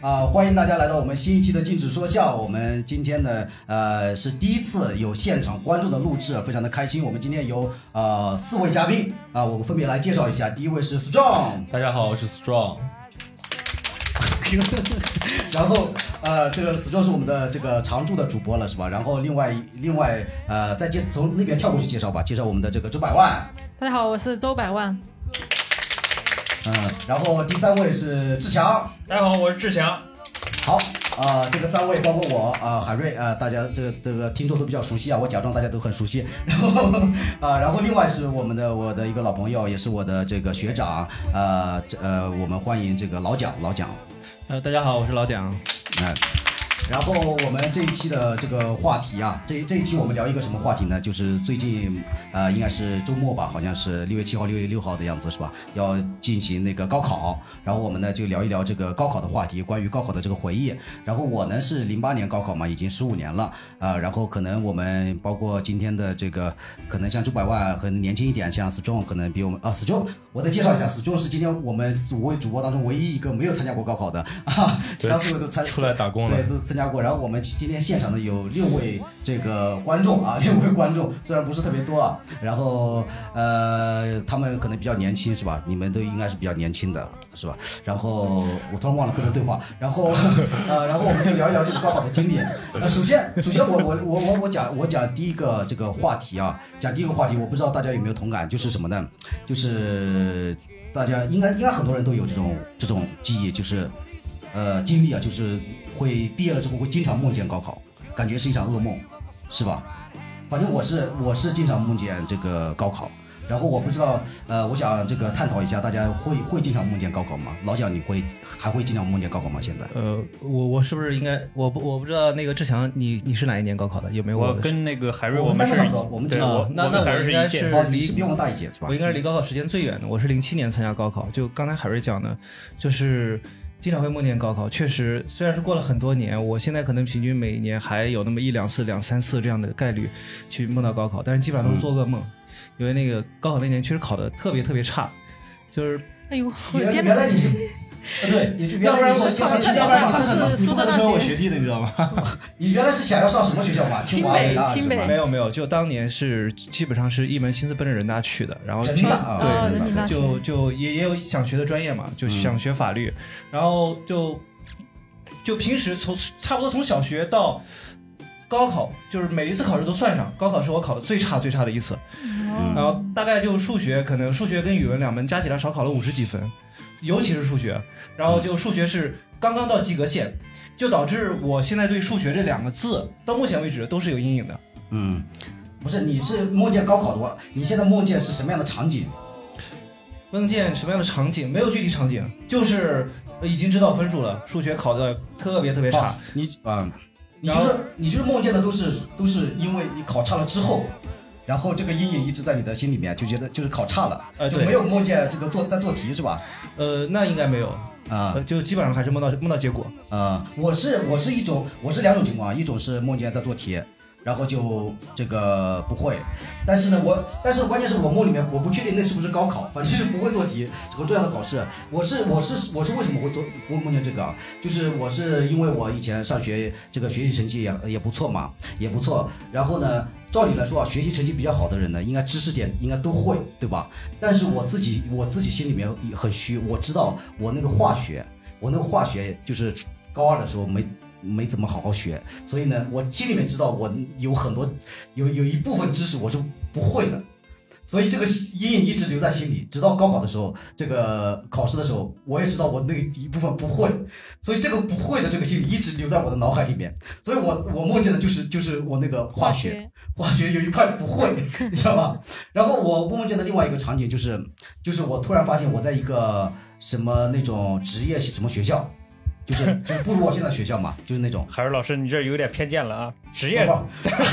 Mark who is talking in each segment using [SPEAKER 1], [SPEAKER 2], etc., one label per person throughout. [SPEAKER 1] 啊、欢迎大家来到我们新一期的禁止说笑。我们今天呢，呃，是第一次有现场观众的录制，非常的开心。我们今天有呃四位嘉宾啊、我们分别来介绍一下。第一位是 Strong，
[SPEAKER 2] 大家好，我是 Strong。
[SPEAKER 1] 然后呃，这个 Strong 是我们的这个常驻的主播了，是吧？然后另外另外呃，再介从那边跳过去介绍吧，介绍我们的这个周百万。
[SPEAKER 3] 大家好，我是周百万。
[SPEAKER 1] 嗯，然后第三位是志强，
[SPEAKER 4] 大家好，我是志强。
[SPEAKER 1] 好，啊、这个三位包括我啊、海瑞啊、大家这个这个听众都比较熟悉啊，我假装大家都很熟悉。然后啊、然后另外是我们的我的一个老朋友，也是我的这个学长，呃这呃，我们欢迎这个老蒋，老蒋，
[SPEAKER 2] 呃，大家好，我是老蒋。
[SPEAKER 1] 哎、然后我们这一期的这个话题啊，这这一期我们聊一个什么话题呢？就是最近呃，应该是周末吧，好像是六月七号、六月六号的样子是吧？要进行那个高考，然后我们呢就聊一聊这个高考的话题，关于高考的这个回忆。然后我呢是零八年高考嘛，已经十五年了啊、呃然后可能我们包括今天的这个，可能像周百万可能年轻一点，像 Strong 可能比我们啊 Strong，我再介绍一下，Strong 是今天我们五位主播当中唯一一个没有参加过高考的啊，其他所有都参
[SPEAKER 2] 出来打工了
[SPEAKER 1] 对，。都参加过。然后我们今天现场呢有六位这个观众啊，六位观众虽然不是特别多啊，然后呃，他们可能比较年轻是吧？你们都应该是比较年轻的是吧？然后我突然忘了跟人对话，然后 呃，然后我们就聊一聊这个高考的经历。呃，首先，首先我我我我我讲我讲第一个这个话题啊，讲第一个话题，我不知道大家有没有同感，就是什么呢？就是大家应该应该很多人都有这种这种记忆，就是呃经历啊，就是会毕业了之后会经常梦见高考，感觉是一场噩梦，是吧？反正我是我是经常梦见这个高考，然后我不知道呃，我想这个探讨一下，大家会会经常梦见高考吗？老蒋，你会还会经常梦见高考吗？现在？
[SPEAKER 5] 呃，我我是不是应该我不我不知道那个志强你你是哪一年高考的？有没有
[SPEAKER 2] 我
[SPEAKER 5] 的
[SPEAKER 2] 跟那个海瑞，
[SPEAKER 1] 我们
[SPEAKER 2] 们
[SPEAKER 1] 三个
[SPEAKER 2] 是
[SPEAKER 1] 差不多我们
[SPEAKER 2] 对，
[SPEAKER 1] 差不多
[SPEAKER 2] 我
[SPEAKER 5] 那
[SPEAKER 2] 我
[SPEAKER 5] 那
[SPEAKER 2] 跟
[SPEAKER 5] 我
[SPEAKER 2] 海瑞是
[SPEAKER 5] 应该
[SPEAKER 2] 一届
[SPEAKER 5] 是。
[SPEAKER 1] 哦，你是比我们大一届是吧？
[SPEAKER 5] 我应该是离高考时间最远的，我是零七年参加高考。就刚才海瑞讲的，就是经常会梦见高考。确实，虽然是过了很多年，我现在可能平均每年还有那么一两次、两三次这样的概率去梦到高考，但是基本
[SPEAKER 2] 嗯
[SPEAKER 5] 上都是做噩梦，因为那个高考那年确实考的特别特别差，就是
[SPEAKER 3] 哎呦，我
[SPEAKER 1] 原
[SPEAKER 3] 天
[SPEAKER 1] 原
[SPEAKER 3] 哪！
[SPEAKER 1] 来你是。呃对，你是原
[SPEAKER 5] 要不
[SPEAKER 1] 来
[SPEAKER 5] 然
[SPEAKER 1] 你
[SPEAKER 5] 我
[SPEAKER 1] 是
[SPEAKER 3] 考
[SPEAKER 1] 上
[SPEAKER 3] 的特别
[SPEAKER 1] 要不然
[SPEAKER 3] 差
[SPEAKER 1] 你
[SPEAKER 3] 考的
[SPEAKER 1] 上
[SPEAKER 3] 是苏
[SPEAKER 2] 不
[SPEAKER 3] 德大
[SPEAKER 2] 是我
[SPEAKER 3] 学。
[SPEAKER 2] 学弟的，你知道吗？
[SPEAKER 1] 你原来是想要上什么学校嘛？清华、
[SPEAKER 3] 清北
[SPEAKER 1] 北大是
[SPEAKER 3] 清
[SPEAKER 1] 吧
[SPEAKER 3] 北
[SPEAKER 5] 没有没有，就当年是基本上是一门心思奔着人大去的，然后
[SPEAKER 1] 人
[SPEAKER 5] 听
[SPEAKER 1] 大啊，
[SPEAKER 5] 对
[SPEAKER 3] 哦，人民大学。
[SPEAKER 5] 就就也也有想学的专业嘛，就想学法律，然后就就平时从差不多从小学到高考，就是每一次考试都算上，高考是我考的最差最差的一次，
[SPEAKER 3] 哦
[SPEAKER 5] 然后大概就数学，可能数学跟语文两门加起来少考了五十几分，尤其是数学，然后就数学是刚刚到及格线，就导致我现在对数学这两个字到目前为止都是有阴影的。
[SPEAKER 1] 嗯，不是，你是梦见高考的话，你现在梦见是什么样的场景？
[SPEAKER 5] 梦见什么样的场景？没有具体场景，就是呃已经知道分数了。数学考的特别特别差
[SPEAKER 1] 啊，你啊，你就
[SPEAKER 5] 然后
[SPEAKER 1] 是你就是梦见的都是都是因为你考差了之后，然后这个阴影一直在你的心里面，就觉得就是考差了，
[SPEAKER 5] 呃
[SPEAKER 1] 就
[SPEAKER 5] 对
[SPEAKER 1] 没有梦见这个做在做题是吧？
[SPEAKER 5] 呃，那应该没有，
[SPEAKER 1] 啊
[SPEAKER 5] 呃，就基本上还是梦到梦到结果。
[SPEAKER 1] 啊，我是我是一种我是两种情况，一种是梦见在做题。然后就这个不会，但是呢，我但是关键是我梦里面我不确定那是不是高考，反正是不会做题，很重要的考试。我是我是我是为什么会做会梦见这个啊？就是我是因为我以前上学这个学习成绩也也不错嘛，也不错。然后呢，照理来说啊，学习成绩比较好的人呢，应该知识点应该都会，对吧？但是我自己我自己心里面很虚，我知道我那个化学，我那个化学就是高二的时候没。没怎么好好学，所以呢，我心里面知道我有很多有有一部分知识我是不会的，所以这个阴影一直留在心里，直到高考的时候，这个考试的时候，我也知道我那一部分不会，所以这个不会的这个心理一直留在我的脑海里面，所以我我梦见的就是就是我那个化学， 化学有一块不会，你知道吧？然后我梦见的另外一个场景就是，就是我突然发现我在一个什么那种职业什么学校，就是就是不如我现在学校嘛，就是那种。
[SPEAKER 4] 海瑞老师，你这有点偏见了啊！职业
[SPEAKER 1] 不不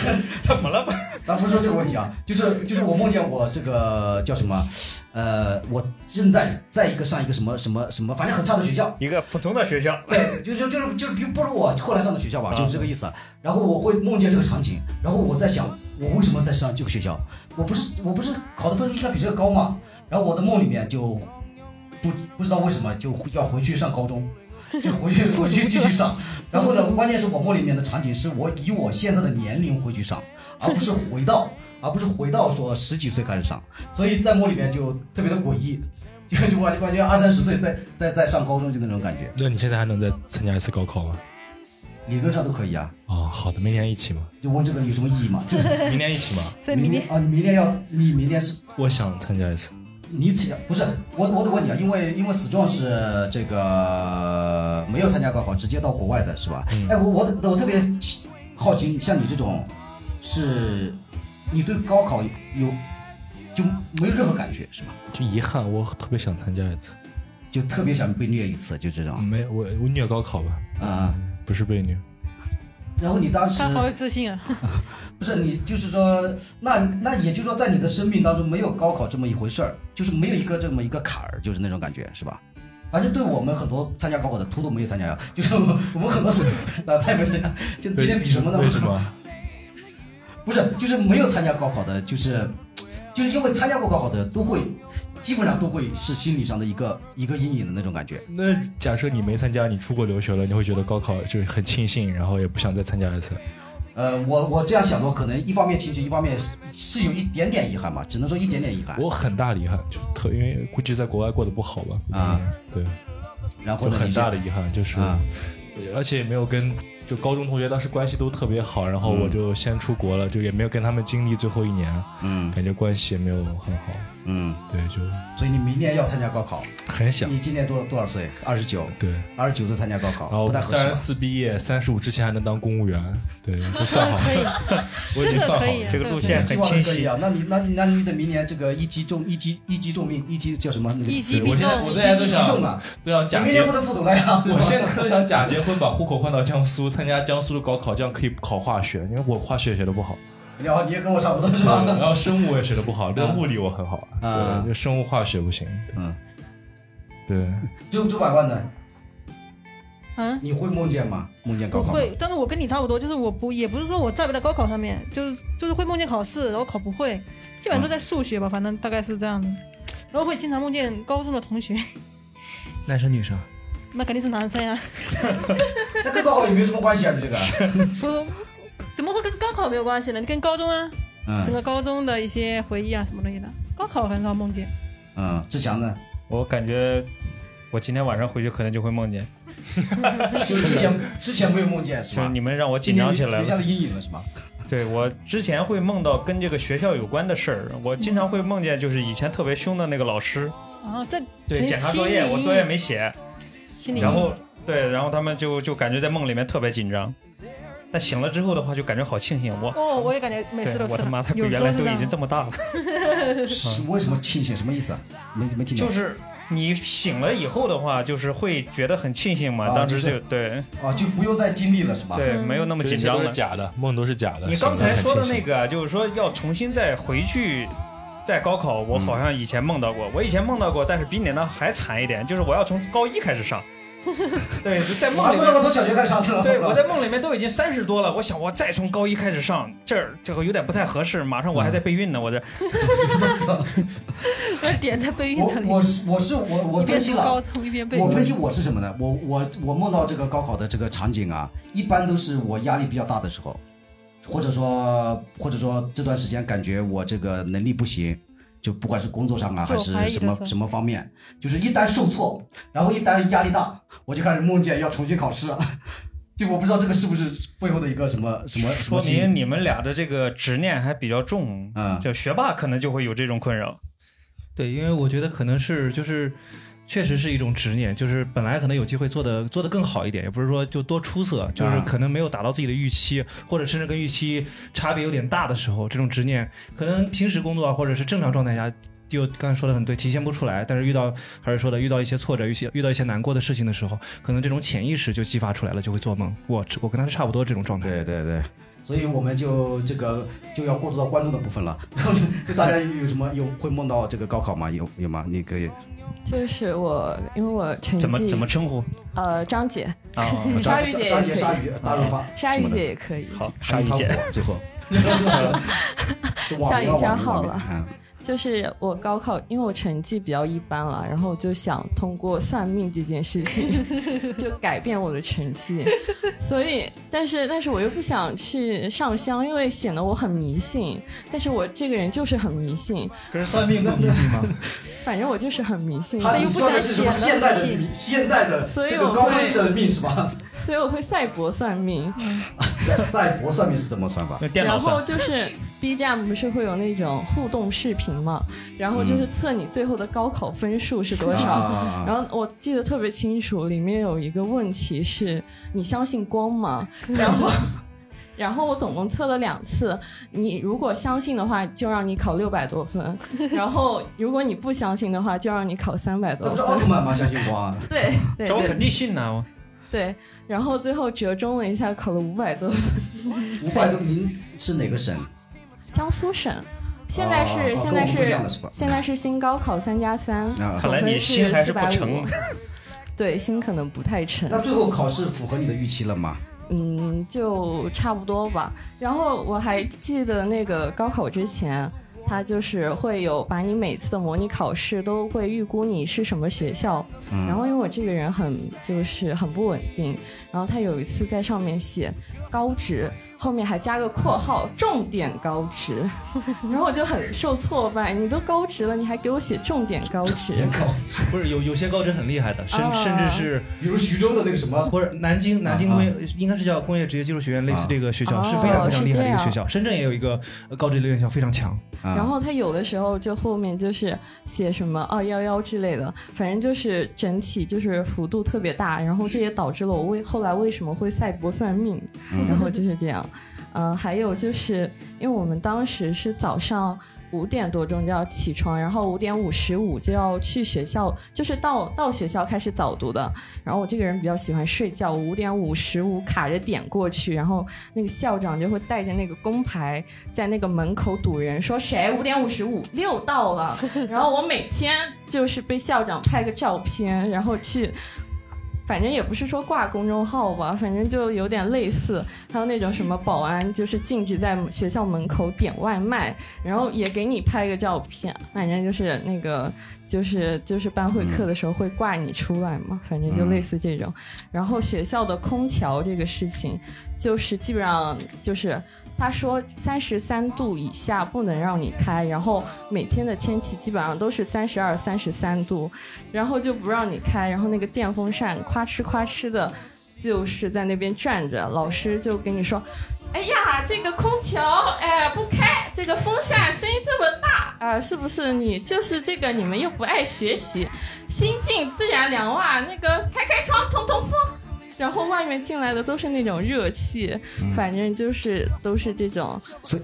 [SPEAKER 4] 怎么了？
[SPEAKER 1] 咱不说这个问题啊，就是就是我梦见我这个叫什么，呃，我正在在一个上一个什么什么什么，反正很差的学校，
[SPEAKER 4] 一个普通的学校，
[SPEAKER 1] 对，就就就是就是比不如我后来上的学校吧，
[SPEAKER 4] 啊
[SPEAKER 1] 就是这个意思。然后我会梦见这个场景，然后我在想，我为什么在上这个学校？我不是我不是考的分数应该比这个高吗？然后我的梦里面就不不知道为什么就要回去上高中，就回 去回去继续上。 然后呢，关键是我梦里面的场景是我以我现在的年龄回去上，而不是回到，而不是回到说十几岁开始上，所以在梦里面就特别的诡异，就就我就感觉二三十岁在在在上高中就那种感觉，
[SPEAKER 6] 那你现在还能再参加一次高考吗？
[SPEAKER 1] 理论上都可以啊。
[SPEAKER 6] 哦，好的，明年一起吗？
[SPEAKER 1] 就问这个有什么意义 吗？就是
[SPEAKER 6] 明年一起吗？
[SPEAKER 3] 所以明天
[SPEAKER 1] 啊， 你明天要你明天是
[SPEAKER 6] 我想参加一次。
[SPEAKER 1] 你起不是我我得问你啊，因为因为 strong 是这个没有参加高考，直接到国外的是吧？
[SPEAKER 6] 嗯
[SPEAKER 1] 哎，我我我特别好奇，像你这种是，你对高考有就没有任何感觉是吧？
[SPEAKER 6] 就遗憾，我特别想参加一次。
[SPEAKER 1] 就特别想被虐一次，就这种啊、
[SPEAKER 6] 没有，我我虐高考吧，不是被虐。
[SPEAKER 1] 然后你当时
[SPEAKER 3] 他好有自信啊！
[SPEAKER 1] 不是你就是说，那那也就是说，在你的生命当中没有高考这么一回事儿，就是没有一个这么一个坎儿，就是那种感觉，是吧？反正对我们很多参加高考的，图图没有参加呀，就是我们我们很多，啊，他也没参加，就今天比什么呢？
[SPEAKER 6] 为什么？
[SPEAKER 1] 不是，就是没有参加高考的，就是就是因为参加过高考的都会，基本上都会是心理上的一个一个阴影的那种感觉。
[SPEAKER 6] 那假设你没参加，你出国留学了，你会觉得高考就是很庆幸，然后也不想再参加一次。
[SPEAKER 1] 呃，我我这样想过，可能一方面庆幸，一方面是是有一点点遗憾吧，只能说一点点遗憾
[SPEAKER 6] 我很大的遗憾，就特因为估计在国外过得不好吧。
[SPEAKER 1] 啊。
[SPEAKER 6] 对，
[SPEAKER 1] 然后
[SPEAKER 6] 有
[SPEAKER 1] 呢，
[SPEAKER 6] 很大
[SPEAKER 1] 的
[SPEAKER 6] 的遗憾，就是、
[SPEAKER 1] 啊
[SPEAKER 6] 而且也没有跟就高中同学当时关系都特别好，然后
[SPEAKER 1] 嗯
[SPEAKER 6] 我就先出国了，就也没有跟他们经历最后一年，
[SPEAKER 1] 嗯
[SPEAKER 6] 感觉关系也没有很好。
[SPEAKER 1] 嗯，
[SPEAKER 6] 对，就
[SPEAKER 1] 所以你明年要参加高考。
[SPEAKER 6] 很想
[SPEAKER 1] 你今年多多少岁？二十九，
[SPEAKER 6] 对。
[SPEAKER 1] 二十九岁参加高考，
[SPEAKER 6] 然后
[SPEAKER 1] 不太合
[SPEAKER 6] 三
[SPEAKER 1] 适
[SPEAKER 6] 十
[SPEAKER 1] 吧。
[SPEAKER 6] 四毕业，三十五之前还能当公务员，对，就算 好，
[SPEAKER 3] 可以，
[SPEAKER 6] 我已经
[SPEAKER 3] 这个
[SPEAKER 6] 算好
[SPEAKER 3] 可以
[SPEAKER 1] 啊
[SPEAKER 6] 了。
[SPEAKER 4] 这个路线
[SPEAKER 1] 计
[SPEAKER 4] 很
[SPEAKER 1] 划
[SPEAKER 4] 清
[SPEAKER 1] 可以
[SPEAKER 4] 晰。
[SPEAKER 1] 啊，那你那你那你得明年这个一击中一击一击中命一击叫什么？那个
[SPEAKER 3] 一击
[SPEAKER 2] 我
[SPEAKER 3] 必
[SPEAKER 2] 现在
[SPEAKER 3] 中
[SPEAKER 2] 我。现在
[SPEAKER 1] 击
[SPEAKER 2] 都
[SPEAKER 1] 即
[SPEAKER 2] 想
[SPEAKER 1] 中啊！
[SPEAKER 2] 都想
[SPEAKER 1] 你
[SPEAKER 2] 假
[SPEAKER 1] 明
[SPEAKER 2] 结
[SPEAKER 1] 年不，能复读了 呀。对吧
[SPEAKER 2] 我 现在都想假结婚，把户口换到江苏，参加江苏的高考，这样可以考化学，因为我化学学的不好，
[SPEAKER 1] 你好，你也跟 我差不多是吧？
[SPEAKER 6] 然后生物也学的不好，但物理我很好，
[SPEAKER 1] 啊
[SPEAKER 6] 对，就生物化学不行，
[SPEAKER 1] 嗯，
[SPEAKER 6] 对，对
[SPEAKER 1] 就周百万呢？
[SPEAKER 3] 嗯，
[SPEAKER 1] 你会梦见吗？梦见高
[SPEAKER 3] 我
[SPEAKER 1] 考吗？
[SPEAKER 3] 会，但是我跟你差不多，就是我不也不是说我在不在高考上面，就是就是会梦见考试，然后考不会，基本上都在数学吧，反正大概是这样的。
[SPEAKER 1] 啊
[SPEAKER 3] 然后会经常梦见高中的 同学，
[SPEAKER 5] 男生女生，
[SPEAKER 3] 那肯定是男生呀、
[SPEAKER 1] 那跟高考也没有什么关系啊，你这个。
[SPEAKER 3] 说怎么会跟高考没有关系呢？跟高中啊，整
[SPEAKER 1] 嗯
[SPEAKER 3] 个高中的一些回忆啊，什么东西的，高考很少梦见。
[SPEAKER 1] 嗯，志强呢？
[SPEAKER 4] 我感觉我今天晚上回去可能就会梦见，
[SPEAKER 1] 就是之前之前没有梦见是
[SPEAKER 4] 就是
[SPEAKER 1] 吧？
[SPEAKER 4] 你们让我紧张起来
[SPEAKER 1] 留下
[SPEAKER 4] 了。
[SPEAKER 1] 的阴影了是吧？
[SPEAKER 4] 对我之前会梦到跟这个学校有关的事儿，我经常会梦见就是以前特别凶的那个老师，
[SPEAKER 3] 然后啊这
[SPEAKER 4] 对
[SPEAKER 3] 很
[SPEAKER 4] 检查
[SPEAKER 3] 心
[SPEAKER 4] 作业，
[SPEAKER 3] 理
[SPEAKER 4] 我作业没写，
[SPEAKER 3] 心理
[SPEAKER 4] 然后对，然后他们就就感觉在梦里面特别紧张，但醒了之后的话就感觉好庆幸，我
[SPEAKER 3] 哦，我也感觉每次
[SPEAKER 4] 对
[SPEAKER 3] 都
[SPEAKER 4] 我
[SPEAKER 3] 是
[SPEAKER 4] 他妈他
[SPEAKER 3] 有时
[SPEAKER 4] 原
[SPEAKER 3] 候
[SPEAKER 4] 来
[SPEAKER 3] 是
[SPEAKER 4] 都
[SPEAKER 3] 这
[SPEAKER 4] 已
[SPEAKER 3] 样
[SPEAKER 4] 经这 么大了，
[SPEAKER 1] 是为什么庆幸？什么意思啊？没没听懂。
[SPEAKER 4] 就是你醒了以后的话，就是会觉得很庆幸嘛，
[SPEAKER 1] 啊
[SPEAKER 4] 当时
[SPEAKER 1] 就是
[SPEAKER 4] 就对
[SPEAKER 1] 啊，就不用再经历了是吧？
[SPEAKER 4] 对，没有那么紧
[SPEAKER 6] 这些都
[SPEAKER 4] 张
[SPEAKER 6] 是
[SPEAKER 4] 了。
[SPEAKER 6] 假的，梦都是假的。
[SPEAKER 4] 你刚才说
[SPEAKER 6] 醒来才
[SPEAKER 4] 的那
[SPEAKER 6] 清醒，
[SPEAKER 4] 个，就是说要重新再回去。再高考，
[SPEAKER 1] 嗯
[SPEAKER 4] 我好像以前梦到过，我以前梦到过，但是比你那还惨一点，就是我要从高一开始上，对，就在
[SPEAKER 1] 我
[SPEAKER 4] 梦
[SPEAKER 1] 还
[SPEAKER 4] 里
[SPEAKER 1] 啊不让
[SPEAKER 4] 面
[SPEAKER 1] 我从小学开始上课。
[SPEAKER 4] 对，我在梦里面都已经三十多了，我想我再从高一开始上，这儿这个有点不太合适，马上我
[SPEAKER 1] 嗯
[SPEAKER 4] 还在备孕呢，我这
[SPEAKER 3] 而点在备孕
[SPEAKER 1] 我
[SPEAKER 3] 这里，
[SPEAKER 1] 我是我是我我
[SPEAKER 3] 一边
[SPEAKER 1] 分析
[SPEAKER 3] 读
[SPEAKER 1] 了
[SPEAKER 3] 高，中一边备
[SPEAKER 1] 我分
[SPEAKER 3] 孕。
[SPEAKER 1] 析我是什么呢？我我我梦到这个高考的这个场景啊，一般都是我压力比较大的时候，或者说或者说这段时间感觉我这个能力不行。就不管是工作上啊，
[SPEAKER 3] 自
[SPEAKER 1] 还
[SPEAKER 3] 我
[SPEAKER 1] 是
[SPEAKER 3] 怀疑
[SPEAKER 1] 什
[SPEAKER 3] 的
[SPEAKER 1] 么
[SPEAKER 3] 时候
[SPEAKER 1] 什么方面，就是一旦受挫，然后一旦压力大，我就开始梦见要重新考试了。 就我不知道这个是不是背后的一个什么什么什
[SPEAKER 4] 说
[SPEAKER 1] 么心理
[SPEAKER 4] 明你们俩的这个执念还比较重，
[SPEAKER 1] 嗯
[SPEAKER 4] 就学霸可能就会有这种困扰，
[SPEAKER 5] 对，因为我觉得可能是就是。确实是一种执念，就是本来可能有机会做的做的更好一点，也不是说就多出色，就是
[SPEAKER 1] 啊
[SPEAKER 5] 可能没有达到自己的预期，或者甚至跟预期差别有点大的时候，这种执念可能平时工作啊，或者是正常状态下，就刚才说的很对，体现不出来。但是遇到还是说的遇到一些挫折，遇些遇到一些难过的事情的时候，可能这种潜意识就激发出来了，就会做梦。我我跟他是差不多这种状态。
[SPEAKER 1] 对对对，所以我们就这个就要过渡到观众的部分了。 然后就就大家有什么有会梦到这个高考吗？有有吗？你可以
[SPEAKER 7] 就是我，因为我成绩
[SPEAKER 4] 怎么怎么称呼
[SPEAKER 7] 呃，张姐，
[SPEAKER 4] 啊？
[SPEAKER 7] 鲨鱼姐也
[SPEAKER 1] 张
[SPEAKER 7] 可
[SPEAKER 1] 杰
[SPEAKER 7] 以
[SPEAKER 1] 鲨鱼大润发
[SPEAKER 7] 鲨
[SPEAKER 1] 什
[SPEAKER 7] 鱼
[SPEAKER 1] 么的
[SPEAKER 7] 姐也可以。
[SPEAKER 4] 好，鲨鱼姐，
[SPEAKER 1] 最后，
[SPEAKER 7] 鲨鱼加好了
[SPEAKER 1] 嗯
[SPEAKER 7] 就是我高考，因为我成绩比较一般了，然后我就想通过算命这件事情 就改变我的成绩，所以，但是但是我又不想去上香，因为显得我很迷信，但是我这个人就是很迷信，
[SPEAKER 1] 可是算命的迷信吗？
[SPEAKER 7] 反正我就是很迷信，
[SPEAKER 1] 他
[SPEAKER 3] 又
[SPEAKER 1] 你
[SPEAKER 3] 不
[SPEAKER 1] 说的
[SPEAKER 3] 想
[SPEAKER 1] 是什么
[SPEAKER 3] 写
[SPEAKER 1] 现
[SPEAKER 3] 了
[SPEAKER 1] 代的
[SPEAKER 3] 信
[SPEAKER 1] 迷现代的
[SPEAKER 7] 所以
[SPEAKER 1] 这个
[SPEAKER 7] 我
[SPEAKER 1] 高科
[SPEAKER 7] 会
[SPEAKER 1] 技的命是吧？
[SPEAKER 7] 所以我会赛博算命。
[SPEAKER 3] 嗯
[SPEAKER 1] 赛赛博算命是怎么算法？
[SPEAKER 4] 用 电脑
[SPEAKER 7] 然后
[SPEAKER 4] 算。
[SPEAKER 7] 就是 B 站不是会有那种互动视频嘛，然后就是测你最后的高考分数是多少。
[SPEAKER 1] 嗯啊，
[SPEAKER 7] 然后我记得特别清楚，里面有一个问题是你相信光吗？然 后。然后我总共测了两次，你如果相信的话，就让你考六百 多分；然后如果你不相信的话，就让你考三百
[SPEAKER 1] 那
[SPEAKER 7] 多
[SPEAKER 1] 不是
[SPEAKER 7] 分。
[SPEAKER 1] 奥特曼吗？相信光啊，
[SPEAKER 7] 对对
[SPEAKER 4] 这我
[SPEAKER 7] 对
[SPEAKER 4] 肯定信呐、我
[SPEAKER 7] 对，然后最后折中了一下，考了五百多分。
[SPEAKER 1] 五百多，您是哪个省？
[SPEAKER 7] 江苏省，现在是、
[SPEAKER 1] 哦哦
[SPEAKER 7] 现
[SPEAKER 1] 跟我
[SPEAKER 7] 在
[SPEAKER 1] 们不一样
[SPEAKER 7] 是
[SPEAKER 1] 了是吧？
[SPEAKER 7] 现在是新高考三加三，
[SPEAKER 1] 啊，
[SPEAKER 4] 看来你心还是不诚。
[SPEAKER 7] 对，心可能不太诚，
[SPEAKER 1] 那最后考试符合你的预期了吗？
[SPEAKER 7] 嗯，就差不多吧。然后我还记得那个高考之前，他就是会有把你每次的模拟考试都会预估你是什么学校。
[SPEAKER 1] 嗯
[SPEAKER 7] 然后因为我这个人很就是很不稳定，然后他有一次在上面写高职，后面还加个括号，重点高职。然后我就很受挫败，你都高职了，你还给我写重点高职？
[SPEAKER 1] 考，
[SPEAKER 5] 不是有有些高职很厉害的，甚
[SPEAKER 7] 啊
[SPEAKER 5] 甚至是
[SPEAKER 1] 比如徐州的那个什么，
[SPEAKER 5] 不是南京南京
[SPEAKER 1] 啊
[SPEAKER 5] 工业应该是叫工业职业技术学院，类似这个学校
[SPEAKER 7] 啊
[SPEAKER 5] 是非常
[SPEAKER 7] 哦
[SPEAKER 5] 非常
[SPEAKER 7] 是
[SPEAKER 5] 厉害的一个
[SPEAKER 7] 这样
[SPEAKER 5] 学校。深圳也有一个呃高职类院校非常强，
[SPEAKER 1] 啊
[SPEAKER 7] 然后他有的时候就后面就是写什么二幺幺之类的，反正就是整体就是幅度特别大，然后这也导致了我为后来为什么会赛博算命，然后就是这样。呃，还有就是因为我们当时是早上。五点多钟就要起床，然后五点五十五就要去学校，就是到到学校开始早读的。然后我这个人比较喜欢睡觉，五点五十五卡着点过去，然后那个校长就会带着那个工牌在那个门口堵人，说谁五点五十五六到了。然后我每天就是被校长拍个照片，然后去。反正也不是说挂公众号吧，反正就有点类似，还有那种什么保安就是禁止在学校门口点外卖，然后也给你拍个照片，反正就是那个就是就是班会课的时候会挂你出来嘛，反正就类似这种。然后学校的空调这个事情，就是基本上就是他说三十三度以下不能让你开，然后每天的天气基本上都是三十二、三十三度，然后就不让你开，然后那个电风扇夸哧夸哧的，就是在那边转着，老师就跟你说。哎呀，这个空调哎不开，这个风扇声音这么大啊、是不是你就是这个你们又不爱学习，心静自然凉哇，那个开开窗通通风。然后外面进来的都是那种热气，反正就是都是这种，
[SPEAKER 1] 嗯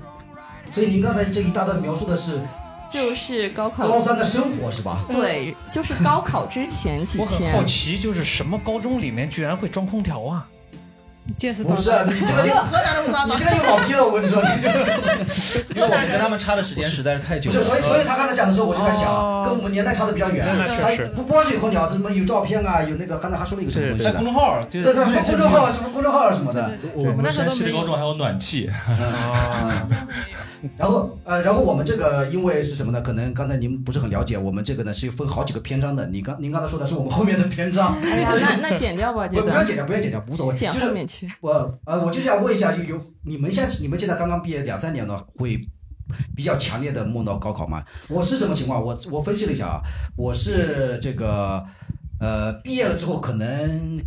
[SPEAKER 1] 所以您刚才这一大段描述的是
[SPEAKER 7] 就是高考
[SPEAKER 1] 高三的生活是吧？
[SPEAKER 7] 对，就是高考之前几
[SPEAKER 4] 我很
[SPEAKER 7] 天
[SPEAKER 4] 好，奇，就是什么高中里面居然会装空调啊？
[SPEAKER 3] 见识到
[SPEAKER 1] 不是，啊你这个
[SPEAKER 3] 这个河南的不知道
[SPEAKER 1] 你
[SPEAKER 3] 吧？
[SPEAKER 1] 这个又老批了，我跟你说，这 就是
[SPEAKER 5] 因为我们跟他们差的时间实在是太久
[SPEAKER 1] 不
[SPEAKER 5] 了呃
[SPEAKER 1] 是，。所以所以他刚才讲的时候，我就在想，
[SPEAKER 4] 哦
[SPEAKER 1] 跟我们年代差的比较远。
[SPEAKER 4] 那
[SPEAKER 1] 他
[SPEAKER 4] 确实，
[SPEAKER 1] 不光是有空调，什么有照片啊，有那个刚才还说了一个什么东西
[SPEAKER 5] 在
[SPEAKER 1] 的
[SPEAKER 5] 公，众号就
[SPEAKER 1] 对
[SPEAKER 5] 是
[SPEAKER 1] 对，什么公众号、什么公众号什么的。
[SPEAKER 2] 我
[SPEAKER 3] 我们那
[SPEAKER 2] 们
[SPEAKER 3] 时
[SPEAKER 2] 山
[SPEAKER 3] 候都
[SPEAKER 2] 西
[SPEAKER 3] 没
[SPEAKER 2] 的高中还有暖气，
[SPEAKER 4] 啊，
[SPEAKER 1] 然后呃，然后我们这个因为是什么呢？可能刚才您不是很了解，我们这个呢是分好几个篇章的。你刚您刚才说的是我们后面的篇章，
[SPEAKER 7] 哎呀，那那减掉吧，
[SPEAKER 1] 不
[SPEAKER 7] 这
[SPEAKER 1] 不要
[SPEAKER 7] 段
[SPEAKER 1] 剪掉，不要剪掉，无所谓。
[SPEAKER 7] 减
[SPEAKER 1] 就
[SPEAKER 7] 后
[SPEAKER 1] 是
[SPEAKER 7] 面去。
[SPEAKER 1] 我呃，我就想问一下，就有你们现在你们现在刚刚毕业两三年了，会比较强烈的梦到高考吗？我是什么情况？我我分析了一下啊，我是这个呃，毕业了之后可能。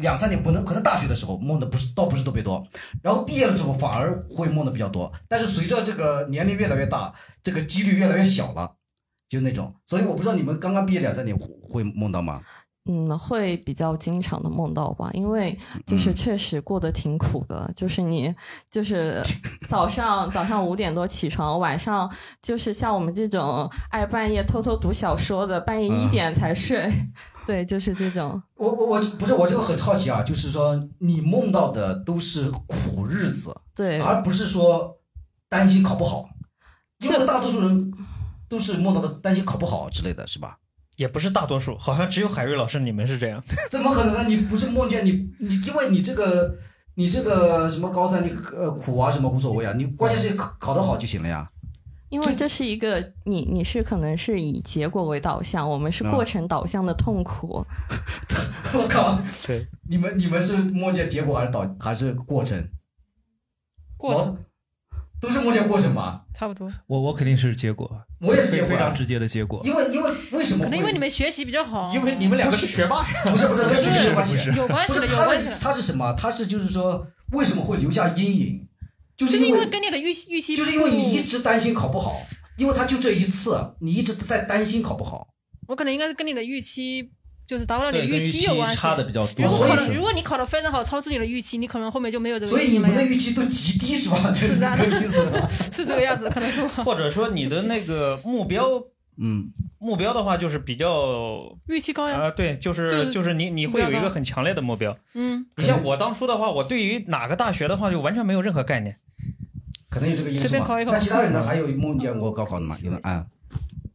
[SPEAKER 1] 两三年不能，可能大学的时候梦的不是倒不是特别多，然后毕业了之后反而会梦的比较多，但是随着这个年龄越来越大，这个几率越来越小了，就那种，所以我不知道你们刚刚毕业两三年会会梦到吗？
[SPEAKER 7] 嗯，会比较经常的梦到吧，因为
[SPEAKER 1] 嗯
[SPEAKER 7] 就是确实过得挺苦的，就是你 就是早上早上五点多起床，晚上就是像我们这种爱半夜偷偷读小说的，半夜一点才睡， 对，就是这种。
[SPEAKER 1] 嗯我我我不是我就很好奇啊，就是说你梦到的都是苦日子，
[SPEAKER 7] 对，
[SPEAKER 1] 而不是说担心考不好，因为
[SPEAKER 7] 这
[SPEAKER 1] 大多数人都是梦到的担心考不好之类的是吧？
[SPEAKER 4] 也不是大多数，好像只有海瑞老师你们是这样。
[SPEAKER 1] 怎么可能呢？你不是梦见你你，因为你这个你这个什么高三你呃苦啊什么无所谓啊，你关键是考考得好就行了呀。
[SPEAKER 7] 因为这是一个你你是可能是以结果为导向，我们
[SPEAKER 1] 嗯
[SPEAKER 7] 是过程导向的痛苦。
[SPEAKER 1] 我靠，
[SPEAKER 4] 对，
[SPEAKER 1] 你们你们是默见结果还是导还是过程？
[SPEAKER 3] 过程
[SPEAKER 1] 我都是默见过程吧？
[SPEAKER 3] 差不多，
[SPEAKER 5] 我我肯定是结果，
[SPEAKER 1] 我也是结果
[SPEAKER 5] 非
[SPEAKER 1] 啊
[SPEAKER 5] 常直接的结果。
[SPEAKER 1] 因为因为为什么会？
[SPEAKER 3] 可能因为你们学习比较好，
[SPEAKER 4] 因为你们两个是学霸呀。
[SPEAKER 1] 不是不是跟学习没关系，
[SPEAKER 3] 有关
[SPEAKER 1] 不是
[SPEAKER 3] 系的，有
[SPEAKER 1] 他
[SPEAKER 3] 关
[SPEAKER 1] 的
[SPEAKER 3] 系的，
[SPEAKER 1] 他是什么？他是就是说为什么会留下阴影？就
[SPEAKER 3] 就是是
[SPEAKER 1] 因
[SPEAKER 3] 因为
[SPEAKER 1] 为
[SPEAKER 3] 跟那个预期预期
[SPEAKER 1] 就是因为你一直担心考不好，因为他就这一次，你一直在担心考不好。
[SPEAKER 3] 我可能应该是跟你的预期就是达不到你的
[SPEAKER 5] 对，跟
[SPEAKER 3] 预
[SPEAKER 5] 预
[SPEAKER 3] 期有关系。
[SPEAKER 5] 差的比较
[SPEAKER 3] 如
[SPEAKER 5] 多，
[SPEAKER 3] 果
[SPEAKER 1] 所以
[SPEAKER 3] 考
[SPEAKER 5] 所
[SPEAKER 3] 的
[SPEAKER 5] 以
[SPEAKER 3] 如果你考的非常好，超出你的预期，你可能后面就没有这个
[SPEAKER 1] 所以
[SPEAKER 3] 阴
[SPEAKER 1] 你
[SPEAKER 3] 影了
[SPEAKER 1] 们
[SPEAKER 3] 呀
[SPEAKER 1] 的预期都极低是吧？这
[SPEAKER 3] 是的
[SPEAKER 1] 这个意思吧。
[SPEAKER 3] 是这个样
[SPEAKER 4] 呃
[SPEAKER 3] 子，可能是我
[SPEAKER 4] 或者说你的那个目标
[SPEAKER 1] 嗯，
[SPEAKER 4] 目标的话，就是比较
[SPEAKER 3] 预期高呀。
[SPEAKER 4] 啊，对，就
[SPEAKER 3] 就是是
[SPEAKER 4] 就是你你会有一个很强烈的目标。
[SPEAKER 3] 嗯，
[SPEAKER 4] 你像我当初的话，我对于哪个大学的话就完全没有任何概念。
[SPEAKER 1] 可能有这个因素
[SPEAKER 3] 随便
[SPEAKER 1] 吧
[SPEAKER 3] 考一。考
[SPEAKER 1] 那其他人呢？还有梦见过高考的吗？有人啊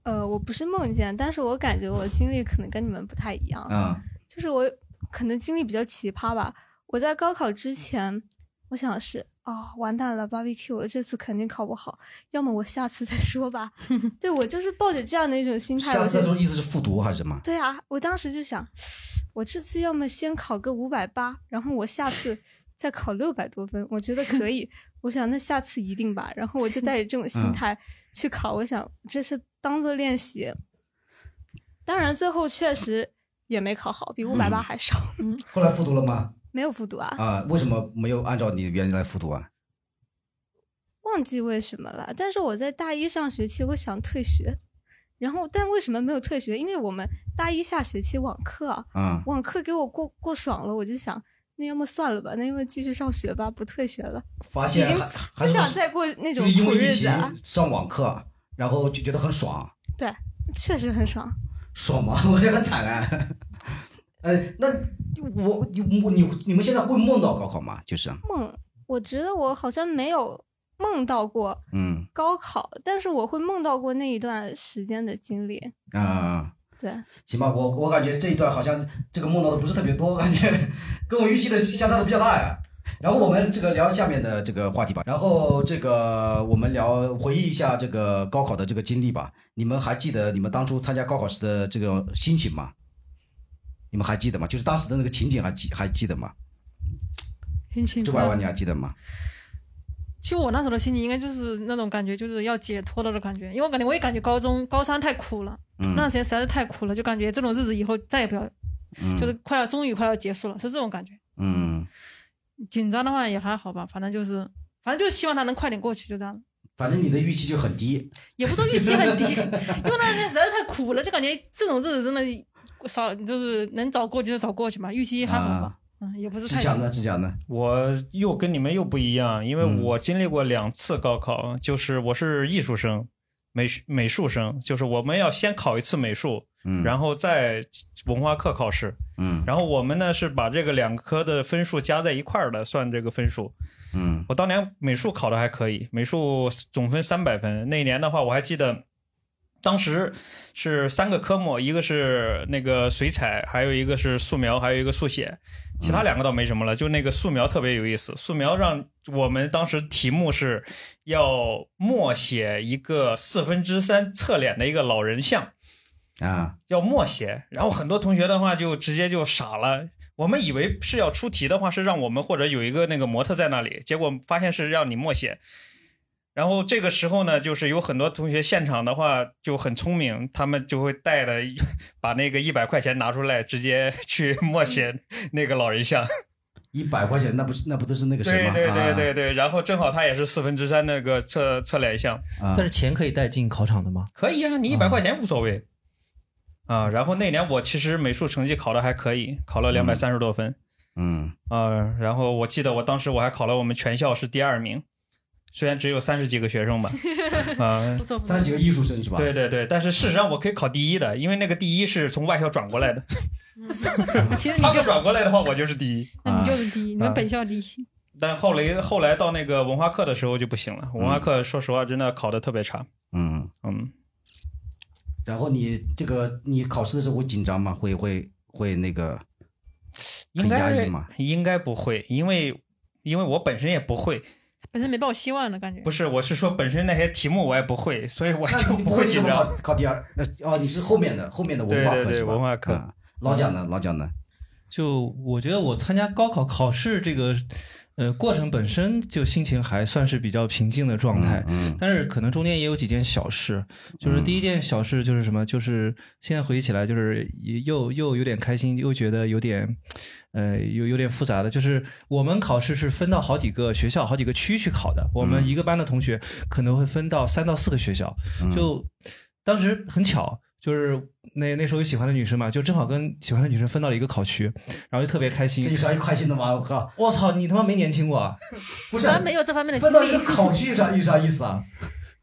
[SPEAKER 8] 呃，我不是梦见，但是我感觉我经历可能跟你们不太一样，
[SPEAKER 1] 啊
[SPEAKER 8] 就是我可能经历比较奇葩吧。我在高考之前，我想的是啊、完蛋了，barbecue，我这次肯定考不好，要么我下次再说 吧。对我就是抱着这样的一种心态，
[SPEAKER 1] 下
[SPEAKER 8] 我
[SPEAKER 1] 次
[SPEAKER 8] 就
[SPEAKER 1] 再说意思是复读还是什么？
[SPEAKER 8] 对啊，我当时就想，我这次要么先考个五百八，然后我下 次再考六百多分，我觉得可以。我想那下次一定吧，然后我就带着这种心态去考，我想这是当做练习。当然最后确实也没考好，比五百八还少，
[SPEAKER 1] 后来复读了吗？
[SPEAKER 8] 没有复读嗯啊，
[SPEAKER 1] 啊，为什么没有按照你原来复读啊？
[SPEAKER 8] 忘记为什么了。但是我在大一上学期，我想退学。然后，但为什么没有退学？因为我们大一下学期网课啊，
[SPEAKER 1] 啊，
[SPEAKER 8] 网课给我过过爽了，我就想，那要么算了吧，那要么继续上学吧，不退学了，
[SPEAKER 1] 发现
[SPEAKER 8] 已经
[SPEAKER 1] 还还
[SPEAKER 8] 不
[SPEAKER 1] 是
[SPEAKER 8] 想再过那种
[SPEAKER 1] 就是因
[SPEAKER 8] 苦
[SPEAKER 1] 为
[SPEAKER 8] 日
[SPEAKER 1] 疫
[SPEAKER 8] 子
[SPEAKER 1] 情
[SPEAKER 8] 啊，
[SPEAKER 1] 上网课，然后就觉得很爽，
[SPEAKER 8] 确实很爽。
[SPEAKER 1] 爽吗？ 我觉得很惨哎。哎，那我你我你你们现在会梦到高考吗？就是，
[SPEAKER 8] 梦，我觉得我好像没有梦到过
[SPEAKER 1] 嗯
[SPEAKER 8] 高考，但是我会梦到过那一段时间的经历。
[SPEAKER 1] 啊、
[SPEAKER 8] 对，
[SPEAKER 1] 行吧，我我感觉这一段好像这个梦到的不是特别多，我感觉 跟我预期的相差的比较大呀。然后我们这个聊下面的这个话题吧，然后这个我们聊回忆一下这个高考的这个经历吧。你们还记得你们当初参加高考时的这个心情吗？你们还记得吗？就是当时的那个情景还记还记得吗？
[SPEAKER 3] 心情
[SPEAKER 1] 周
[SPEAKER 3] 不
[SPEAKER 1] 拐
[SPEAKER 3] 好
[SPEAKER 1] 弯你还记得吗？
[SPEAKER 3] 其实我那时候的心情应该就是那种感觉，就是要解脱了的感觉，因为我感觉我也感觉高中高三太苦了，
[SPEAKER 1] 嗯
[SPEAKER 3] 那段时间实在是太苦了，就感觉这种日子以后再也不要，
[SPEAKER 1] 嗯
[SPEAKER 3] 就是快要终于快要结束了，是这种感觉。
[SPEAKER 1] 嗯，
[SPEAKER 3] 紧张的话也还好吧，反正就是反正就希望它能快点过去，就这样。
[SPEAKER 1] 反正你的预期就很低，
[SPEAKER 3] 也不说预 期很低，因为那段时间实在是太苦了，就感觉这种日子真的少，就是能早过去就早过去嘛，预期还好吧，嗯，也不是
[SPEAKER 1] 啊是
[SPEAKER 3] 太
[SPEAKER 1] 这样 的，是这样的。
[SPEAKER 4] 我又跟你们又不一样，因为
[SPEAKER 1] 嗯
[SPEAKER 4] 我经历过两次高考，就是我是艺术生，美术美术生，就是我们要先考一次美术，
[SPEAKER 1] 嗯，
[SPEAKER 4] 然后再文化课考试。
[SPEAKER 1] 嗯
[SPEAKER 4] 然后我们呢是把这个两科的分数加在一块儿的算这个分数。
[SPEAKER 1] 嗯
[SPEAKER 4] 我当年美术考的还可以，美术总分三百分。那一年的话，我还记得，当时是三个科目，一个是那个水彩，还有一个是素描，还有一个速写。其他两个倒没什么了，就那个素描特别有意思。素描让我们当时题目是要默写一个四分之三侧脸的一个老人像。
[SPEAKER 1] 啊，
[SPEAKER 4] 要默写，然后很多同学的话就直接就傻了。我们以为是要出题的话是让我们或者有一个那个模特在那里，结果发现是让你默写。然后这个时候呢，就是有很多同学现场的话就很聪明，他们就会带了一把那个一百块钱拿出来，直接去默写那个老人像。
[SPEAKER 1] 一百块钱那不是那不都是那个谁
[SPEAKER 4] 对
[SPEAKER 1] 吗？
[SPEAKER 4] 对对
[SPEAKER 1] 啊
[SPEAKER 4] 对对，然后正好他也是四分之三那个侧侧脸像，
[SPEAKER 1] 啊
[SPEAKER 5] 但是钱可以带进考场的吗？
[SPEAKER 4] 可以啊，你一百块钱无所谓。啊，然后那年我其实美术成绩考的还可以，考了两百三十多分。
[SPEAKER 1] 嗯
[SPEAKER 4] 呃，然后我记得我当时我还考了我们全校是第二名，虽然只有三十几个 学生吧，啊、
[SPEAKER 3] 不错不错
[SPEAKER 1] 三十。几个艺术生是吧？
[SPEAKER 4] 对对对，但是事实上我可以考第一的，因为那个第一是从外校转过来的，
[SPEAKER 3] 其实你
[SPEAKER 4] 他
[SPEAKER 3] 就
[SPEAKER 1] 啊
[SPEAKER 4] 们转过来的话，我就是第一。啊
[SPEAKER 3] 那你就是低，你们本校低，
[SPEAKER 4] 但后来后来到那个文化课的时候就不行了，文化课说实话真的考的特别差，
[SPEAKER 1] 嗯，
[SPEAKER 4] 嗯，
[SPEAKER 1] 然后你这个你考试的时候会紧张吗？会会会那个
[SPEAKER 4] 应
[SPEAKER 1] 很压抑
[SPEAKER 4] 该
[SPEAKER 1] 吗
[SPEAKER 4] 应该不会，因为因为我本身也不会，
[SPEAKER 3] 本身没抱希望了，感觉。
[SPEAKER 4] 不是，我是说本身那些题目我也不会，所以我就
[SPEAKER 1] 你
[SPEAKER 4] 不会
[SPEAKER 1] 你
[SPEAKER 4] 紧
[SPEAKER 1] 怎么
[SPEAKER 4] 张
[SPEAKER 1] 考。考第二？呃哦，你是后面的后面的文
[SPEAKER 4] 对
[SPEAKER 1] 化课
[SPEAKER 4] 对对，
[SPEAKER 1] 是吧啊
[SPEAKER 4] 文化课。
[SPEAKER 1] 老蒋呢？老蒋呢？
[SPEAKER 5] 就我觉得我参加高考考试这个，呃，过程本身就心情还算是比较平静的状态，但是可能中间也有几件小事，就是第一件小事就是什么，就是现在回忆起来就是又又有点开心，又觉得有点，呃，有有点复杂的，就是我们考试是分到好几个学校、好几个区去考的，我们一个班的同学可能会分到三到四个学校，
[SPEAKER 1] 嗯
[SPEAKER 5] 就当时很巧。就是那那时候有喜欢的女生嘛，就正好跟喜欢的女生分到了一个考区，然后就特别开心。
[SPEAKER 1] 这有啥开心的吗？我靠！
[SPEAKER 5] 我操，你他妈没年轻过啊！
[SPEAKER 1] 不是
[SPEAKER 3] 咱没有这方面的
[SPEAKER 1] 分
[SPEAKER 3] 经
[SPEAKER 1] 到一
[SPEAKER 3] 历
[SPEAKER 1] 个。考区有啥有啥意思啊？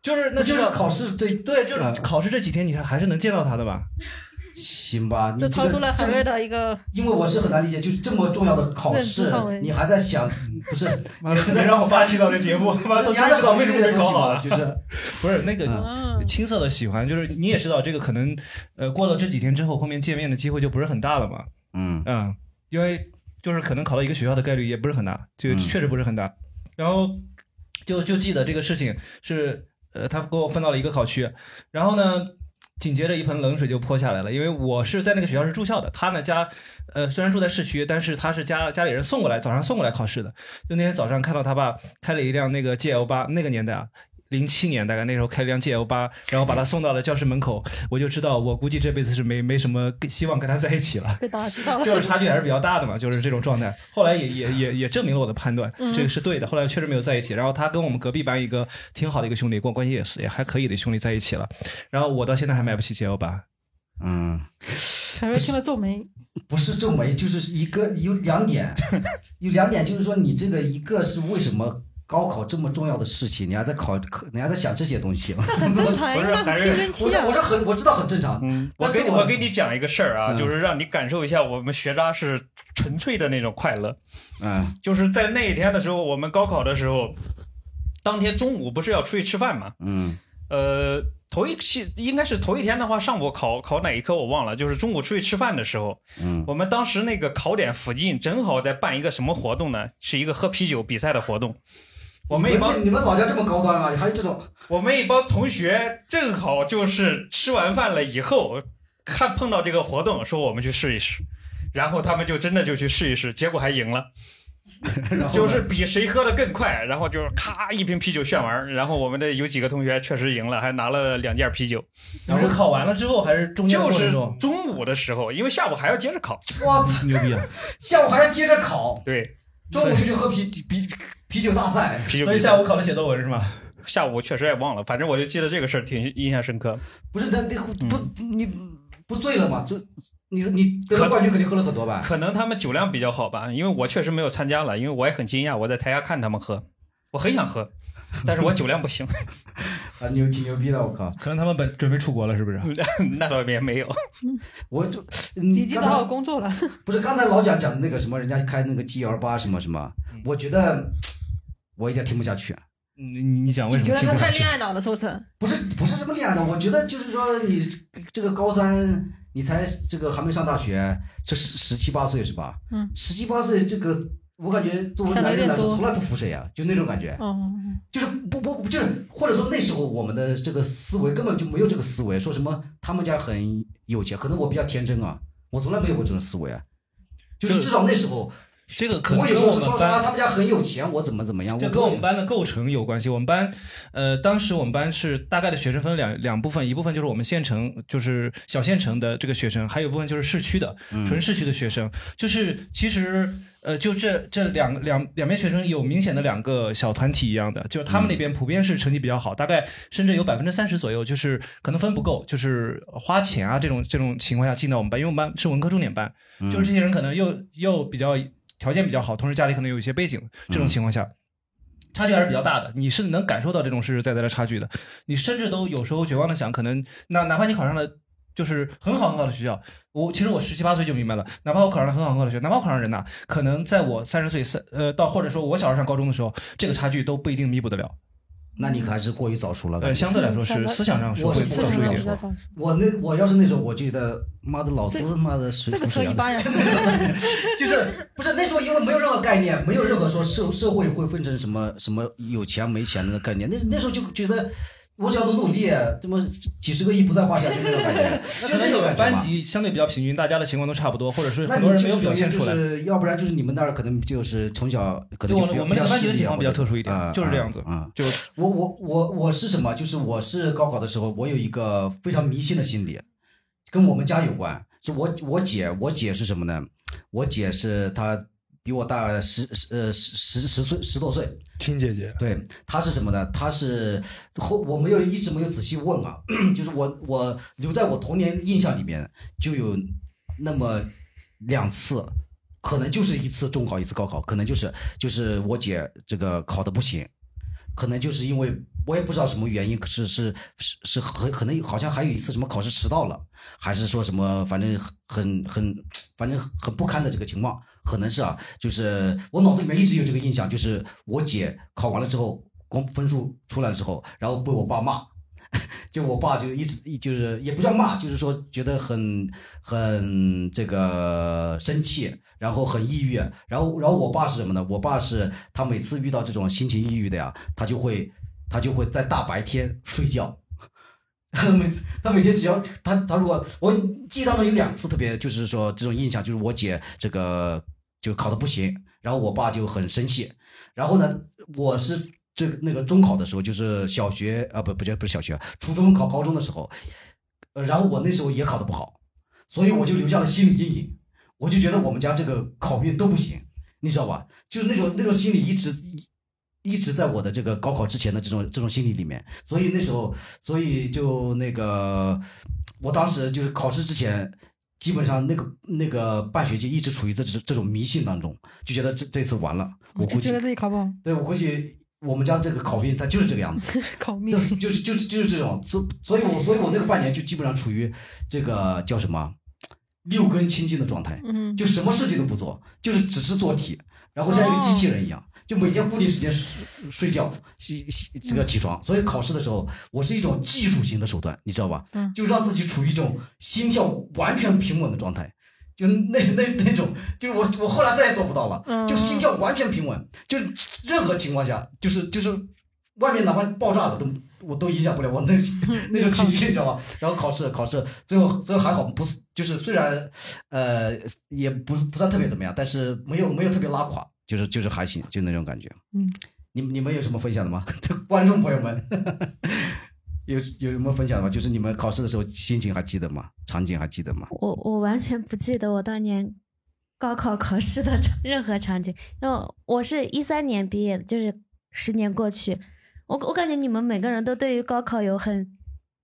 [SPEAKER 5] 就是那
[SPEAKER 1] 不就是考试这嗯
[SPEAKER 5] 对，就是考试这几天，你看还是能见到他的吧？
[SPEAKER 1] 行吧？你
[SPEAKER 3] 就
[SPEAKER 1] 这
[SPEAKER 3] 超
[SPEAKER 1] 个
[SPEAKER 3] 出了
[SPEAKER 1] 这
[SPEAKER 3] 海
[SPEAKER 1] 个
[SPEAKER 3] 瑞的一个，
[SPEAKER 1] 因为我是很难理解，就是这么重要的考
[SPEAKER 3] 认
[SPEAKER 1] 试
[SPEAKER 3] 知范围，
[SPEAKER 1] 你还在想，不是？
[SPEAKER 5] 妈的，别让我爸听到这 节目，妈的，
[SPEAKER 1] 你还在考虑这个东西
[SPEAKER 5] 好
[SPEAKER 1] 吗？就是
[SPEAKER 5] 不是那个
[SPEAKER 3] 嗯，
[SPEAKER 5] 青涩的喜欢，就是你也知道，这个可能呃过了这几天之后，后面见面的机会就不是很大了嘛。
[SPEAKER 1] 嗯
[SPEAKER 5] 嗯，因为就是可能考到一个学校的概率也不是很大，就
[SPEAKER 1] 嗯
[SPEAKER 5] 确实不是很大。然后就就记得这个事情是，呃，他给我分到了一个考区，然后呢，紧接着一盆冷水就泼下来了，因为我是在那个学校是住校的，他呢家，呃，虽然住在市区，但是他是家家里人送过来，早上送过来考试的。就那天早上看到他爸开了一辆那个 GL 八，那个年代啊。零七年大概那时候开了辆 GL 八，然后把他送到了教室门口，我就知道我估计这辈子是没没什么希望跟他在一起了。
[SPEAKER 3] 被打击到了。
[SPEAKER 5] 就是差距还是比较大的嘛，就是这种状态。后来也也也也证明了我的判断，这个是对的。后来确实没有在一起。然后他跟我们隔壁班一个挺好的一个兄弟，关关系也是也还可以的兄弟在一起了。然后我到现在还买不起 GL 八，
[SPEAKER 1] 嗯，
[SPEAKER 3] 海瑞听了皱眉，
[SPEAKER 1] 不是皱眉，就是一个有两点，有两点，就是说你这个一个是为什么高考这么重要的事情，你还在考，你还在想这些东西。
[SPEAKER 3] 那很正 常呀，因为那是
[SPEAKER 1] 我
[SPEAKER 3] 青春期
[SPEAKER 1] 说
[SPEAKER 3] 啊
[SPEAKER 1] 我。说很我知道很正常，
[SPEAKER 4] 嗯，我给
[SPEAKER 1] 那对
[SPEAKER 4] 你
[SPEAKER 1] 我
[SPEAKER 4] 我给你讲一个事儿啊，
[SPEAKER 1] 嗯
[SPEAKER 4] 就是让你感受一下我们学渣是纯粹的那种快乐。
[SPEAKER 1] 嗯
[SPEAKER 4] 就是在那一天的时候，我们高考的时候，当天中午不是要出去吃饭吗？
[SPEAKER 1] 嗯
[SPEAKER 4] 呃，头一期应该是头一天的话，上午考考哪一科我忘了，就是中午出去吃饭的时候，
[SPEAKER 1] 嗯
[SPEAKER 4] 我们当时那个考点附近正好在办一个什么活动呢？是一个喝啤酒比赛的活动。我们一帮
[SPEAKER 1] 你们老家这么高端吗？还有这种
[SPEAKER 4] 我们一帮同学正好就是吃完饭了以后，看碰到这个活动，说我们去试一试，然后他们就真的就去试一试，结果还赢 了，就是比谁喝的更快，然后就是咔一瓶啤酒炫完，然后我们的有几个同学确实赢了，还拿了两件啤酒。
[SPEAKER 5] 然后考完了之后还是中间的
[SPEAKER 4] 就
[SPEAKER 5] 过
[SPEAKER 4] 是
[SPEAKER 5] 程中
[SPEAKER 4] 中午的时候，因为下午还要接着考，
[SPEAKER 1] 我操，
[SPEAKER 5] 牛逼啊！
[SPEAKER 1] 下午还要接着考，
[SPEAKER 4] 对，
[SPEAKER 1] 中午就去喝啤啤啤酒大赛。
[SPEAKER 4] 啤酒
[SPEAKER 5] 所以
[SPEAKER 4] 比赛
[SPEAKER 5] 下午考的写作文是吗？
[SPEAKER 4] 下午确实也忘了，反正我就记得这个事儿挺印象深刻。
[SPEAKER 1] 不是，那那不你不醉了吗？这你你得了冠军肯定喝了很多吧？
[SPEAKER 4] 可能他们酒量比较好吧，因为我确实没有参加了，因为我也很惊讶，我在台下看他们喝，我很想喝，但是我酒量不行，
[SPEAKER 1] 啊，牛挺牛逼的，我靠！
[SPEAKER 5] 可能他们本准备出国了，是不是？
[SPEAKER 4] 那倒也没有。
[SPEAKER 1] 我就
[SPEAKER 3] 已
[SPEAKER 1] 你
[SPEAKER 3] 经
[SPEAKER 1] 刚
[SPEAKER 3] 找好
[SPEAKER 1] 才嗯
[SPEAKER 3] 工作了，
[SPEAKER 1] 不是刚才老蒋讲的那个什么，人家开那个 G L 八什么什么，我觉得我有点听不下去。
[SPEAKER 5] 嗯
[SPEAKER 1] 啊
[SPEAKER 5] 你你你讲为
[SPEAKER 3] 你
[SPEAKER 5] 什
[SPEAKER 3] 觉
[SPEAKER 5] 么
[SPEAKER 3] 得
[SPEAKER 5] 听
[SPEAKER 3] 他
[SPEAKER 5] 不
[SPEAKER 3] 太
[SPEAKER 5] 下去
[SPEAKER 3] 恋？爱脑了，是不是？
[SPEAKER 1] 不是不是什么恋爱的，我觉得就是说你这个高三，你才这个还没上大学，这十十七八岁是吧？
[SPEAKER 3] 嗯，
[SPEAKER 1] 十七八岁这个，我感觉作为
[SPEAKER 3] 想
[SPEAKER 1] 男
[SPEAKER 3] 得
[SPEAKER 1] 人
[SPEAKER 3] 有点
[SPEAKER 1] 来说，
[SPEAKER 3] 多
[SPEAKER 1] 从来不服谁啊，就那种感觉，
[SPEAKER 3] 哦，
[SPEAKER 1] 就是不不就是或者说那时候我们的这个思维根本就没有这个思维，说什么他们家很有钱，可能我比较天真啊，我从来没有过这种思维啊，就是
[SPEAKER 5] 就
[SPEAKER 1] 至少那时候
[SPEAKER 5] 这个可
[SPEAKER 1] 我
[SPEAKER 5] 能
[SPEAKER 1] 也
[SPEAKER 5] 跟
[SPEAKER 1] 说
[SPEAKER 5] 我
[SPEAKER 1] 是
[SPEAKER 5] 们
[SPEAKER 1] 说
[SPEAKER 5] 班
[SPEAKER 1] 啊，他们家很有钱，我怎么怎么样，
[SPEAKER 5] 这
[SPEAKER 1] 我
[SPEAKER 5] 跟我们班的构成有关系。我们班，呃，当时我们班是大概的学生分两两部分，一部分就是我们县城，就是小县城的这个学生，还有一部分就是市区的，
[SPEAKER 1] 嗯
[SPEAKER 5] 纯市区的学生。就是其实，呃，就这这两两两边学生有明显的两个小团体一样的，就是他们那
[SPEAKER 1] 嗯
[SPEAKER 5] 边普遍是成绩比较好，大概甚至有百分之三十左右，就是可能分不够，就是花钱啊这种这种情况下进到我们班，因为我们班是文科重点班，
[SPEAKER 1] 嗯
[SPEAKER 5] 就是这些人可能又又比较。条件比较好，同时家里可能有一些背景，这
[SPEAKER 1] 嗯
[SPEAKER 5] 种情况下，差距还是比较大的，你是能感受到这种实实在在的差距的。你甚至都有时候绝望的想，可能那哪怕你考上了就是很好很好的学校，我其实我十七八岁就明白了，哪怕我考上了很好很好的学校，哪怕我考上人大，可能在我三十岁三呃到或者说我小时候上高中的时候，这个差距都不一定弥补得了。
[SPEAKER 1] 那你可还是过于早熟了。
[SPEAKER 5] 呃相对来说是思想上是
[SPEAKER 1] 嗯我
[SPEAKER 5] 会
[SPEAKER 1] 是
[SPEAKER 5] 早熟一点
[SPEAKER 1] 我那我要是那时候，我就觉得妈的，老子
[SPEAKER 3] 这
[SPEAKER 1] 妈的谁
[SPEAKER 3] 这个
[SPEAKER 1] 出
[SPEAKER 3] 扯
[SPEAKER 1] 谁
[SPEAKER 3] 一 巴呀！
[SPEAKER 1] 就是不是那时候，因为没有任何概念，没有任何说社社会会分成什么什么有钱没钱的概念。那那时候就觉得，我只要能努力，这么几十个亿不 在话下，就那种感觉，就
[SPEAKER 5] 可能
[SPEAKER 1] 那
[SPEAKER 5] 你
[SPEAKER 1] 种
[SPEAKER 5] 们
[SPEAKER 1] 感
[SPEAKER 5] 班
[SPEAKER 1] 觉嘛。
[SPEAKER 5] 级相对比较平均，大家的情况都差不多，或者是
[SPEAKER 1] 那
[SPEAKER 5] 很
[SPEAKER 1] 你
[SPEAKER 5] 多人
[SPEAKER 1] 就
[SPEAKER 5] 没有
[SPEAKER 1] 是
[SPEAKER 5] 表
[SPEAKER 1] 属于
[SPEAKER 5] 现
[SPEAKER 1] 就
[SPEAKER 5] 出来。
[SPEAKER 1] 是，要不然就是你们那儿可能就是从小可
[SPEAKER 5] 就
[SPEAKER 1] 能
[SPEAKER 5] 我
[SPEAKER 1] 就比
[SPEAKER 5] 我们那
[SPEAKER 1] 较
[SPEAKER 5] 个班级
[SPEAKER 1] 势
[SPEAKER 5] 的
[SPEAKER 1] 利
[SPEAKER 5] 情况比较特殊一
[SPEAKER 1] 啊
[SPEAKER 5] 点，就是这样子。
[SPEAKER 1] 啊。啊
[SPEAKER 5] 就
[SPEAKER 1] 我我我我是什么？就是我是高考的时候，我有一个非常迷信的心理，跟我们家有关。是我我姐，我姐是什么呢？我姐是她比我大十十呃十十十岁十多岁，
[SPEAKER 6] 亲姐姐，
[SPEAKER 1] 对，她是什么呢？她是后我没有一直没有仔细问啊， 就是我我留在我童年印象里面就有那么两次，可能就是一次中考一次高考，可能就是就是我姐这个考的不行，可能就是因为我也不知道什么原因，可是是是是很可能好像还有一次什么考试迟到了，还是说什么反正很很反正很不堪的这个情况，可能是啊，就是我脑子里面一直有这个印象，就是我姐考完了之后，公分数出来了之后，然后被我爸骂。就我爸就一直就是也不叫骂，就是说觉得很很这个生气，然后很抑郁，然后然后我爸是什么呢？我爸是他每次遇到这种心情抑郁的呀，他就会他就会在大白天睡觉。他每他每天只要他他如果我记忆当中有两次特别就是说这种印象，就是我姐这个就考的不行，然后我爸就很生气，然后呢，我是这个那个中考的时候，就是小学啊不不叫不是小学，初中考高中的时候，呃，然后我那时候也考的不好，所以我就留下了心理阴影，我就觉得我们家这个考运都不行，你知道吧？就是那种那种心理一直一直在我的这个高考之前的这种这种心理里面，所以那时候，所以就那个，我当时就是考试之前，基本上那个那个半学期一直处于这这这种迷信当中，就觉得这这次完了，我估
[SPEAKER 3] 就觉
[SPEAKER 1] 计
[SPEAKER 3] 得，自己考不好，
[SPEAKER 1] 对我估计我们家这个考运它就是这个样子，
[SPEAKER 3] 考命
[SPEAKER 1] 就。是就是就是就是这种，所所以我所以我那个半年就基本上处于这个叫什么六根清净的状态，
[SPEAKER 3] 嗯，
[SPEAKER 1] 就什么事情都不做，就是只是做题，然后像一个机器人一
[SPEAKER 3] 哦
[SPEAKER 1] 样，就每天固定时间睡睡觉，洗洗这个起床。所以考试的时候，我是一种技术型的手段，你知道吧？
[SPEAKER 3] 嗯
[SPEAKER 1] 就让自己处于一种心跳完全平稳的状态。就那那那种，就是我我后来再也做不到了，
[SPEAKER 3] 嗯
[SPEAKER 1] 就心跳完全平稳，就是任何情况下，就是就是外面哪怕爆炸了都我都影响不了 我那那种情绪，你知道吧？然后考试考试，最后最后还好不是，就是虽然呃也不不算特别怎么样，但是没有没有特别拉垮，就是就是还行，就那种感觉。
[SPEAKER 3] 嗯，
[SPEAKER 1] 你们你们有什么分享的吗？ 这观众朋友们 有有什么分享的吗？就是你们考试的时候心情还记得吗？场景还记得吗？
[SPEAKER 9] 我我完全不记得我当年高考考试的 场任何场景，因为我是一三年毕业的，就是十年过去，我我感觉你们每个人都对于高考有很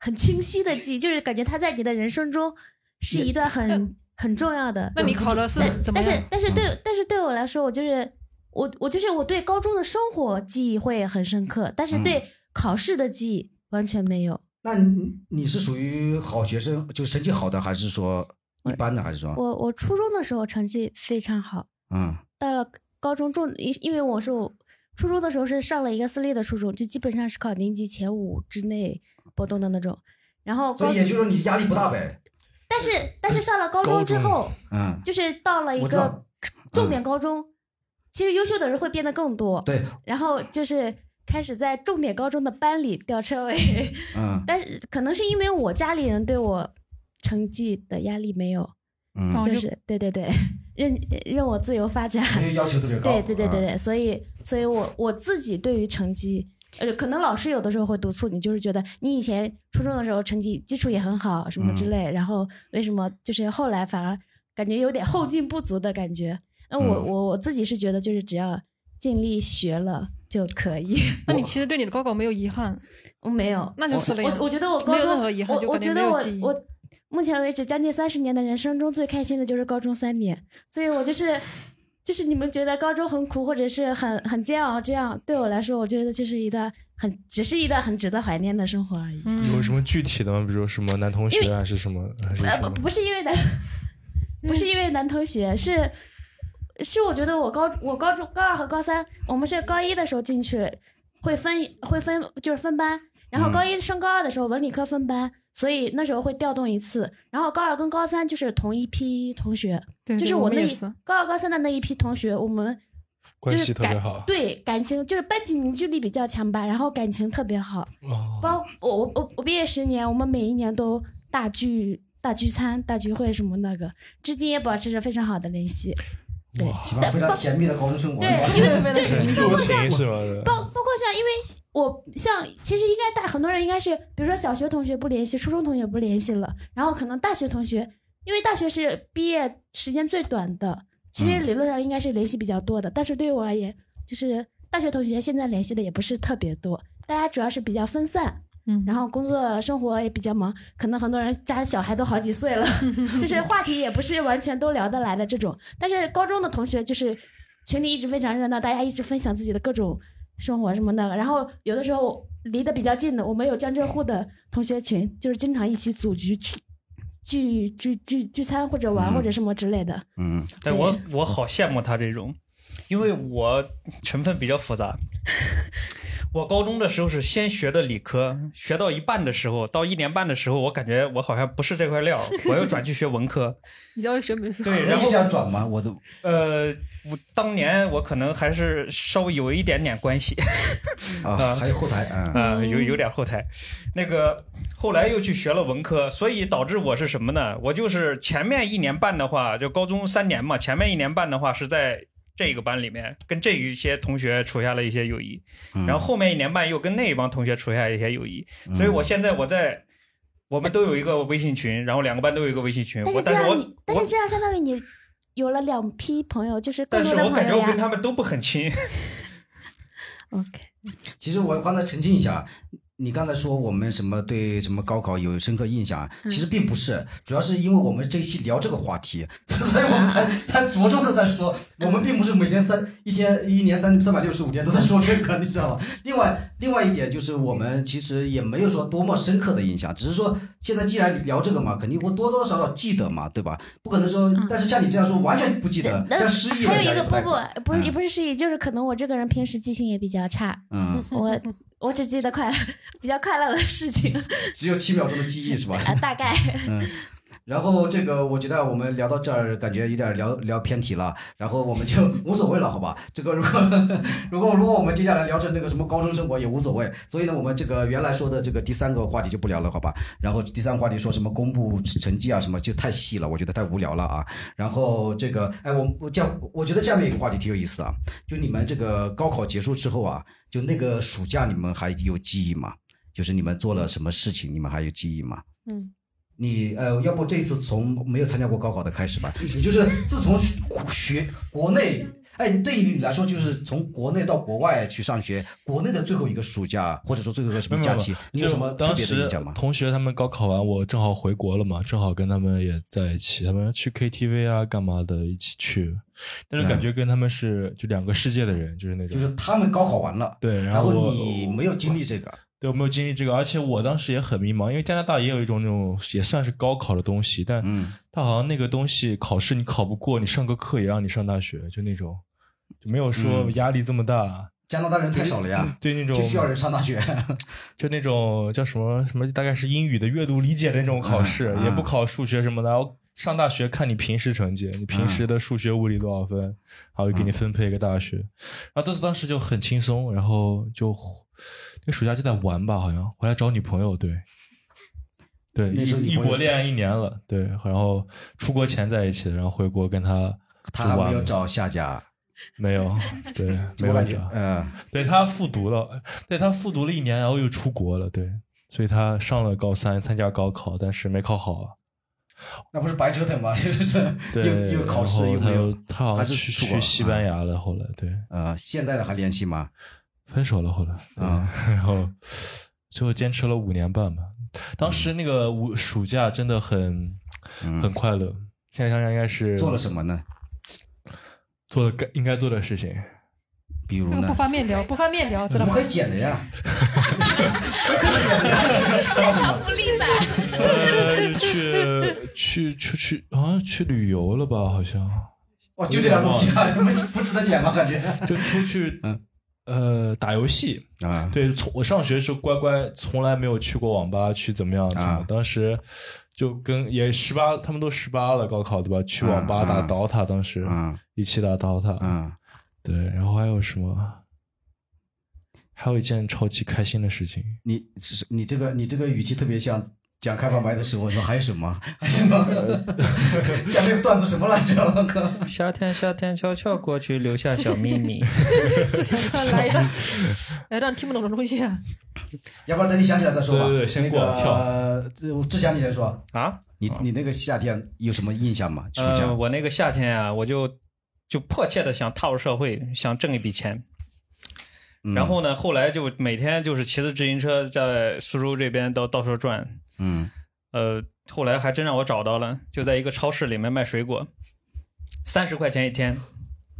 [SPEAKER 9] 很清晰的记忆，就是感觉它在你的人生中是一段很很重要的。
[SPEAKER 3] 那你考的是怎么
[SPEAKER 9] 但是
[SPEAKER 3] 样？嗯
[SPEAKER 9] 但是对但是对我来说，我就是我我就是我对高中的生活记忆会很深刻，但是对考试的记忆完全没有。
[SPEAKER 1] 嗯那你你是属于好学生，就是成绩好的，还是说一般的，还是说
[SPEAKER 9] 我我初中的时候成绩非常好，
[SPEAKER 1] 嗯
[SPEAKER 9] 到了高中重，因因为我是我初中的时候是上了一个私立的初中，就基本上是考年级前五之内波动的那种。然后
[SPEAKER 1] 所
[SPEAKER 9] 高
[SPEAKER 1] 以，也就是说你压力不大呗？
[SPEAKER 9] 但是但是上了高中之后，
[SPEAKER 1] 嗯，
[SPEAKER 9] 就是到了一
[SPEAKER 1] 我知
[SPEAKER 9] 个
[SPEAKER 1] 道嗯
[SPEAKER 9] 重点高中，其实优秀的人会变得更多。
[SPEAKER 1] 对，
[SPEAKER 9] 然后就是开始在重点高中的班里吊车尾，
[SPEAKER 1] 嗯
[SPEAKER 9] 但是可能是因为我家里人对我成绩的压力没有，
[SPEAKER 3] 那
[SPEAKER 1] 嗯，
[SPEAKER 3] 我
[SPEAKER 9] 就
[SPEAKER 3] 哦就是
[SPEAKER 9] 对对对，任任我自由发展。
[SPEAKER 1] 因为要求特别高。
[SPEAKER 9] 对对对对
[SPEAKER 1] 嗯，
[SPEAKER 9] 对，所以所以我我自己对于成绩，呃，可能老师有的时候会督促你，就是觉得你以前初中的时候成绩基础也很好，什么
[SPEAKER 1] 嗯
[SPEAKER 9] 之类，然后为什么就是后来反而感觉有点后劲不足的感觉？那我
[SPEAKER 1] 嗯
[SPEAKER 9] 我我自己是觉得就是只要尽力学了就可以。
[SPEAKER 3] 那你其实对你的高考没有遗憾，
[SPEAKER 9] 我没有，
[SPEAKER 3] 嗯那就死了
[SPEAKER 9] 我
[SPEAKER 3] 呀
[SPEAKER 9] 我我觉得我高中
[SPEAKER 3] 没有任何遗憾就
[SPEAKER 9] 我我
[SPEAKER 3] 感觉
[SPEAKER 9] 觉
[SPEAKER 3] 没
[SPEAKER 9] 得
[SPEAKER 3] 有
[SPEAKER 9] 我
[SPEAKER 3] 记忆
[SPEAKER 9] 我目前为止将近三十年的人生中最开心的就是高中三年，所以我就是就是你们觉得高中很苦或者是很很煎熬，这样对我来说，我觉得就是一段很只是一段很值得怀念的生活而已。
[SPEAKER 6] 有什么具体的吗？比如说什么男同学啊，还是什么，还是
[SPEAKER 9] 呃
[SPEAKER 6] 什么
[SPEAKER 9] 不？不是因为男，不是因为男同学是。是我觉得我高我高中高二和高三，我们是高一的时候进去，会分会分就是分班，然后
[SPEAKER 10] 嗯
[SPEAKER 9] 高一升高二的时候文理科分班，所以那时候会调动一次，然后高二跟高三就是同一批同学，
[SPEAKER 3] 对
[SPEAKER 9] 就是
[SPEAKER 3] 对我们
[SPEAKER 9] 那
[SPEAKER 3] 也
[SPEAKER 9] 一
[SPEAKER 3] 是
[SPEAKER 9] 高二高三的那一批同学，我们
[SPEAKER 6] 关系
[SPEAKER 9] 就是
[SPEAKER 6] 特别
[SPEAKER 9] 感
[SPEAKER 6] 好
[SPEAKER 9] 对感情就是班级凝聚力比较强吧，然后感情特别好，
[SPEAKER 6] 哦
[SPEAKER 9] 包我我我我毕业十年，我们每一年都大聚大聚餐、大聚会什么那个，至今也保持着非常好的联系。对，
[SPEAKER 1] 喜欢非常甜蜜的高中生活，
[SPEAKER 9] 对因为就是包括像
[SPEAKER 6] 是吗？
[SPEAKER 9] 包包括像，因为我像其实应该大很多人应该是，比如说小学同学不联系，初中同学不联系了，然后可能大学同学，因为大学是毕业时间最短的，其实理论上应该是联系比较多的，但是对于我而言，就是大学同学现在联系的也不是特别多，大家主要是比较分散。
[SPEAKER 3] 嗯，
[SPEAKER 9] 然后工作生活也比较忙，可能很多人家小孩都好几岁了， 就是话题也不是完全都聊得来的这种。但是高中的同学就是群里一直非常热闹，大家一直分享自己的各种生活什么的。然后有的时候离得比较近的，我们有江浙沪的同学群，就是经常一起组局去聚聚聚聚餐或者玩或者什么之类的。
[SPEAKER 1] 嗯，
[SPEAKER 4] 哎，我我好羡慕他这种，因为我成分比较复杂。我高中的时候是先学的理科，学到一半的时候，到一年半的时候，我感觉我好像不是这块料，我又转去学文科。
[SPEAKER 3] 你知道学美术
[SPEAKER 4] 对，然后
[SPEAKER 1] 这样转吗？我都
[SPEAKER 4] 呃，我当年我可能还是稍微有一点点关系，
[SPEAKER 1] 啊，还有后台啊，
[SPEAKER 4] 呃，有有点后台。那个后来又去学了文科，所以导致我是什么呢？我就是前面一年半的话，就高中三年嘛，前面一年半的话是在这个班里面跟这一些同学处下了一些友谊，
[SPEAKER 1] 嗯
[SPEAKER 4] 然后后面一年半又跟那一帮同学处下一些友谊，所以我现在我在。我们都有一个微信群，然后两个班都有一个微信群。
[SPEAKER 9] 但
[SPEAKER 4] 我
[SPEAKER 9] 是这
[SPEAKER 4] 但是我
[SPEAKER 9] 样你，但是这样相当于你有了两批朋友，就是更
[SPEAKER 4] 但
[SPEAKER 9] 多
[SPEAKER 4] 是
[SPEAKER 9] 的
[SPEAKER 4] 我
[SPEAKER 9] 朋
[SPEAKER 4] 感觉
[SPEAKER 9] 友
[SPEAKER 4] 我
[SPEAKER 9] 呀。
[SPEAKER 4] 跟他们都不很亲。
[SPEAKER 1] 其实我刚才澄清一下，你刚才说我们什么对什么高考有深刻印象，
[SPEAKER 9] 嗯
[SPEAKER 1] 其实并不是，主要是因为我们这一期聊这个话题， 所以我们才才着重的在说，我们并不是每天三一天一年三三百六十五天都在说这个，你知道吗？另外另外一点就是我们其实也没有说多么深刻的印象，只是说现在既然聊这个嘛，肯定我多多少少记得嘛，对吧？不可能说，但是像你这样说完全不记得，这
[SPEAKER 9] 那
[SPEAKER 1] 样失忆了
[SPEAKER 9] 还
[SPEAKER 1] 人家
[SPEAKER 9] 有一
[SPEAKER 1] 也不
[SPEAKER 9] 个不
[SPEAKER 1] 太可能。
[SPEAKER 9] 不不
[SPEAKER 4] 嗯
[SPEAKER 9] 是也不是失忆，就是可能我这个人平时记性也比较 差，
[SPEAKER 1] 嗯，
[SPEAKER 9] 我我只记得快乐 比较快乐的事情，
[SPEAKER 1] 只有七秒钟的记忆是吧？
[SPEAKER 9] 啊大概
[SPEAKER 1] 嗯， 然后这个我觉得我们聊到这儿，感觉有点聊聊偏题了，然后我们就无所谓了，好吧？这个如果 如果如果我们接下来聊着那个什么高中生活也无所谓，所以呢，我们这个原来说的这个第三个话题就不聊了，好吧？然后第三个话题说什么公布成绩啊什么，就太细了，我觉得太无聊了啊。然后这个，哎，我我这样，我觉得下面一个话题挺有意思啊，就你们这个高考结束之后啊，就那个暑假你们还有记忆吗？就是你们做了什么事情，你们还有记忆吗？
[SPEAKER 3] 嗯，
[SPEAKER 1] 你呃，要不这次从没有参加过高考的开始吧？你就是自从学学国内，哎，对于你来说，就是从国内到国外去上学，国内的最后一个暑假，或者说最后一个什
[SPEAKER 6] 没
[SPEAKER 1] 么
[SPEAKER 6] 有
[SPEAKER 1] 假期，你
[SPEAKER 6] 没
[SPEAKER 1] 有
[SPEAKER 6] 有
[SPEAKER 1] 什么特
[SPEAKER 6] 当
[SPEAKER 1] 别的
[SPEAKER 6] 时
[SPEAKER 1] 印象吗？
[SPEAKER 6] 同学他们高考完，我正好回国了嘛，正好跟他们也在一起，他们去 KTV 啊干嘛的一起去，
[SPEAKER 1] 嗯
[SPEAKER 6] 但是感觉跟他们是就两个世界的人，就是那种。
[SPEAKER 1] 就是他们高考完了，
[SPEAKER 6] 对，
[SPEAKER 1] 然
[SPEAKER 6] 然后我
[SPEAKER 1] 你没有经历这个，
[SPEAKER 6] 对，我没有经历这个，而且我当时也很迷茫，因为加拿大也有一种那种也算是高考的东西，但
[SPEAKER 1] 嗯
[SPEAKER 6] 它好像那个东西考试你考不过，你上个课也让你上大学，就那种就没有说
[SPEAKER 1] 嗯
[SPEAKER 6] 压力这么大。
[SPEAKER 1] 加拿大人太少了呀，
[SPEAKER 6] 对那种
[SPEAKER 1] 就需要人上大学，
[SPEAKER 6] 就那种叫什么什么，大概是英语的阅读理解的那种考试，
[SPEAKER 1] 嗯嗯
[SPEAKER 6] 也不考数学什么的。然后上大学看你平时成绩，你
[SPEAKER 1] 嗯
[SPEAKER 6] 平时的数学、物理多少分，然后给你分配一个大学。然后当时当时就很轻松，然后就那个暑假就在玩吧，好像回来找女朋友，对，对，
[SPEAKER 1] 那时候
[SPEAKER 6] 异
[SPEAKER 1] 女
[SPEAKER 6] 异
[SPEAKER 1] 朋友
[SPEAKER 6] 国恋爱一年了，对，然后出国前在一起的，然后回国跟她就
[SPEAKER 1] 他
[SPEAKER 6] 玩
[SPEAKER 1] 没有
[SPEAKER 6] 了
[SPEAKER 1] 找下家，
[SPEAKER 6] 没有， 对，没
[SPEAKER 1] 我
[SPEAKER 6] 有
[SPEAKER 1] 感觉
[SPEAKER 6] 找，
[SPEAKER 1] 嗯，
[SPEAKER 6] 对他复读了，对他复读了一年，然后又出国了，对，所以他上了高三，参加高考，但是没考好啊。
[SPEAKER 1] 那不是白折腾吗？ 就是
[SPEAKER 6] 对，
[SPEAKER 1] 又又考试
[SPEAKER 6] 然后
[SPEAKER 1] 又没有
[SPEAKER 6] 他，他好
[SPEAKER 1] 还
[SPEAKER 6] 像
[SPEAKER 1] 是
[SPEAKER 6] 去
[SPEAKER 1] 出国啊
[SPEAKER 6] 去西 班牙了，后来对，
[SPEAKER 1] 呃，现在的还联系吗？
[SPEAKER 6] 分手了，后来啊， 然后最后坚持了五年半吧。当时那个五暑假真的很很快乐，现在想想应该是
[SPEAKER 1] 嗯做了什么呢？
[SPEAKER 6] 做了该应该做的事情，
[SPEAKER 1] 比如
[SPEAKER 3] 这个不方便聊，不方便聊，知
[SPEAKER 1] 我
[SPEAKER 3] 道
[SPEAKER 1] 们
[SPEAKER 3] 吗
[SPEAKER 1] 可？以剪的 呀，
[SPEAKER 9] 现场福利版。
[SPEAKER 6] 呃，去去去去，好像去旅游了吧，好像。
[SPEAKER 1] 哦 啊 哇，就这点东西啊，不值得剪吗？感觉
[SPEAKER 6] 就出去，呃，打游戏
[SPEAKER 1] 啊，
[SPEAKER 6] 对，从我上学的时候乖乖从来没有去过网吧去怎么
[SPEAKER 1] 啊
[SPEAKER 6] 样什么，当时就跟也十八，他们都十八了，高考对吧？去网
[SPEAKER 1] 啊
[SPEAKER 6] 吧打 DOTA，、当时、一起打 DOTA，
[SPEAKER 1] 嗯，
[SPEAKER 6] 对，然后还有什么？还有一件超级开心的事情，
[SPEAKER 1] 你你这个你这个语气特别像讲开放麦的时候，你说还有什么？还有什么？ 下面段子什么来着？
[SPEAKER 4] 夏天，夏天悄悄过去，留下小 秘密。
[SPEAKER 3] 这想突然来一段，来一段听不懂的东西啊！
[SPEAKER 1] 要不然等你想起来再说吧。
[SPEAKER 6] 对对对先过
[SPEAKER 1] 那个
[SPEAKER 6] 跳
[SPEAKER 1] 呃，我志强你来说
[SPEAKER 4] 啊，
[SPEAKER 1] 你你那个夏天有什么印象吗？暑假
[SPEAKER 4] 呃，我那个夏天啊，我就就迫切的想踏入社会，想挣一笔钱。
[SPEAKER 1] 嗯
[SPEAKER 4] 然后呢，后来就每天就是骑着自行车在苏州这边到到处转。
[SPEAKER 1] 嗯，
[SPEAKER 4] 呃，后来还真让我找到了，就在一个超市里面卖水果，三十块钱一天。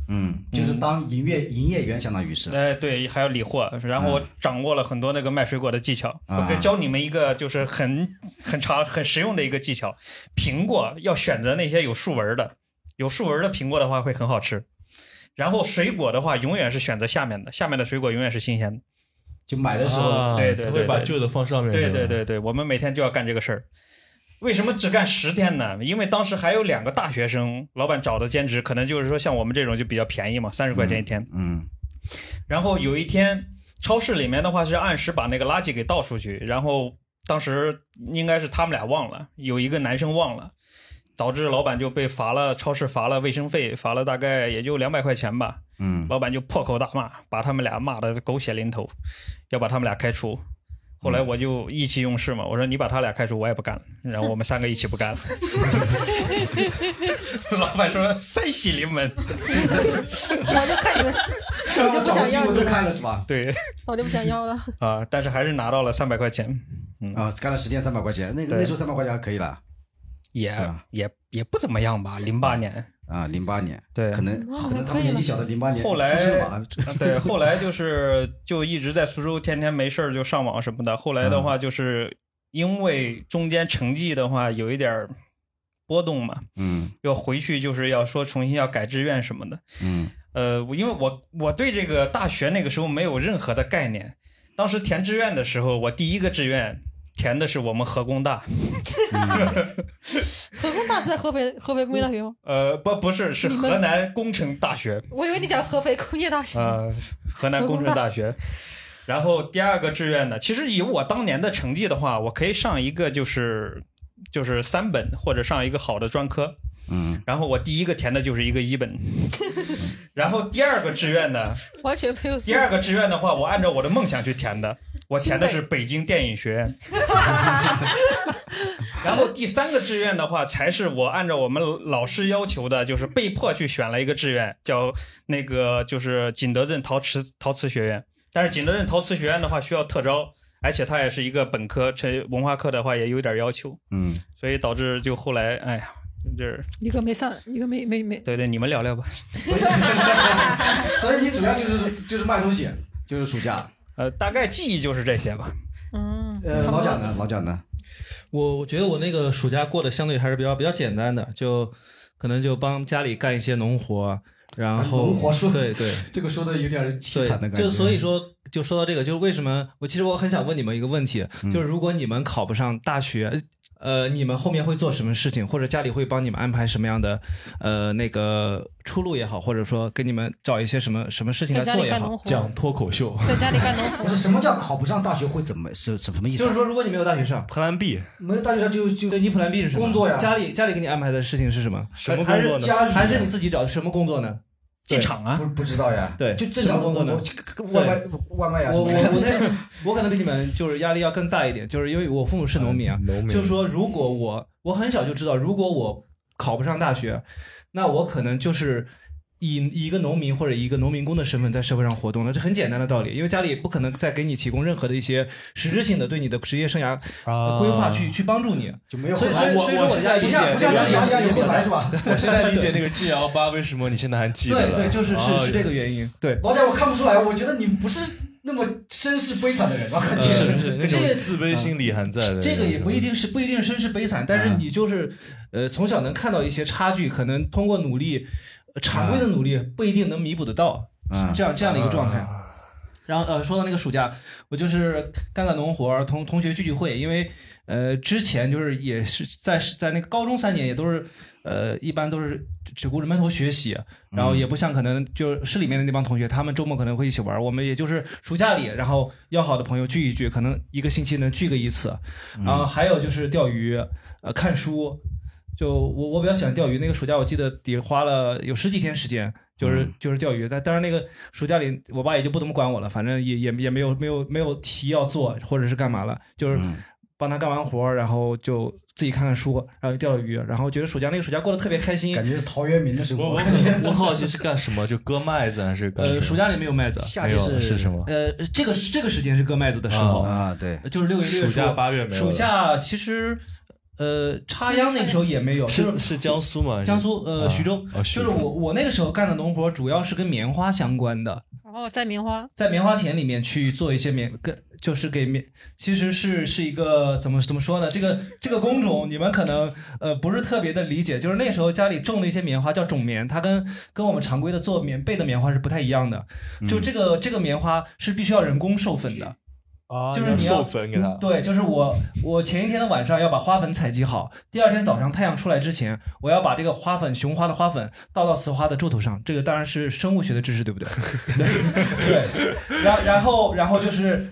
[SPEAKER 1] 嗯，就是当营业营业员相当于是。
[SPEAKER 4] 哎，对，还要理货。然后我
[SPEAKER 6] 嗯
[SPEAKER 4] 掌握了很多那个卖水果的技巧。
[SPEAKER 1] 啊
[SPEAKER 4] 我给教你们一个就是很很长很实用的一个技巧：苹果要选择那些有竖纹的，有竖纹的苹果的话会很好吃。然后水果的话，永远是选择下面的，下面的水果永远是新鲜的。
[SPEAKER 1] 就买的时候
[SPEAKER 6] 啊
[SPEAKER 4] 对对对
[SPEAKER 6] 他会把
[SPEAKER 4] 对
[SPEAKER 6] 旧的放上面，
[SPEAKER 4] 对
[SPEAKER 6] 是吧
[SPEAKER 4] 对对对，我们每天就要干这个事儿。为什么只干十天呢？因为当时还有两个大学生，老板找的兼职，可能就是说像我们这种就比较便宜嘛，三十块钱一天。
[SPEAKER 1] 嗯
[SPEAKER 4] 然后有一天，超市里面的话是按时把那个垃圾给倒出去，然后当时应该是他们俩忘了，有一个男生忘了，导致老板就被罚了，超市罚了卫生费，罚了大概也就两百块钱吧。
[SPEAKER 1] 嗯
[SPEAKER 4] 老板就破口大骂，把他们俩骂得狗血淋头，要把他们俩开除。后来我就意气用事嘛，我说你把他俩开除，我也不干了。然后我们三个一起不干了。 老板说三喜临门，
[SPEAKER 3] 早就看 你们，
[SPEAKER 1] 然
[SPEAKER 3] 早
[SPEAKER 1] 后
[SPEAKER 3] 就不
[SPEAKER 1] 找
[SPEAKER 3] 想要
[SPEAKER 1] 我
[SPEAKER 3] 你
[SPEAKER 1] 就
[SPEAKER 3] 了，
[SPEAKER 1] 看了是吧？
[SPEAKER 4] 对
[SPEAKER 3] 早就不想要了。
[SPEAKER 4] 啊，但是还是拿到了三百块钱。嗯
[SPEAKER 1] 啊，干了十天三百块钱，那个
[SPEAKER 4] 对
[SPEAKER 1] 那时候三百块钱还可以了
[SPEAKER 4] 也、
[SPEAKER 1] 啊
[SPEAKER 4] 也也不怎么样吧，零八年。
[SPEAKER 1] 啊，零八年。
[SPEAKER 4] 对
[SPEAKER 1] 可能
[SPEAKER 3] 哇
[SPEAKER 1] 可能他
[SPEAKER 3] 可
[SPEAKER 1] 们
[SPEAKER 3] 以
[SPEAKER 1] 年纪
[SPEAKER 3] 了
[SPEAKER 1] 小的零八年
[SPEAKER 4] 后
[SPEAKER 1] 出
[SPEAKER 4] 来啊
[SPEAKER 1] 生吧，
[SPEAKER 4] 对，后来就是就一直在苏州，天天没事儿就上网什么的。后来的
[SPEAKER 1] 嗯
[SPEAKER 4] 话，就是因为中间成绩的话有一点儿波动嘛，
[SPEAKER 1] 嗯
[SPEAKER 4] 要回去就是要说重新要改志愿什么的。
[SPEAKER 1] 嗯
[SPEAKER 4] 呃，我因为我我对这个大学那个时候没有任何的概念，当时填志愿的时候，我第一个志愿填的是我们河工大，
[SPEAKER 3] 河工大是在合肥合肥工业大学吗？
[SPEAKER 4] 呃，不不是是
[SPEAKER 3] 你们
[SPEAKER 4] 河南工程大学。
[SPEAKER 3] 我以为你讲合肥工业大学。
[SPEAKER 4] 呃，河南工程大学。然后第二个志愿呢，其实以我当年的成绩的话，我可以上一个就是就是三本或者上一个好的专科。
[SPEAKER 1] 嗯，
[SPEAKER 4] 然后我第一个填的就是一个一本， 然后第二个志愿呢，
[SPEAKER 3] 完全没有思
[SPEAKER 4] 第
[SPEAKER 3] 路。
[SPEAKER 4] 二个志愿的话，我按照我的梦想去填的，我填的是北京电影学院。 然后第三个志愿的话，才是我按照我们老师要求的，就是被迫去选了一个志愿，叫那个就是景德镇陶瓷陶瓷学院。但是景德镇陶瓷学院的话需要特招，而且它也是一个本科，这文化课的话也有点要求，
[SPEAKER 1] 嗯，
[SPEAKER 4] 所以导致就后来，哎呀，就是
[SPEAKER 3] 一个没上，一个没没没。
[SPEAKER 4] 对对，你们聊聊吧。
[SPEAKER 1] 所以你主要就是就是卖东西，就是暑假。
[SPEAKER 4] 呃，大概记忆就是这些吧。
[SPEAKER 3] 嗯，
[SPEAKER 1] 呃，老蒋呢？老蒋呢？
[SPEAKER 5] 我我觉得我那个暑假过得相对还是比较比较简单的，就可能就帮家里干一些农活，然后
[SPEAKER 1] 啊农活说
[SPEAKER 5] 对对
[SPEAKER 1] 这个说的有点凄
[SPEAKER 5] 对
[SPEAKER 1] 惨的，感觉。
[SPEAKER 5] 就所以说，就说到这个，就是为什么我其实我很想问你们一个问题，
[SPEAKER 1] 嗯
[SPEAKER 5] 就是如果你们考不上大学，呃，你们后面会做什么事情，或者家里会帮你们安排什么样的呃那个出路也好，或者说给你们找一些什么什么事情
[SPEAKER 3] 在
[SPEAKER 5] 来
[SPEAKER 3] 家
[SPEAKER 5] 做
[SPEAKER 3] 里
[SPEAKER 5] 也
[SPEAKER 3] 干
[SPEAKER 5] 好
[SPEAKER 3] 农。活，
[SPEAKER 6] 讲脱 口秀，
[SPEAKER 3] 在家里干农
[SPEAKER 1] 不是
[SPEAKER 3] 活。
[SPEAKER 1] 什么叫考不上大学会怎么是什什么意思
[SPEAKER 5] 就
[SPEAKER 1] 啊？
[SPEAKER 5] 是说，如果你没有大学上，
[SPEAKER 6] 荷兰币
[SPEAKER 1] 没有大学上就就
[SPEAKER 5] 对你 plan B 是什么？
[SPEAKER 1] 工作呀
[SPEAKER 5] 家里家里给你安排的事情是什么？
[SPEAKER 6] 什么
[SPEAKER 5] 还
[SPEAKER 6] 工作
[SPEAKER 5] 是
[SPEAKER 6] 呢
[SPEAKER 1] 家里
[SPEAKER 5] 还是你自己找的什么工作呢？
[SPEAKER 4] 进场啊，
[SPEAKER 1] 不不知道呀。
[SPEAKER 5] 对
[SPEAKER 1] 就正常的工
[SPEAKER 5] 什么
[SPEAKER 1] 作
[SPEAKER 5] 工，
[SPEAKER 1] 外卖外卖呀啊什
[SPEAKER 5] 我
[SPEAKER 1] 么的。
[SPEAKER 5] 我我那我可能比你们就是压力要更大一点，就是因为我父母是农民啊，
[SPEAKER 6] 农民，
[SPEAKER 5] 就是说如果我我很小就知道，如果我考不上大学，那我可能就是。以以一个农民或者以一个农民工的身份在社会上活动的，这很简单的道理，因为家里不可能再给你提供任何的一些实质性的对你的职业生涯
[SPEAKER 6] 啊
[SPEAKER 5] 规划去去帮助你。
[SPEAKER 1] 就没有
[SPEAKER 5] 所
[SPEAKER 1] 后
[SPEAKER 5] 以，所
[SPEAKER 1] 台
[SPEAKER 5] 以，所以说我现在理
[SPEAKER 1] 不
[SPEAKER 5] 解
[SPEAKER 1] 像不像之
[SPEAKER 5] 这个
[SPEAKER 1] 前一样有后台是吧？
[SPEAKER 6] 我现在理解那个 G L 八为什么你现在还记得
[SPEAKER 5] 对
[SPEAKER 6] 了
[SPEAKER 5] 对，就是
[SPEAKER 6] 哦
[SPEAKER 5] 是是这个原因。对，
[SPEAKER 1] 老蒋，我看不出来，我觉得你不是那么身世悲惨的 人，我感觉。
[SPEAKER 6] 呃是是那种
[SPEAKER 5] 这个
[SPEAKER 6] 自卑心理还在的。
[SPEAKER 5] 这个也不一 定是不一定身世悲惨，但是你就是呃从小能看到一些差距，可能通过努力，呃常规的努力不一定能弥补得到，
[SPEAKER 1] 嗯
[SPEAKER 5] 是这样这样的一个状态。然后呃，说到那个暑假，我就是干干农活儿，同同学聚聚会，因为呃之前就是也是在在那个高中三年也都是呃一般都是只顾着闷头学习，然后也不像可能就是市里面的那帮同学，他们周末可能会一起玩儿，我们也就是暑假里，然后要好的朋友聚一聚，可能一个星期能聚个一次，然后呃还有就是钓鱼，呃看书，就我我比较喜欢钓鱼，那个暑假我记得也花了有十几天时间，就是、
[SPEAKER 1] 嗯
[SPEAKER 5] 就是钓鱼。但当然那个暑假里，我爸也就不怎么管我了，反正也也也没有没有没有提要做或者是干嘛了，就是
[SPEAKER 1] 嗯
[SPEAKER 5] 帮他干完活儿，然后就自己看看书，然后就钓鱼，然后觉得暑假那个暑假过得特别开心，感
[SPEAKER 1] 觉是陶渊明的生
[SPEAKER 5] 活。
[SPEAKER 6] 我我好奇是干什么？就割麦子还是干什么？
[SPEAKER 5] 呃，暑假里没有麦子，
[SPEAKER 6] 没有是什么？
[SPEAKER 5] 呃，这个这个时间是割麦子的时候
[SPEAKER 1] 啊，对，
[SPEAKER 5] 就是六月六月
[SPEAKER 6] 暑假八月没有
[SPEAKER 5] 暑假其实。呃，插秧那个时候也没有，
[SPEAKER 6] 是
[SPEAKER 5] 就是
[SPEAKER 6] 江苏吗
[SPEAKER 5] 江苏
[SPEAKER 6] 啊
[SPEAKER 5] 呃，徐州，
[SPEAKER 6] 啊徐
[SPEAKER 5] 就
[SPEAKER 6] 州
[SPEAKER 5] 是我我那个时候干的农活，主要是跟棉花相关的，
[SPEAKER 3] 哦，摘棉花，
[SPEAKER 5] 在棉花田里面去做一些棉，跟就是给棉，其实是是一个怎么怎么说呢？这个这个工种你们可能呃不是特别的理解，就是那时候家里种的一些棉花叫种棉，它跟跟我们常规的做棉被的棉花是不太一样的。
[SPEAKER 6] 嗯
[SPEAKER 5] 就这个、这个棉花是必须要人工授粉的。
[SPEAKER 6] 啊
[SPEAKER 5] 就是你
[SPEAKER 6] 授
[SPEAKER 5] 要
[SPEAKER 6] 粉给他
[SPEAKER 5] 嗯对，就是我，我前一天的晚上要把花粉采集好，第二天早上太阳出来之前，我要把这个花粉，雄花的花粉倒到雌花的柱头上。这个当然是生物学的知识，对不对？ 对，然然后然后就是，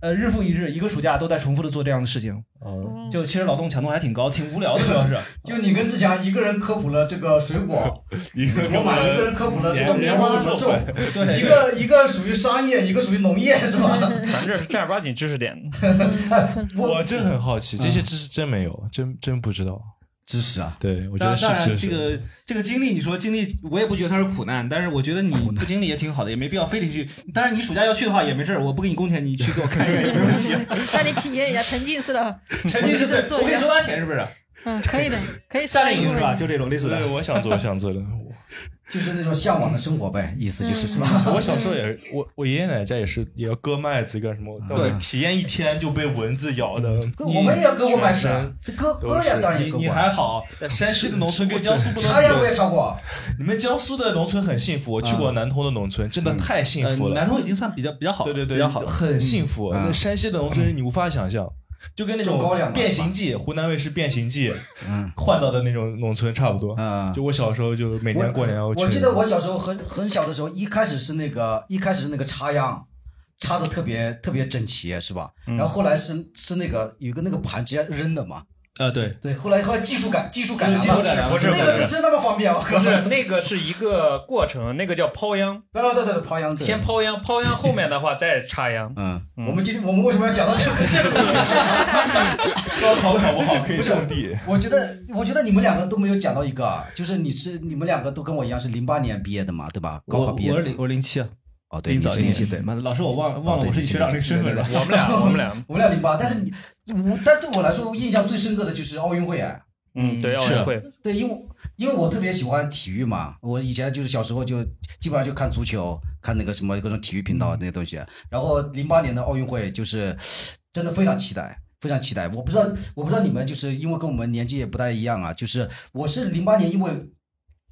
[SPEAKER 5] 呃，日复一日，一个暑假都在重复的做这样的事情。
[SPEAKER 6] 哦，
[SPEAKER 5] 就其实劳动强度还挺高，挺无聊的，主要是。
[SPEAKER 1] 就你跟志强一个人科普了这个水果，
[SPEAKER 6] 一个
[SPEAKER 1] 我马一个人科普了这个棉花怎么种，
[SPEAKER 5] 对
[SPEAKER 1] 一个一个属于商业，一个属于农业， 是吧？
[SPEAKER 4] 咱这是正儿八经知识点。
[SPEAKER 6] 我真很好奇，这些知识真没有，真真不知 道
[SPEAKER 1] 知识啊。
[SPEAKER 6] 对，我觉
[SPEAKER 5] 当
[SPEAKER 6] 得
[SPEAKER 5] 然，当
[SPEAKER 6] 是
[SPEAKER 5] 然，
[SPEAKER 6] 知
[SPEAKER 5] 这
[SPEAKER 6] 识。
[SPEAKER 5] 个这个经历，你说经历，我也不觉得它是苦难，但是我觉得你不经历也挺好的，也没必要非得去。当然，你暑假要去的话也没事儿，我不给你工钱，你去给我 看一看也没问题。
[SPEAKER 3] 让你体验一下沉浸式的，
[SPEAKER 5] 沉浸式
[SPEAKER 3] 的
[SPEAKER 5] 的，
[SPEAKER 3] 做
[SPEAKER 5] 我
[SPEAKER 3] 一
[SPEAKER 5] 可以
[SPEAKER 3] 下
[SPEAKER 5] 收，他钱是不是？
[SPEAKER 3] 嗯，可以的，可以
[SPEAKER 5] 夏
[SPEAKER 3] 算
[SPEAKER 5] 令
[SPEAKER 3] 一
[SPEAKER 5] 营
[SPEAKER 3] 部
[SPEAKER 5] 是吧？
[SPEAKER 3] 分。
[SPEAKER 5] 啊就这种类似的
[SPEAKER 6] 对，。我想做，我想 做的。
[SPEAKER 1] 就是那种向往的生活呗，意思
[SPEAKER 6] 嗯
[SPEAKER 1] 就是是吧？
[SPEAKER 6] 我小时 候也是，我我爷爷奶奶家也是，也要割麦子干什么？但我
[SPEAKER 5] 对
[SPEAKER 6] 体验一天就被蚊子咬的。
[SPEAKER 1] 哥我们也要割过麦子啊
[SPEAKER 6] 全身，
[SPEAKER 1] 割割呀，当然也
[SPEAKER 5] 你
[SPEAKER 1] 割
[SPEAKER 5] 你
[SPEAKER 1] 过。
[SPEAKER 5] 还好，
[SPEAKER 6] 山西的农村跟江苏不能
[SPEAKER 1] 插秧我也插过，
[SPEAKER 6] 你们江苏的农村很幸福，我去过南通的农村，真的太幸
[SPEAKER 5] 呃
[SPEAKER 6] 福，了。
[SPEAKER 5] 南通已经算比较比较好了，
[SPEAKER 6] 对对对，
[SPEAKER 5] 比较好了。
[SPEAKER 6] 很幸福。
[SPEAKER 1] 嗯
[SPEAKER 6] 那山西的农村你无法想象，就跟那种
[SPEAKER 1] 种高粱嘛
[SPEAKER 6] 变形记，湖南卫视变形记
[SPEAKER 1] 嗯
[SPEAKER 6] 换到的那种农村差不多。
[SPEAKER 1] 啊
[SPEAKER 6] 就我小时候就每
[SPEAKER 1] 我
[SPEAKER 6] 年过年要去。
[SPEAKER 1] 我记得我小时候很很小的时候，一开始是那个一开始是那个插秧，插的特别特别整齐，是吧？然后后来是是那个有个那个盘直接扔的嘛。
[SPEAKER 5] 呃，对，
[SPEAKER 1] 对，后来后来技术改技术改良
[SPEAKER 5] 技术
[SPEAKER 1] 了
[SPEAKER 5] 改良
[SPEAKER 4] 不是不
[SPEAKER 1] 那
[SPEAKER 4] 是
[SPEAKER 1] 个真他妈方便，我靠！
[SPEAKER 4] 不是，那个是一个过程，那个叫抛秧，
[SPEAKER 1] 对对对对，抛秧对。
[SPEAKER 4] 先抛秧，抛秧后面的话再插秧。
[SPEAKER 1] 嗯，我们今 天我们为什么要讲到这个这个东西？
[SPEAKER 6] 高考考不好可以种 地，
[SPEAKER 1] 我觉得，我觉得你们两个都没有讲到一个啊，就是你是你们两个都跟我一样是零八年毕业的嘛，对吧？高考
[SPEAKER 5] 我
[SPEAKER 1] 毕业
[SPEAKER 5] 我
[SPEAKER 1] 的
[SPEAKER 5] 是零我是零七啊，
[SPEAKER 1] 哦，对，
[SPEAKER 5] 零早
[SPEAKER 1] 你是
[SPEAKER 5] 零
[SPEAKER 1] 07
[SPEAKER 5] 七，对，妈的，老师我忘
[SPEAKER 1] 哦
[SPEAKER 5] 忘了
[SPEAKER 1] 对
[SPEAKER 5] 我是你学长这个身份了。
[SPEAKER 4] 我们 俩，我们俩，
[SPEAKER 1] 我们俩零八，但是你我，但对我来说，印象最深刻的就是奥运会啊哎，
[SPEAKER 4] 嗯，对，奥运会，
[SPEAKER 1] 对，因为因为我特别喜欢体育嘛，我以前就是小时候就基本上就看足球，看那个什么各种体育频
[SPEAKER 5] 嗯
[SPEAKER 1] 道那些东西。然后零八年的奥运会就是真的非常期待，非常期待。我不知道我不知道你们就是因为跟我们年纪也不太一样啊，就是我是零八年因为。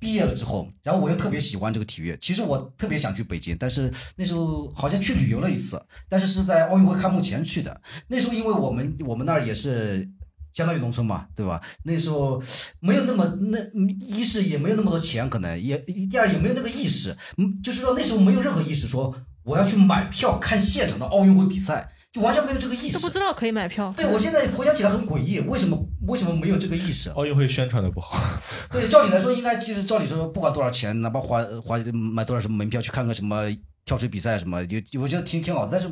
[SPEAKER 1] 毕业了之后，然后我又特别喜欢这个体育。其实我特别想去北京，但是那时候好像去旅游了一次，但是是在奥运会开幕前去的。那时候因为我们我们那儿也是相当于农村嘛，对吧？那时候没有那么那一是也没有那么多钱，可能也第二也没有那个意识，嗯，就是说那时候没有任何意识说我要去买票看现场的奥运会比赛，就完全没有这个意
[SPEAKER 3] 都不
[SPEAKER 1] 识。
[SPEAKER 3] 知道可以买票，
[SPEAKER 1] 对，我现在回想起来很诡异，为什么为什么没有这个意识？啊
[SPEAKER 6] 奥运会宣传的不好。
[SPEAKER 1] 对，照理来说，应该其实照理说，不管多少钱，哪怕花花买多少什么门票去看个什么跳水比赛什么，就就我觉得挺挺好的。但是，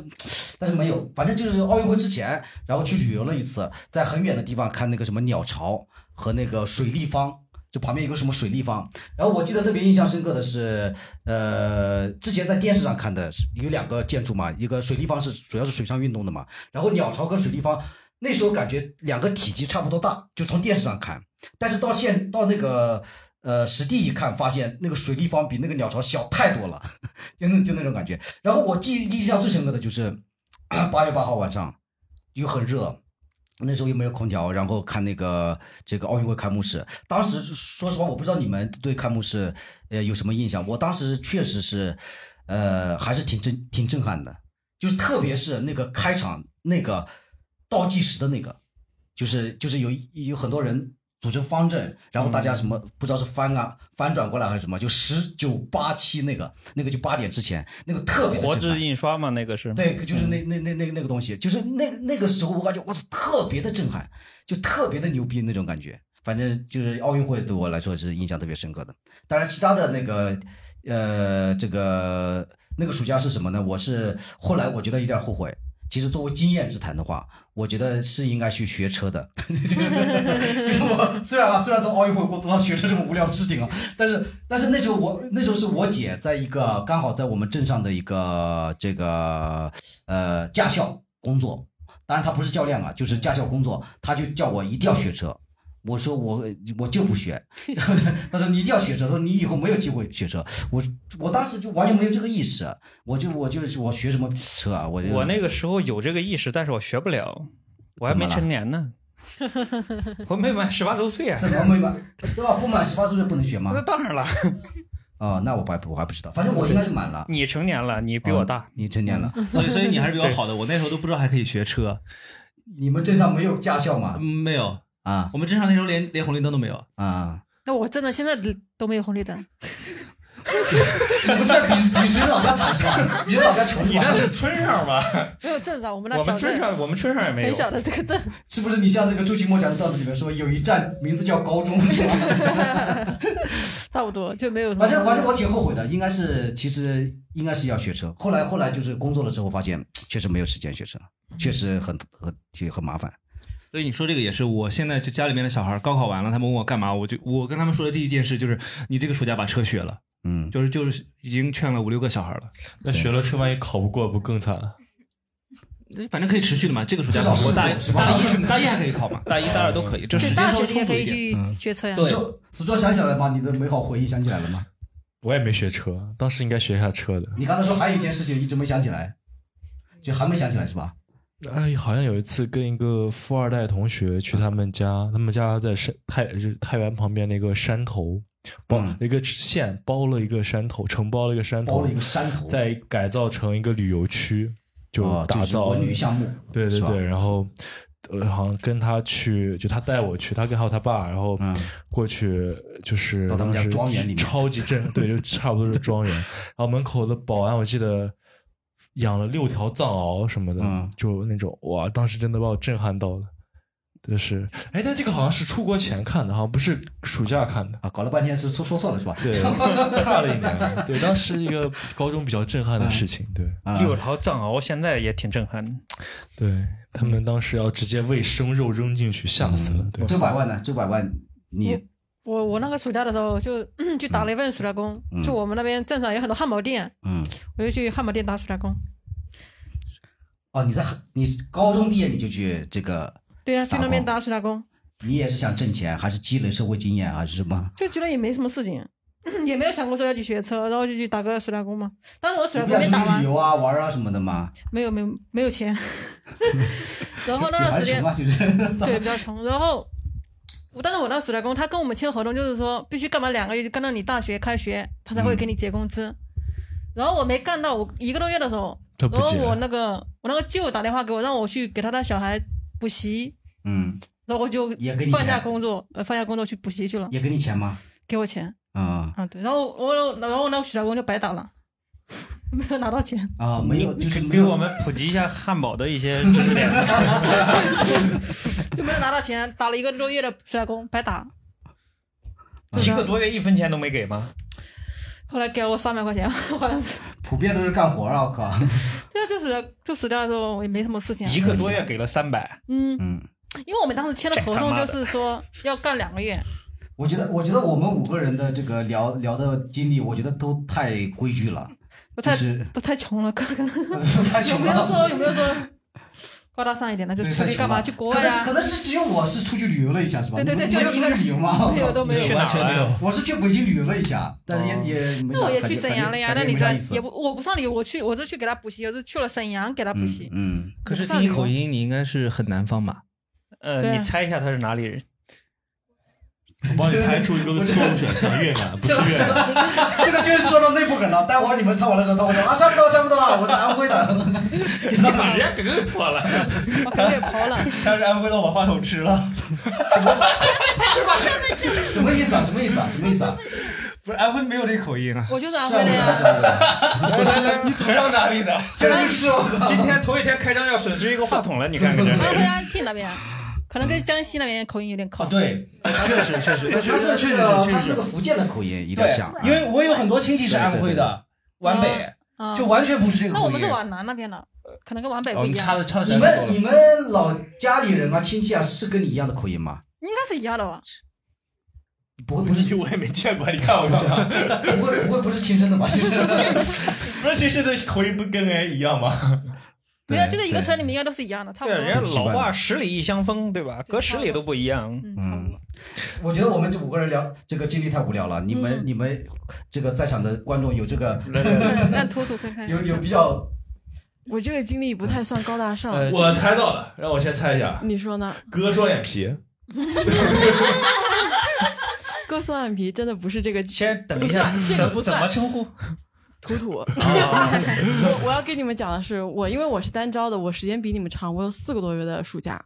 [SPEAKER 1] 但是没有，反正就是奥运会之前，然后去旅游了一次，在很远的地方看那个什么鸟巢和那个水立方。就旁边有个什么水立方，然后我记得特别印象深刻的是，呃，之前在电视上看的是有两个建筑嘛，一个水立方是主要是水上运动的嘛，然后鸟巢跟水立方那时候感觉两个体积差不多大，就从电视上看，但是到现到那个呃实地一看，发现那个水立方比那个鸟巢小太多了， 就那就那种感觉。然后我记印象最深刻的就是 八月八号晚上，又很热。那时候又没有空调，然后看那个这个奥运会开幕式。当时说实话，我不知道你们对开幕式呃有什么印象。我当时确实是，呃，还是挺震挺震撼的。就是特别是那个开场那个倒计时的那个，就是就是有一有很多人组成方阵，然后大家什么、不知道是翻啊翻转过来还是什么，就十九八七那个那个就八点之前那个特别的
[SPEAKER 4] 活
[SPEAKER 1] 震
[SPEAKER 4] 字
[SPEAKER 1] 撼。
[SPEAKER 4] 印刷嘛，那个是
[SPEAKER 1] 对，就是那那那那那个东西，就是那那个时候我感觉我操特别的震撼，就特别的牛逼那种感觉。反正就是奥运会对我来说是印象特别深刻的。当然，其他的那个呃，这个那个暑假是什么呢？我是后来我觉得有点后悔。其实作为经验之谈的话，我觉得是应该去学车的。就是我虽然啊，虽然从奥运会过渡到学车这么无聊的事情啊，但是但是那时候我那时候是我姐在一个刚好在我们镇上的一个这个呃驾校工作，当然她不是教练啊，就是驾校工作，她就叫我一定要学车。我说我我就不学，然后她她说你一定要学车，她说你以后没有机会学车。我我当时就完全没有这个意识，我就我就是我学什么车啊，我就
[SPEAKER 4] 我那个时候有这个意识，但是我学不了，我还
[SPEAKER 1] 怎么
[SPEAKER 4] 没
[SPEAKER 1] 了
[SPEAKER 4] 成年呢，我没满十八周岁啊。
[SPEAKER 1] 怎么没满对吧？不满十八岁就不能学吗
[SPEAKER 4] 那？当然了，
[SPEAKER 1] 哦，那我还不我还不知道，反正我应该是满了。嗯
[SPEAKER 4] 你成年了，你比我大。
[SPEAKER 1] 你成年了，
[SPEAKER 5] 所以所以你还是比我好的。我那时候都不知道还可以学车，
[SPEAKER 1] 你们镇上没有驾校吗
[SPEAKER 5] 嗯？没有，
[SPEAKER 1] 啊
[SPEAKER 5] 我们镇上那时候连连红绿灯都没有。
[SPEAKER 1] 啊！
[SPEAKER 3] 那我真的现在都没有红绿灯，
[SPEAKER 1] 你不是在比比谁老家惨是 吧？比谁老家穷是
[SPEAKER 4] 你那
[SPEAKER 1] 吧？
[SPEAKER 4] 是村上吧？
[SPEAKER 3] 没有镇上，我们那
[SPEAKER 4] 我们
[SPEAKER 3] 小
[SPEAKER 4] 村
[SPEAKER 3] 镇
[SPEAKER 4] 上，我们村上也没
[SPEAKER 3] 很小
[SPEAKER 4] 有。
[SPEAKER 3] 的这个镇，
[SPEAKER 1] 是不是你像那个周奇墨讲的段子里面说，有一站名字叫高中是吧？
[SPEAKER 3] 差不多就没有什么。
[SPEAKER 1] 反正反正我挺后悔的，应该是其实应该是要学车，后来后来就是工作了之后发现确实没有时间学车，确实很很挺很麻烦。
[SPEAKER 5] 所以你说这个也是，我现在就家里面的小孩儿高考完了，他们问我干嘛，我就我跟他们说的第一件事就是，你这个暑假把车学了，
[SPEAKER 1] 嗯，
[SPEAKER 5] 就是就是已经劝了五六个小孩儿了，
[SPEAKER 6] 那学了车万一考不过，不更惨？
[SPEAKER 5] 反正可以持续的嘛。这个暑假
[SPEAKER 1] 至少
[SPEAKER 5] 考我
[SPEAKER 1] 是
[SPEAKER 5] 大
[SPEAKER 1] 我是吧
[SPEAKER 5] 大一大一还可以考嘛，大一大二都可以，这时
[SPEAKER 3] 对
[SPEAKER 5] 间
[SPEAKER 3] 大
[SPEAKER 5] 稍
[SPEAKER 3] 学里
[SPEAKER 5] 微
[SPEAKER 3] 也
[SPEAKER 5] 充足
[SPEAKER 3] 可
[SPEAKER 5] 一
[SPEAKER 3] 以
[SPEAKER 5] 点。
[SPEAKER 3] 去
[SPEAKER 4] 嗯
[SPEAKER 3] 学车呀。
[SPEAKER 1] 死猪死猪想起来了吗？你的美好回忆想起来了吗？
[SPEAKER 6] 我也没学车，当时应该学一下车的。
[SPEAKER 1] 你刚才说还有一件事情一直没想起来，就还没想起来是吧？
[SPEAKER 6] 哎，好像有一次跟一个富二代同学去他们家，他们家在山太就是太原旁边那个山头，包、
[SPEAKER 1] 嗯
[SPEAKER 6] 一个县包了一个山头，承包了一个山
[SPEAKER 1] 包
[SPEAKER 6] 头
[SPEAKER 1] 了一，个山头，
[SPEAKER 6] 再改造成一个旅游区，就
[SPEAKER 1] 哦
[SPEAKER 6] 打
[SPEAKER 1] 是
[SPEAKER 6] 造、
[SPEAKER 1] 文旅项目，
[SPEAKER 6] 对对
[SPEAKER 1] 是吧
[SPEAKER 6] 对，然后呃，好像跟他去，就他带我去，他跟还有他爸，然后
[SPEAKER 1] 嗯
[SPEAKER 6] 过去就是
[SPEAKER 1] 到他们家
[SPEAKER 6] 当时
[SPEAKER 1] 庄园里面
[SPEAKER 6] 超级震，对，就差不多是庄园。然后门口的保安，我记得养了六条藏獒什么的，
[SPEAKER 1] 嗯
[SPEAKER 6] 就那种哇，当时真的把我震撼到了。就是，哎，但这个好像是出国前看的，好像不是暑假看的。
[SPEAKER 1] 啊，搞了半天是说说错了是吧？
[SPEAKER 6] 对，差了一年。对，当时一个高中比较震撼的事情。对，
[SPEAKER 1] 啊
[SPEAKER 4] 六条藏獒现在也挺震撼的。
[SPEAKER 6] 对他们当时要直接喂生肉扔进去，吓死了。对，
[SPEAKER 1] 嗯周百万呢？周百万，你
[SPEAKER 3] 我我那个暑假的时候就去打了一份暑假工，
[SPEAKER 1] 嗯
[SPEAKER 3] 就我们那边镇上有很多汉堡店，
[SPEAKER 1] 嗯，
[SPEAKER 3] 我就去汉堡店打暑假工。
[SPEAKER 1] 哦，你在你高中毕业你就去这个，
[SPEAKER 3] 对啊呀、去那边
[SPEAKER 1] 打
[SPEAKER 3] 打暑假工，
[SPEAKER 1] 你也是想挣钱，还是积累社会经验，还是什么？
[SPEAKER 3] 就觉得也没什么事情，也没有想过说要去学车，然后就去打个暑假工嘛。当时我暑
[SPEAKER 1] 你
[SPEAKER 3] 假
[SPEAKER 1] 不
[SPEAKER 3] 工
[SPEAKER 1] 想
[SPEAKER 3] 没
[SPEAKER 1] 出
[SPEAKER 3] 打
[SPEAKER 1] 去
[SPEAKER 3] 完
[SPEAKER 1] 旅，游啊、玩啊什么的吗？
[SPEAKER 3] 没有没有没 有钱，然后那
[SPEAKER 1] 有
[SPEAKER 3] 段
[SPEAKER 1] 还
[SPEAKER 3] 时
[SPEAKER 1] 穷
[SPEAKER 3] 间
[SPEAKER 1] 吗？就是
[SPEAKER 3] 对比较穷，然后。我但是我那暑假工，他跟我们签合同，就是说必须干嘛两个月，就干到你大学开学，他才会给你
[SPEAKER 1] 嗯
[SPEAKER 3] 结工资。然后我没干到，我一个多月的时候，
[SPEAKER 6] 他不
[SPEAKER 3] 然后
[SPEAKER 1] 啊
[SPEAKER 6] 接。
[SPEAKER 3] 我那个我那个舅打电话给我，让我去给他的小孩补习，
[SPEAKER 1] 嗯，
[SPEAKER 3] 然后我就
[SPEAKER 1] 也给你
[SPEAKER 3] 放下
[SPEAKER 1] 钱，
[SPEAKER 3] 工作，呃，放下工作去补习去了，
[SPEAKER 1] 也给你钱吗？
[SPEAKER 3] 给我钱
[SPEAKER 1] 啊
[SPEAKER 3] 啊，对，然后我然后我那个暑假工就白打了，没有拿到钱，
[SPEAKER 1] 啊，没有，就是没
[SPEAKER 4] 给
[SPEAKER 1] 有啊
[SPEAKER 4] 我们普及一下汉堡的一些知 识点。
[SPEAKER 3] 就没有拿到钱，打了一个多月的暑假工白打，
[SPEAKER 4] 一个多月一分钱都没给吗？
[SPEAKER 3] 后来给了我三百块钱，好像是，
[SPEAKER 1] 普遍都是干活啊，我靠，
[SPEAKER 3] 对啊，就暑假就暑假的时候我也没什么事情啊，
[SPEAKER 4] 一个多月给了 三百，
[SPEAKER 3] 嗯，
[SPEAKER 1] 嗯。
[SPEAKER 3] 因为我们当时签的合
[SPEAKER 4] 这他
[SPEAKER 3] 同
[SPEAKER 4] 妈
[SPEAKER 3] 就
[SPEAKER 4] 的
[SPEAKER 3] 是说要干两个月，
[SPEAKER 1] 我觉得，我觉得我们五个人的这个聊聊的经历，我觉得都太规矩了，
[SPEAKER 3] 我
[SPEAKER 1] 就
[SPEAKER 3] 太
[SPEAKER 1] 是
[SPEAKER 3] 都太穷了，可能
[SPEAKER 1] 太
[SPEAKER 3] 有
[SPEAKER 1] 穷
[SPEAKER 3] 没有
[SPEAKER 1] 了。
[SPEAKER 3] 说有没有说高大上一点的，就
[SPEAKER 1] 对
[SPEAKER 3] 出
[SPEAKER 1] 太
[SPEAKER 3] 去
[SPEAKER 1] 穷
[SPEAKER 3] 干嘛
[SPEAKER 1] 了哦
[SPEAKER 3] 去国
[SPEAKER 1] 可
[SPEAKER 3] 外啊
[SPEAKER 1] 能
[SPEAKER 3] 呀
[SPEAKER 1] 可？能是只有我是出去旅游了一下，是吧？
[SPEAKER 3] 对对对
[SPEAKER 1] 你们没
[SPEAKER 3] 就一
[SPEAKER 1] 有
[SPEAKER 3] 个
[SPEAKER 1] 出去
[SPEAKER 3] 人
[SPEAKER 1] 旅游 吗？
[SPEAKER 3] 没有都没有
[SPEAKER 4] 去哪
[SPEAKER 5] 完
[SPEAKER 4] 儿
[SPEAKER 5] 全没
[SPEAKER 4] 了
[SPEAKER 5] 有？
[SPEAKER 1] 我是去北京旅游了一下，但是也、也没
[SPEAKER 3] 那
[SPEAKER 1] 啥
[SPEAKER 3] 哦我也
[SPEAKER 1] 感
[SPEAKER 3] 去
[SPEAKER 1] 觉
[SPEAKER 3] 沈阳了呀，那
[SPEAKER 1] 感觉
[SPEAKER 3] 你
[SPEAKER 1] 感觉
[SPEAKER 3] 在
[SPEAKER 1] 没啥意思
[SPEAKER 3] 也不我不上你，我去我是去给他补习，我是去了沈阳给他补习。
[SPEAKER 1] 嗯，
[SPEAKER 5] 可是听你口音，你应该是很南方吧？
[SPEAKER 3] 对
[SPEAKER 4] 呃，
[SPEAKER 3] 啊
[SPEAKER 4] 你猜一下他是哪里人？
[SPEAKER 6] 我帮你排除一个错误选项，越南不是越南，
[SPEAKER 1] 嗯这个就是说到到内部梗了，待会儿你们唱完了之后，他会说啊，差不多，差不多了，我是安徽的。
[SPEAKER 4] 直接给破了，
[SPEAKER 3] 把梗给刨了。
[SPEAKER 5] 当时安徽的我把话筒吃了，
[SPEAKER 1] 什么意 思啊？什么意思啊？什么意思啊？
[SPEAKER 5] 不是安徽没有这口音啊，
[SPEAKER 3] 我就是安徽的呀，
[SPEAKER 5] 你走到哪里的？
[SPEAKER 1] 真是我靠！
[SPEAKER 4] 今天头一天开张要损失一个话筒了，你看看
[SPEAKER 3] 安
[SPEAKER 4] 这。
[SPEAKER 3] 徽安庆那边，可能跟江西那边口音有点靠。
[SPEAKER 1] 啊
[SPEAKER 5] 对，确实确实，
[SPEAKER 1] 他
[SPEAKER 5] 确
[SPEAKER 1] 是
[SPEAKER 5] 实确
[SPEAKER 1] 那
[SPEAKER 5] 实
[SPEAKER 1] 个，
[SPEAKER 5] 确
[SPEAKER 1] 他是
[SPEAKER 5] 实
[SPEAKER 1] 那个，福建的口音有点
[SPEAKER 5] 对
[SPEAKER 1] 像，，
[SPEAKER 5] 因为我有很多亲戚是安徽
[SPEAKER 1] 对对
[SPEAKER 5] 的，皖北
[SPEAKER 3] 啊，
[SPEAKER 5] 就完全不是这个
[SPEAKER 3] 那
[SPEAKER 5] 口音。
[SPEAKER 3] 我们是皖南那边的，可能跟皖北
[SPEAKER 1] 啊
[SPEAKER 5] 哦，
[SPEAKER 3] 不一
[SPEAKER 5] 你
[SPEAKER 3] 样
[SPEAKER 5] 差，的差的
[SPEAKER 1] 你
[SPEAKER 5] 太
[SPEAKER 1] 们
[SPEAKER 5] 多了
[SPEAKER 1] 你。们老家里人啊亲戚啊是跟你一样的口音吗？
[SPEAKER 3] 应该是一样的吧？
[SPEAKER 1] 不会不是
[SPEAKER 6] 我也没见过，你看我干嘛？
[SPEAKER 1] 不会不会不是亲生 的吧？就是
[SPEAKER 6] 不是，其实的口音不跟人一样吗？
[SPEAKER 3] 没有，就是一个村里面应该都是一样的，差不
[SPEAKER 4] 对，
[SPEAKER 3] 多。
[SPEAKER 4] 人家老话十里一乡风，对吧？隔十里都不一样。
[SPEAKER 3] 嗯，差不多。
[SPEAKER 1] 我觉得我们这五个人聊这个经历太无聊了。你们、你们这个在场的观众有这个
[SPEAKER 3] 让让吐吐看 看。
[SPEAKER 1] 有有比较
[SPEAKER 10] 我这个经历不太算高大上，
[SPEAKER 4] 呃
[SPEAKER 6] 嗯我猜到了，让我先猜一下，
[SPEAKER 10] 你说呢？
[SPEAKER 6] 割双眼皮，
[SPEAKER 10] 割双眼皮真的不是这个
[SPEAKER 4] 先等一下，
[SPEAKER 10] 这个不
[SPEAKER 4] 怎
[SPEAKER 10] 算
[SPEAKER 4] 怎么称呼？
[SPEAKER 10] 土
[SPEAKER 5] 哦
[SPEAKER 10] 土。 我我要跟你们讲的是，我因为我是单招的，我时间比你们长，我有四个多月的暑假，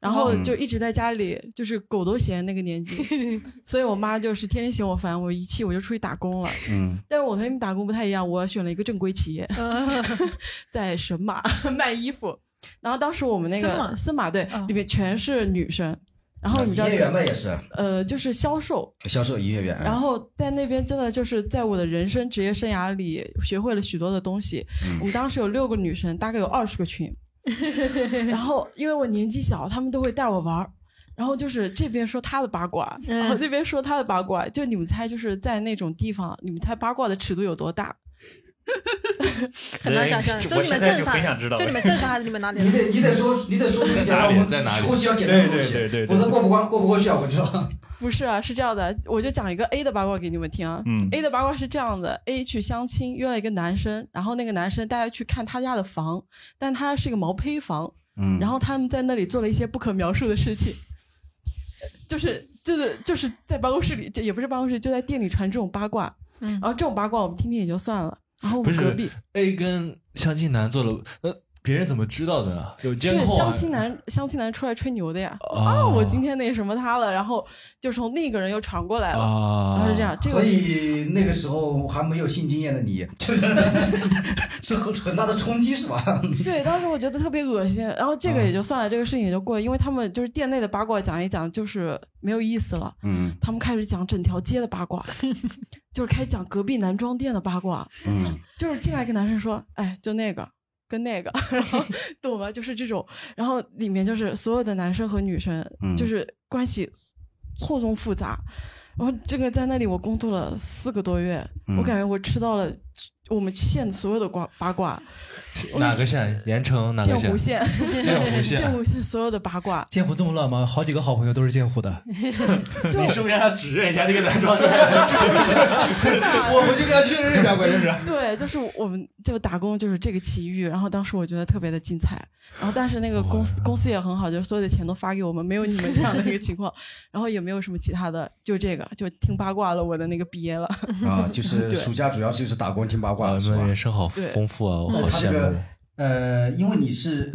[SPEAKER 10] 然后就一直在家里，就是狗都嫌那个年 纪，所以我妈就是天天嫌我烦，我一气我就出去打工了。
[SPEAKER 1] 嗯，
[SPEAKER 10] 但是我和你们打工不太一样，我选了一个正规企 业，在神马 卖衣服。然后当时我们那个
[SPEAKER 3] 森马
[SPEAKER 10] 森马对
[SPEAKER 3] 嗯
[SPEAKER 10] 里面全是女生，然后你知道
[SPEAKER 1] 啊营业员们也是
[SPEAKER 10] 呃就是销售，
[SPEAKER 1] 销售营业员，
[SPEAKER 10] 然后在那边真的就是在我的人生职业生涯里学会了许多的东西。我们当时有六个女生，大概有二十个 群，然后因为我年纪小，她们都会带我玩儿。然后就是这边说她的八卦，
[SPEAKER 3] 嗯
[SPEAKER 10] 然后那边说她的八卦，就你们猜，就是在那种地方，你们猜八卦的尺度有多大？
[SPEAKER 3] 很难想象，
[SPEAKER 4] 我
[SPEAKER 3] 就你们
[SPEAKER 4] 现在
[SPEAKER 3] 镇
[SPEAKER 4] 就
[SPEAKER 3] 上
[SPEAKER 4] 很想知道，
[SPEAKER 3] 就你们镇上还是你们哪里
[SPEAKER 1] 你
[SPEAKER 3] 的？
[SPEAKER 1] 得你得说你得说出一点让我们后期要简单的东西，
[SPEAKER 4] 对对对对对
[SPEAKER 1] 否则过不关过不过去啊！我跟你说，
[SPEAKER 10] 不是啊，是这样的，我就讲一个 A 的八卦给你们听啊。
[SPEAKER 4] 嗯
[SPEAKER 10] A 的八卦是这样的：A 去相亲，约了一个男生，然后那个男生带他去看他家的房，但他是一个毛坯房，
[SPEAKER 1] 嗯
[SPEAKER 10] 然后他们在那里做了一些不可描述的事情，就是就是就是在办公室里，这也不是办公室，就在店里传这种八卦。
[SPEAKER 3] 嗯
[SPEAKER 10] 然后这种八卦我们听听也就算了，然后我们
[SPEAKER 6] 不是
[SPEAKER 10] 隔壁
[SPEAKER 6] A 跟相亲男做了，呃，别人怎么知道的呢？有
[SPEAKER 10] 就
[SPEAKER 6] 监
[SPEAKER 10] 是
[SPEAKER 6] 控啊
[SPEAKER 10] 相亲男，相亲男出来吹牛的呀。啊，
[SPEAKER 6] 哦
[SPEAKER 10] 我今天那什么他了，然后就从另一个人又传过来了，
[SPEAKER 6] 啊，
[SPEAKER 10] 哦然后是这样，这
[SPEAKER 1] 所
[SPEAKER 10] 个
[SPEAKER 1] 以那个时候还没有性经验的你， 就是是很很大的冲击是吧？
[SPEAKER 10] 对，当时我觉得特别恶心，然后这个也就算了，这个事情也就过了，因为他们就是店内的八卦讲一讲就是没有意思了，
[SPEAKER 1] 嗯
[SPEAKER 10] 他们开始讲整条街的八卦，就是开始讲隔壁男装店的八卦，
[SPEAKER 1] 嗯，
[SPEAKER 10] 就是进来一个男生说，哎，就那个。跟那个，然后懂吗？就是这种，然后里面就是所有的男生和女生，
[SPEAKER 1] 嗯
[SPEAKER 10] 就是关系错综复杂。然后这个在那里我工作了四个多月，我
[SPEAKER 1] 嗯
[SPEAKER 10] 感觉我吃到了我们县所有的瓜八卦，
[SPEAKER 6] 哪个县？ 盐城哪
[SPEAKER 10] 剑
[SPEAKER 6] 个
[SPEAKER 10] 湖
[SPEAKER 6] 县？
[SPEAKER 10] 县，
[SPEAKER 6] 剑湖县
[SPEAKER 10] 剑湖县所有的八
[SPEAKER 5] ，
[SPEAKER 10] 卦
[SPEAKER 5] 剑湖这么乱吗？好几个好朋友都是剑湖的，
[SPEAKER 10] 就
[SPEAKER 6] 不是让他指认一下那个男装？
[SPEAKER 10] 啊
[SPEAKER 5] 我回去跟他确认一下，关键是。
[SPEAKER 10] 对，就是我们就打工就是这个奇遇，然后当时我觉得特别的精彩，然后但是那个公司公司也很好，就是所有的钱都发给我们，没有你们这样的一个情况，然后也没有什么其他的，就这个就听八卦了，我的那个毕业了，
[SPEAKER 1] 啊，就 是
[SPEAKER 10] 对
[SPEAKER 1] 暑假主要就是 打工听八
[SPEAKER 6] 哇，
[SPEAKER 1] 卦
[SPEAKER 6] 你
[SPEAKER 1] 是
[SPEAKER 6] 们
[SPEAKER 1] 吧
[SPEAKER 6] 人？生好丰富啊，我
[SPEAKER 1] 啊那
[SPEAKER 6] 好
[SPEAKER 1] 他
[SPEAKER 6] 羡
[SPEAKER 1] 这个
[SPEAKER 6] 慕。
[SPEAKER 1] 呃，因为你是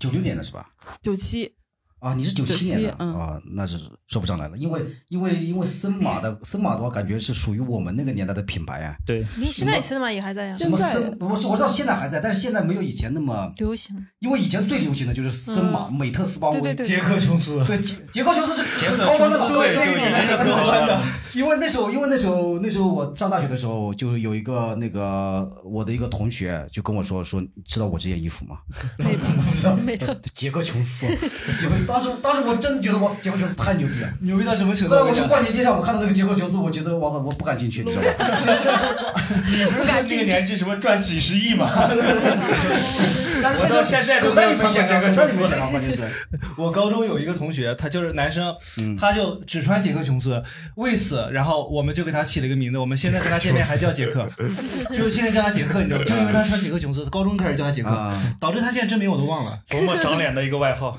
[SPEAKER 1] 九六年的是吧？
[SPEAKER 10] 九七
[SPEAKER 1] 啊，你是九七年的
[SPEAKER 10] 97嗯
[SPEAKER 1] 啊，那是说不上来了，因为因为因为森马的森马的话，感觉是属于我们那个年代的品牌啊。
[SPEAKER 4] 对，
[SPEAKER 3] 现在也是吗？也还在呀，
[SPEAKER 1] 什么
[SPEAKER 10] 现在
[SPEAKER 1] 森，我我知道现在还在，但是现在没有以前那么，
[SPEAKER 3] 流行。嗯
[SPEAKER 1] 因为以前最流行的就是森马、美特斯邦威、
[SPEAKER 3] 对对
[SPEAKER 5] 杰克琼斯，
[SPEAKER 1] 对，杰杰克琼斯是很高端的，
[SPEAKER 5] 对
[SPEAKER 1] 那
[SPEAKER 5] 就
[SPEAKER 1] 个
[SPEAKER 5] 已经是很高端的。
[SPEAKER 1] 因为那时候，因为那时候，那时候我上大学的时候，就是有一个那个我的一个同学就跟我说说，你知道我这件衣服吗？
[SPEAKER 3] 没错，没 错。
[SPEAKER 1] 杰克琼斯，杰克，当时当时我真的觉得哇，杰克琼斯太牛逼了。
[SPEAKER 5] 牛逼到什么程
[SPEAKER 1] 后
[SPEAKER 5] 度？
[SPEAKER 1] 来我去逛街街上，我看到那个杰克琼斯，我觉得哇，我不敢进去，你知道吧？
[SPEAKER 6] 不是说这个年纪什么赚几十亿吗？
[SPEAKER 1] 但是那时候
[SPEAKER 4] 我到现在都
[SPEAKER 1] 口袋里
[SPEAKER 4] 没有
[SPEAKER 1] 没钱啊，
[SPEAKER 4] 见过
[SPEAKER 1] 口袋里
[SPEAKER 4] 杰
[SPEAKER 1] 没
[SPEAKER 4] 克
[SPEAKER 1] 钱啊，关键是。
[SPEAKER 5] 我高中有一个同学，他就是男生，
[SPEAKER 1] 嗯
[SPEAKER 5] 他就只穿杰克琼斯。为此，然后我们就给他起了一个名字，我们现在跟他见面还叫杰 克，就是现在叫他杰克，你知道吗？就因为他穿杰克琼斯，高中开始叫他杰克，
[SPEAKER 1] 啊
[SPEAKER 5] 导致他现在真名我都忘了。
[SPEAKER 4] 多么长脸的一个外号。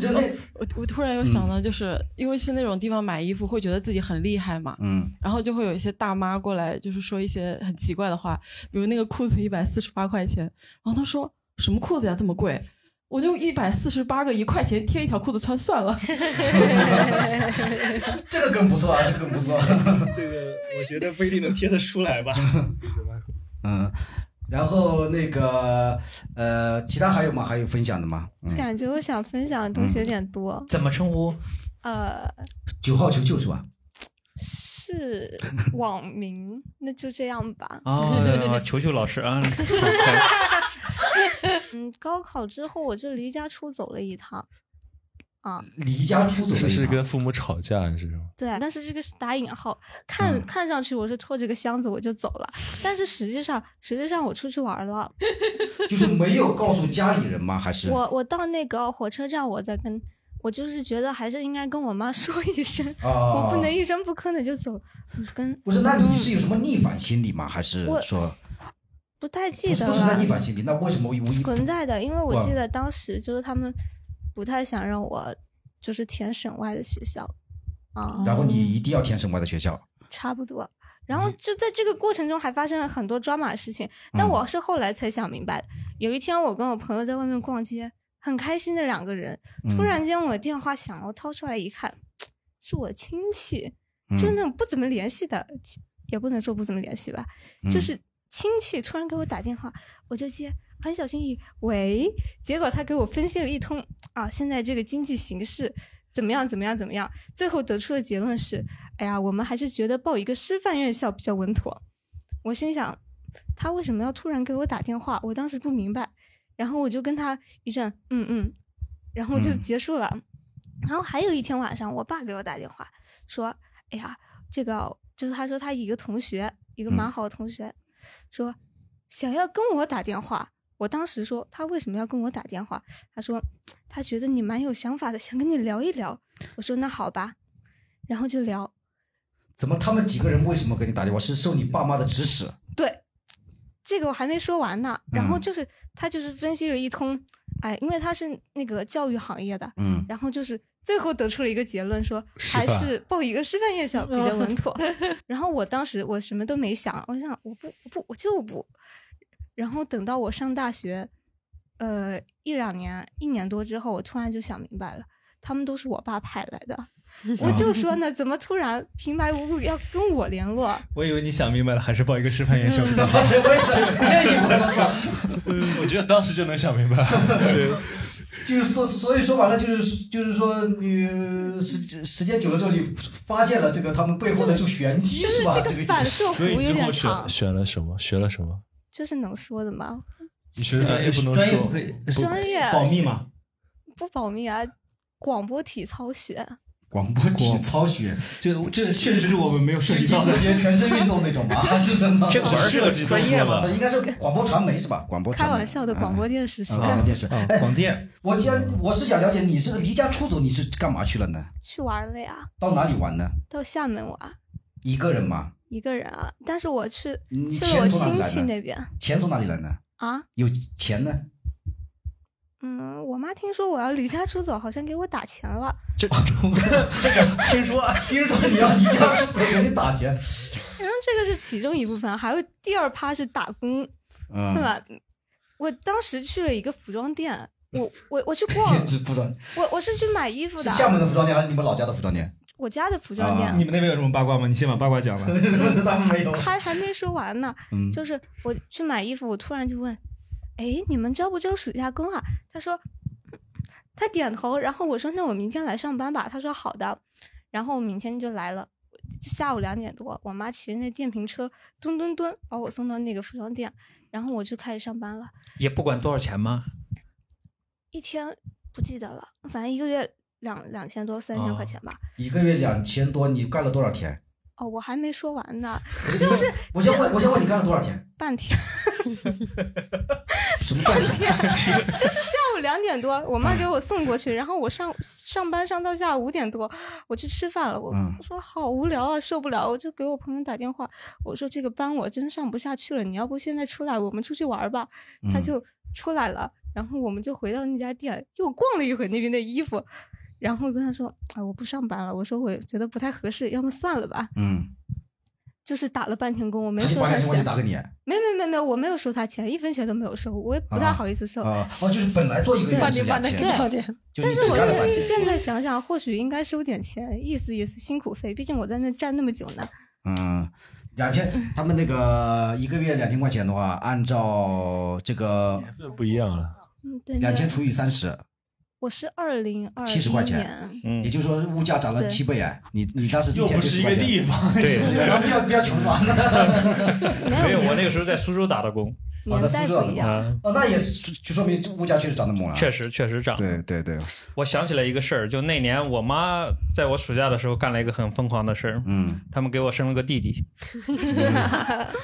[SPEAKER 1] 就那
[SPEAKER 10] 哦我我突然又想到，就是、因为去那种地方买衣服，会觉得自己很厉害嘛，
[SPEAKER 1] 嗯
[SPEAKER 10] 然后就会有一些大妈过来，就是说一些很奇怪的话，比如那个裤子一百四十八块钱，然后她说什么裤子呀这么贵，我就一百四十八个一块钱贴一条裤子穿算了。
[SPEAKER 1] 这个更不错啊，这个更不错。
[SPEAKER 5] 这个我觉得不一定能贴得出 来吧。
[SPEAKER 1] 嗯，然后那个呃，其他还有吗？还有分享的吗？嗯，
[SPEAKER 8] 感觉我想分享的东西有点多。
[SPEAKER 1] 怎么称呼？
[SPEAKER 8] 呃，
[SPEAKER 1] 嗯九号求救是吧？
[SPEAKER 8] 是网名，那就这样吧。
[SPEAKER 1] 哦
[SPEAKER 4] 啊，球球老师啊，
[SPEAKER 8] 嗯，高考之后我就离家出走了一趟。啊，
[SPEAKER 1] 呃离家出走了一趟
[SPEAKER 6] 是是跟父母吵架是吗？
[SPEAKER 8] 对，但是这个是打引号，看、
[SPEAKER 1] 嗯
[SPEAKER 8] 看上去我是拖着个箱子我就走了，但是实际上实际上我出去玩了。
[SPEAKER 1] 就是没有告诉家里人吗？还是
[SPEAKER 8] 我我到那个火车站，我再跟我就是觉得还是应该跟我妈 说一声，
[SPEAKER 1] 哦
[SPEAKER 8] 我不能一声不吭的就走。我是跟
[SPEAKER 1] 不是？那你是有什么逆反心理吗？还是
[SPEAKER 8] 我
[SPEAKER 1] 说
[SPEAKER 8] 不太记
[SPEAKER 1] 不是
[SPEAKER 8] 得
[SPEAKER 1] 不是那
[SPEAKER 8] 了
[SPEAKER 1] 逆反心理？那为什么我一
[SPEAKER 8] 存在的，因为我
[SPEAKER 1] 哇
[SPEAKER 8] 记得当时就是他们不太想让我就是填省外的学校啊，
[SPEAKER 1] 然后你一定要填省外的学校？
[SPEAKER 8] 差不多。然后就在这个过程中还发生了很多抓马事情，
[SPEAKER 1] 嗯
[SPEAKER 8] 但我是后来才想明白的。有一天我跟我朋友在外面逛街，很开心的两个人，突
[SPEAKER 11] 嗯
[SPEAKER 8] 然间我电话响了，我掏出来一看，是我亲戚，就是
[SPEAKER 11] 嗯
[SPEAKER 8] 那种不怎么联系的，亲也不能说不怎么联系吧，就
[SPEAKER 11] 嗯
[SPEAKER 8] 是亲戚突然给我打电话，我就接，很小心翼翼，喂，结果他给我分析了一通啊，现在这个经济形势。怎么样？怎么样？怎么样？最后得出的结论是：哎呀，我们还是觉得报一个师范院校比较稳妥。我心想，他为什么要突然给我打电话？我当时不明白，然后我就跟他一阵嗯嗯，然后就
[SPEAKER 11] 嗯
[SPEAKER 8] 结束了。然后还有一天晚上，我爸给我打电话说：“哎呀，这个就是他说他一个同学，一个蛮好的同学，说想要跟我打电话。”我当时说他为什么要跟我打电话？他说他觉得你蛮有想法的，想跟你聊一聊。我说那好吧，然后就聊。
[SPEAKER 1] 怎么他们几个人为什么给你打电话？是受你爸妈的指使？
[SPEAKER 8] 对，这个我还没说完呢。然
[SPEAKER 11] 嗯
[SPEAKER 8] 后就是、他就是分析了一通，哎，因为他是那个教育行业的，
[SPEAKER 11] 嗯
[SPEAKER 8] 然后就是最后得出了一个结论说，
[SPEAKER 11] 师
[SPEAKER 8] 还
[SPEAKER 11] 范嗯
[SPEAKER 8] 是报一个师范院校比较稳妥。 然后我当时我什么都没想，我想我不我不我就不。然后等到我上大学，呃，一两年一年多之后，我突然就想明白了，他们都是我爸派来的。我就说 呢，怎么突然平白无故要跟我联络？
[SPEAKER 5] 我以为你想明白了，还是报一个师范院校 比较好。
[SPEAKER 6] 嗯我觉得当时就能想 明白。对，
[SPEAKER 1] 就是说，所以说白了就是就是说你呃时时间久了之后，你发现了这个他们背后的这个玄机
[SPEAKER 8] 就是
[SPEAKER 1] 吧？
[SPEAKER 8] 这个
[SPEAKER 1] 这个意思
[SPEAKER 8] 反射
[SPEAKER 6] 所以
[SPEAKER 8] 弧
[SPEAKER 6] 你
[SPEAKER 8] 有
[SPEAKER 6] 最
[SPEAKER 8] 点
[SPEAKER 6] 后
[SPEAKER 8] 长
[SPEAKER 6] 选，选了什么？学了什么？
[SPEAKER 8] 这是能说的吗？
[SPEAKER 6] 你学的专业不能
[SPEAKER 5] 专业
[SPEAKER 6] 说，
[SPEAKER 5] 不可以
[SPEAKER 6] 不
[SPEAKER 8] 呃专业
[SPEAKER 5] 保密嘛？
[SPEAKER 8] 不保密啊，广播体操学。
[SPEAKER 1] 广播体操学，
[SPEAKER 5] 这这确实是我们没有涉及到
[SPEAKER 1] 这
[SPEAKER 5] 的
[SPEAKER 1] 第四节全身运动那 种吗？还是什么？
[SPEAKER 5] 这个玩意儿涉及专业吗
[SPEAKER 1] 应该是广播传媒是吧？广播传
[SPEAKER 8] 开
[SPEAKER 1] 媒
[SPEAKER 8] 玩笑的，广播电视是
[SPEAKER 1] 啊，广播电视，哎，
[SPEAKER 5] 广电。
[SPEAKER 1] 我既然我是想了解你这个离家出走，你是干嘛去了呢？
[SPEAKER 8] 去玩了呀，
[SPEAKER 1] 到哪里玩呢？
[SPEAKER 8] 到厦门玩
[SPEAKER 1] 一个人吗？
[SPEAKER 8] 一个人啊，但是我去
[SPEAKER 1] 你
[SPEAKER 8] 去了我
[SPEAKER 1] 钱从哪里
[SPEAKER 8] 亲
[SPEAKER 1] 来
[SPEAKER 8] 戚
[SPEAKER 1] 呢
[SPEAKER 8] 那边
[SPEAKER 1] 钱从哪里来呢？
[SPEAKER 8] 啊，
[SPEAKER 1] 有钱呢？
[SPEAKER 8] 嗯，我妈听说我要离家出走，好像给我打钱了，
[SPEAKER 1] 这 这个听说听说你要离家出走给你打钱，
[SPEAKER 8] 然后嗯这个是其中一部分，还有第二趴是打工，
[SPEAKER 1] 嗯，
[SPEAKER 8] 对吧？我当时去了一个服装店，我我我去逛
[SPEAKER 1] 是服装
[SPEAKER 8] 我我是去买衣服
[SPEAKER 1] 是
[SPEAKER 8] 的，
[SPEAKER 1] 厦门的服装店啊还是你们老家的服装店？
[SPEAKER 8] 我家的服装店，
[SPEAKER 5] 你们那边有什么八卦吗？你先把八 卦讲了。
[SPEAKER 1] 他们没有
[SPEAKER 8] 还还没说完呢，
[SPEAKER 5] 嗯
[SPEAKER 8] 就是我去买衣服，我突然就问，哎，你们招不招暑假工啊？他说， 他点头，然后我说那我明天来上班吧。他说好的，然后我明天就来了，就下午两点多，我妈骑着那电瓶车咚咚咚把我送到那个服装店，然后我就开始上班了，
[SPEAKER 4] 也不管多少钱吗？
[SPEAKER 8] 一天不记得了，反正一个月两两千多三
[SPEAKER 1] 哦
[SPEAKER 8] 千块钱吧。
[SPEAKER 1] 一个月两千多，你干了多少天？
[SPEAKER 8] 哦，我还没说完 呢，
[SPEAKER 1] 不是
[SPEAKER 8] 就
[SPEAKER 1] 你
[SPEAKER 8] 是
[SPEAKER 1] 我先问，我先问你干了多少天？
[SPEAKER 8] 半天。
[SPEAKER 1] 什么半
[SPEAKER 8] 天？就是下午两点多，我妈给我送过去，然后我上上班上到下午五点多，我去吃饭了。我
[SPEAKER 11] 嗯
[SPEAKER 8] 我说好无聊啊，受不了，我就给我朋友打电话，我说这个班我真上不下去了，你要不现在出来，我们出去玩吧？他
[SPEAKER 11] 嗯
[SPEAKER 8] 就出来了，然后我们就回到那家店，又逛了一会那边的衣服，然后跟他说啊，我不上班了，我说我觉得不太合适，要么算了吧。
[SPEAKER 1] 嗯，
[SPEAKER 8] 就是打了半天工，我没
[SPEAKER 1] 他就
[SPEAKER 8] 收
[SPEAKER 1] 把
[SPEAKER 8] 他
[SPEAKER 1] 电话就
[SPEAKER 8] 钱。
[SPEAKER 1] 打给你。
[SPEAKER 8] 没有没有没有没有，我没有收他钱，一分钱都没有收，我也不太好意思收。
[SPEAKER 1] 啊，哦，就是本来做一个月是两千，
[SPEAKER 8] 钱。
[SPEAKER 1] 就
[SPEAKER 8] 但
[SPEAKER 1] 你
[SPEAKER 8] 是
[SPEAKER 1] 只
[SPEAKER 8] 我
[SPEAKER 1] 干了半
[SPEAKER 8] 现
[SPEAKER 1] 天。
[SPEAKER 8] 现在想想，或许应该收点钱，意思意思辛苦费，毕竟我在那站那么久呢。
[SPEAKER 1] 嗯，两千，他们那个一个月两千块钱的话，按照这个
[SPEAKER 6] 不一样了，
[SPEAKER 8] 嗯，对。
[SPEAKER 1] 两千
[SPEAKER 8] 那
[SPEAKER 1] 除以三十，
[SPEAKER 8] 我是二零二
[SPEAKER 1] 七十块钱，嗯
[SPEAKER 4] 嗯
[SPEAKER 1] 也就是说物价涨了
[SPEAKER 8] 对
[SPEAKER 1] 七倍哎，你你当时
[SPEAKER 2] 又不是一个地方
[SPEAKER 1] 是不是
[SPEAKER 4] 对
[SPEAKER 1] 然后不要不要穷 酸
[SPEAKER 4] 没有，我那个时候在苏州打的工，嗯
[SPEAKER 1] 哦，在苏
[SPEAKER 8] 年
[SPEAKER 1] 州
[SPEAKER 8] 代不一样
[SPEAKER 1] 啊哦，那也是就说明物价确实涨得猛了，啊
[SPEAKER 4] 确实确实涨。
[SPEAKER 1] 对对对，
[SPEAKER 4] 我想起来一个事儿，就那年我妈在我暑假的时候干了一个很疯狂的事儿，
[SPEAKER 1] 嗯，
[SPEAKER 4] 他们给我生了个弟弟，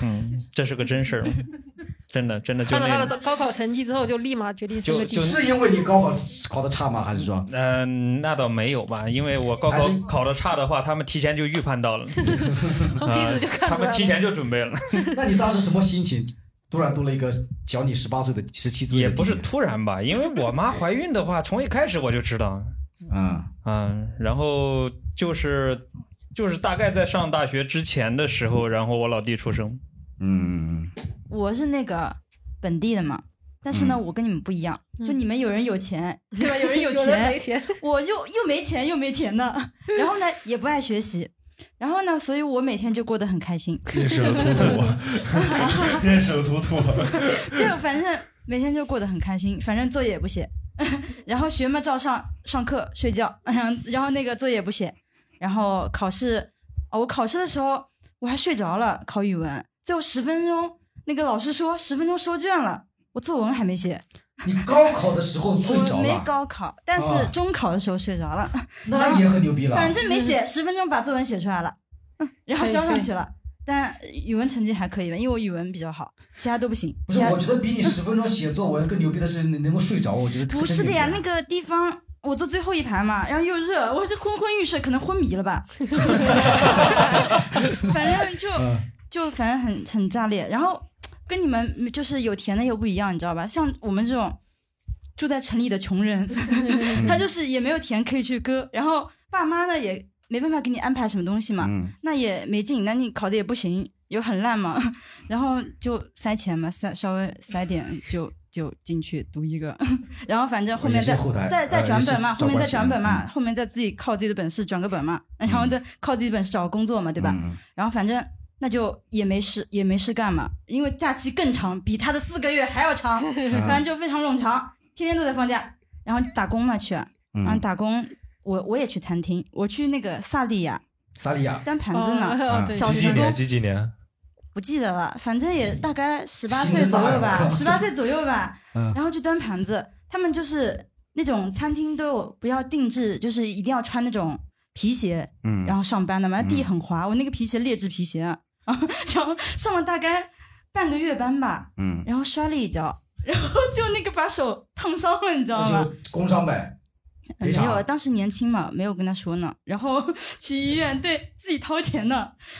[SPEAKER 4] 嗯，这是个真事儿， 真的真的就
[SPEAKER 3] 看到他
[SPEAKER 4] 那
[SPEAKER 3] 的高考成绩之后，就立马决定
[SPEAKER 4] 就是
[SPEAKER 3] 个弟
[SPEAKER 4] 就
[SPEAKER 1] 就是因为你高考考的差吗？还是说？
[SPEAKER 4] 嗯，那倒没有吧，因为我高考考的差的话，他们提前就预 判到了，
[SPEAKER 3] 从平时就看出来了
[SPEAKER 4] 他们提前就准备了，
[SPEAKER 1] 那你当时什么心情？突然多了一个小你十八岁的、十七岁的弟弟，
[SPEAKER 4] 也不是突然吧，因为我妈怀孕的话，从一开始我就知道，
[SPEAKER 1] 嗯
[SPEAKER 4] 嗯，然后就是就是大概在上大学之前的时候，然后我老弟出生，
[SPEAKER 1] 嗯，
[SPEAKER 11] 我是那个本地的嘛，但是呢，我跟你们不一样，就你们有人有钱，对吧？有
[SPEAKER 3] 嗯
[SPEAKER 11] 人
[SPEAKER 3] 有
[SPEAKER 11] 钱，
[SPEAKER 3] 人没钱
[SPEAKER 11] 我就又没钱又没钱的，然后呢也不爱学习，然后呢，所以我每天就过得很开心。
[SPEAKER 6] 认识了图图， 认识了图图，
[SPEAKER 11] 对，反正每天就过得很开心，反正作业也不写， 然后学嘛照上上课睡觉，然后然后那个作业也不写，然后考试哦，我考试的时候我还睡着了，考语文最后十分钟，那个老师说十分钟收卷了，我作文还没写，
[SPEAKER 1] 你高考的时候睡着
[SPEAKER 11] 我没
[SPEAKER 1] 了，
[SPEAKER 11] 高考，但是
[SPEAKER 1] 啊
[SPEAKER 11] 中考的时候睡着了，
[SPEAKER 1] 那 也很牛逼了。
[SPEAKER 11] 反正没写，十分钟把作文写出来了，嗯然
[SPEAKER 1] 嗯
[SPEAKER 11] 后
[SPEAKER 1] 可以
[SPEAKER 11] 交
[SPEAKER 1] 可
[SPEAKER 11] 上
[SPEAKER 1] 以
[SPEAKER 11] 去了。但语文成绩还可以吧，因为我语文比较好，其他都不行。
[SPEAKER 1] 不是，
[SPEAKER 11] 其他
[SPEAKER 1] 我觉得比你十分钟写作文更牛逼的是你能够睡着，我觉得
[SPEAKER 11] 不是的呀，
[SPEAKER 1] 啊
[SPEAKER 11] 那个地方我坐最后一排嘛，然后又热，我是昏昏欲睡，可能昏迷了吧， 反正就就反正很很炸裂。然后跟你们嗯就是有甜的又不一样，你知道吧？像我们这种住在城里的穷人， 他就是也没有田可以去割，然后 爸妈呢也没办法给你安排什么东西嘛，
[SPEAKER 1] 嗯
[SPEAKER 11] 那也没劲，那你考的也不行，又很烂嘛， 然后就塞钱嘛，塞稍微塞点就就进去读一个， 然后反正后面再
[SPEAKER 12] 也是后台
[SPEAKER 11] 再再
[SPEAKER 12] 呃
[SPEAKER 11] 转本嘛，
[SPEAKER 12] 也是
[SPEAKER 11] 后
[SPEAKER 12] 找
[SPEAKER 11] 面再
[SPEAKER 12] 关系
[SPEAKER 11] 转本嘛，
[SPEAKER 12] 嗯
[SPEAKER 11] 后面再自己靠自己的本事转个本嘛，
[SPEAKER 1] 嗯
[SPEAKER 11] 然后再靠自己的本事找个工作嘛，对吧？然后反正。那就也没事，也没事干嘛，因为假期更长，比他的四个月还 要长，反正就非常冗长，天天都在放假，然后打工嘛去，啊
[SPEAKER 1] 嗯
[SPEAKER 11] 然后打工，我我也去餐厅，我去那个萨莉亚
[SPEAKER 1] 萨利亚
[SPEAKER 11] 端盘子
[SPEAKER 6] 啊
[SPEAKER 8] 呃
[SPEAKER 11] 呢，小
[SPEAKER 6] 几几
[SPEAKER 11] 时
[SPEAKER 6] 年？
[SPEAKER 11] 工
[SPEAKER 6] 几几年？
[SPEAKER 11] 不记得了，反正也大概十八
[SPEAKER 6] 心
[SPEAKER 11] 岁
[SPEAKER 6] 真
[SPEAKER 11] 左
[SPEAKER 6] 大
[SPEAKER 11] 右
[SPEAKER 6] 呀
[SPEAKER 11] 吧，
[SPEAKER 6] 我
[SPEAKER 11] 十八岁左右吧，
[SPEAKER 6] 嗯
[SPEAKER 11] 然后就端盘子，他们就是那种餐厅都有不要定制，就是一定要穿那种皮鞋，
[SPEAKER 12] 嗯
[SPEAKER 11] 然后上班的嘛，
[SPEAKER 12] 嗯
[SPEAKER 11] 地很滑，我那个皮鞋劣质皮鞋啊， 然后上了大概半个月班吧，
[SPEAKER 1] 嗯
[SPEAKER 11] 然后摔了一跤，然后就那个把手烫伤了，你知道吗？
[SPEAKER 1] 工伤呗，
[SPEAKER 11] 没
[SPEAKER 1] 赔偿
[SPEAKER 11] 有，当时年轻嘛，没有跟他说呢。 然后去医院，对自己掏钱的。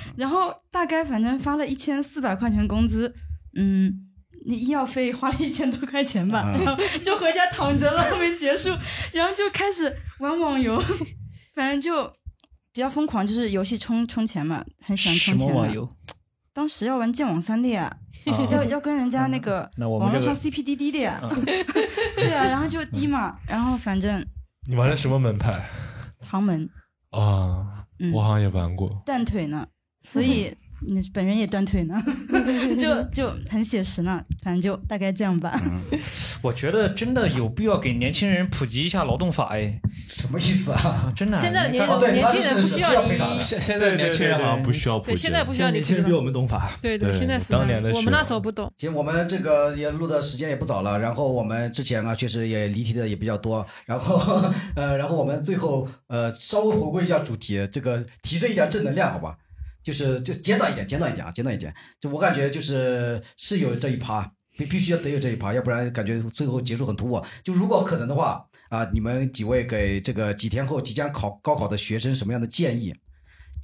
[SPEAKER 4] 嗯
[SPEAKER 11] 然后大概反正发了一千四百块钱工资，嗯，那医药费花了一千多块钱吧，
[SPEAKER 4] 啊
[SPEAKER 12] 嗯
[SPEAKER 11] 然后就回家躺着了，没结 束。然后就开始玩网游， 反正就比较疯狂，就是游戏充充钱嘛，很喜欢
[SPEAKER 4] 什
[SPEAKER 11] 充
[SPEAKER 4] 么
[SPEAKER 11] 钱
[SPEAKER 4] 网
[SPEAKER 11] 嘛
[SPEAKER 4] 游？
[SPEAKER 11] 当时要玩剑网三的呀，
[SPEAKER 4] 啊
[SPEAKER 11] 要要跟人家那个
[SPEAKER 4] 那我们
[SPEAKER 11] 网络
[SPEAKER 4] 这个
[SPEAKER 11] 上 CPDD 的呀，
[SPEAKER 4] 嗯
[SPEAKER 11] 对啊，然后就低嘛，然后反正
[SPEAKER 6] 你玩的什么门派
[SPEAKER 11] 唐门
[SPEAKER 6] 啊？我好像也玩过。
[SPEAKER 11] 断腿呢，所以你本人也断腿呢， 就就很写实呢，反正就大概这样吧。
[SPEAKER 4] 我觉得真的有必要给年轻人普及一下劳动法哎，
[SPEAKER 1] 什么意思啊？
[SPEAKER 4] 真的，
[SPEAKER 3] 现在的
[SPEAKER 4] 你看
[SPEAKER 3] 年年轻人不需要你
[SPEAKER 6] 现现在的年轻人好像不需要
[SPEAKER 3] 对现在不需要你
[SPEAKER 1] 现在年轻人比我们
[SPEAKER 6] 懂法
[SPEAKER 3] 对对，现在是我们那时候不懂，
[SPEAKER 1] 行，我们这个也录的时间也不早了，然后我们之前啊，确实也离题的也比较多，然后 呃，然后我们最后呃稍微回归一下主题，这个提升一点正能量，好吧？就是就简短一点，简短一点啊，简短一点。就我感觉就是是有这一趴，必必须要得有这一趴，要不然感觉最后结束很突兀。就如果可能的话啊、你们几位给这个几天后即将考高考的学生什么样的建议？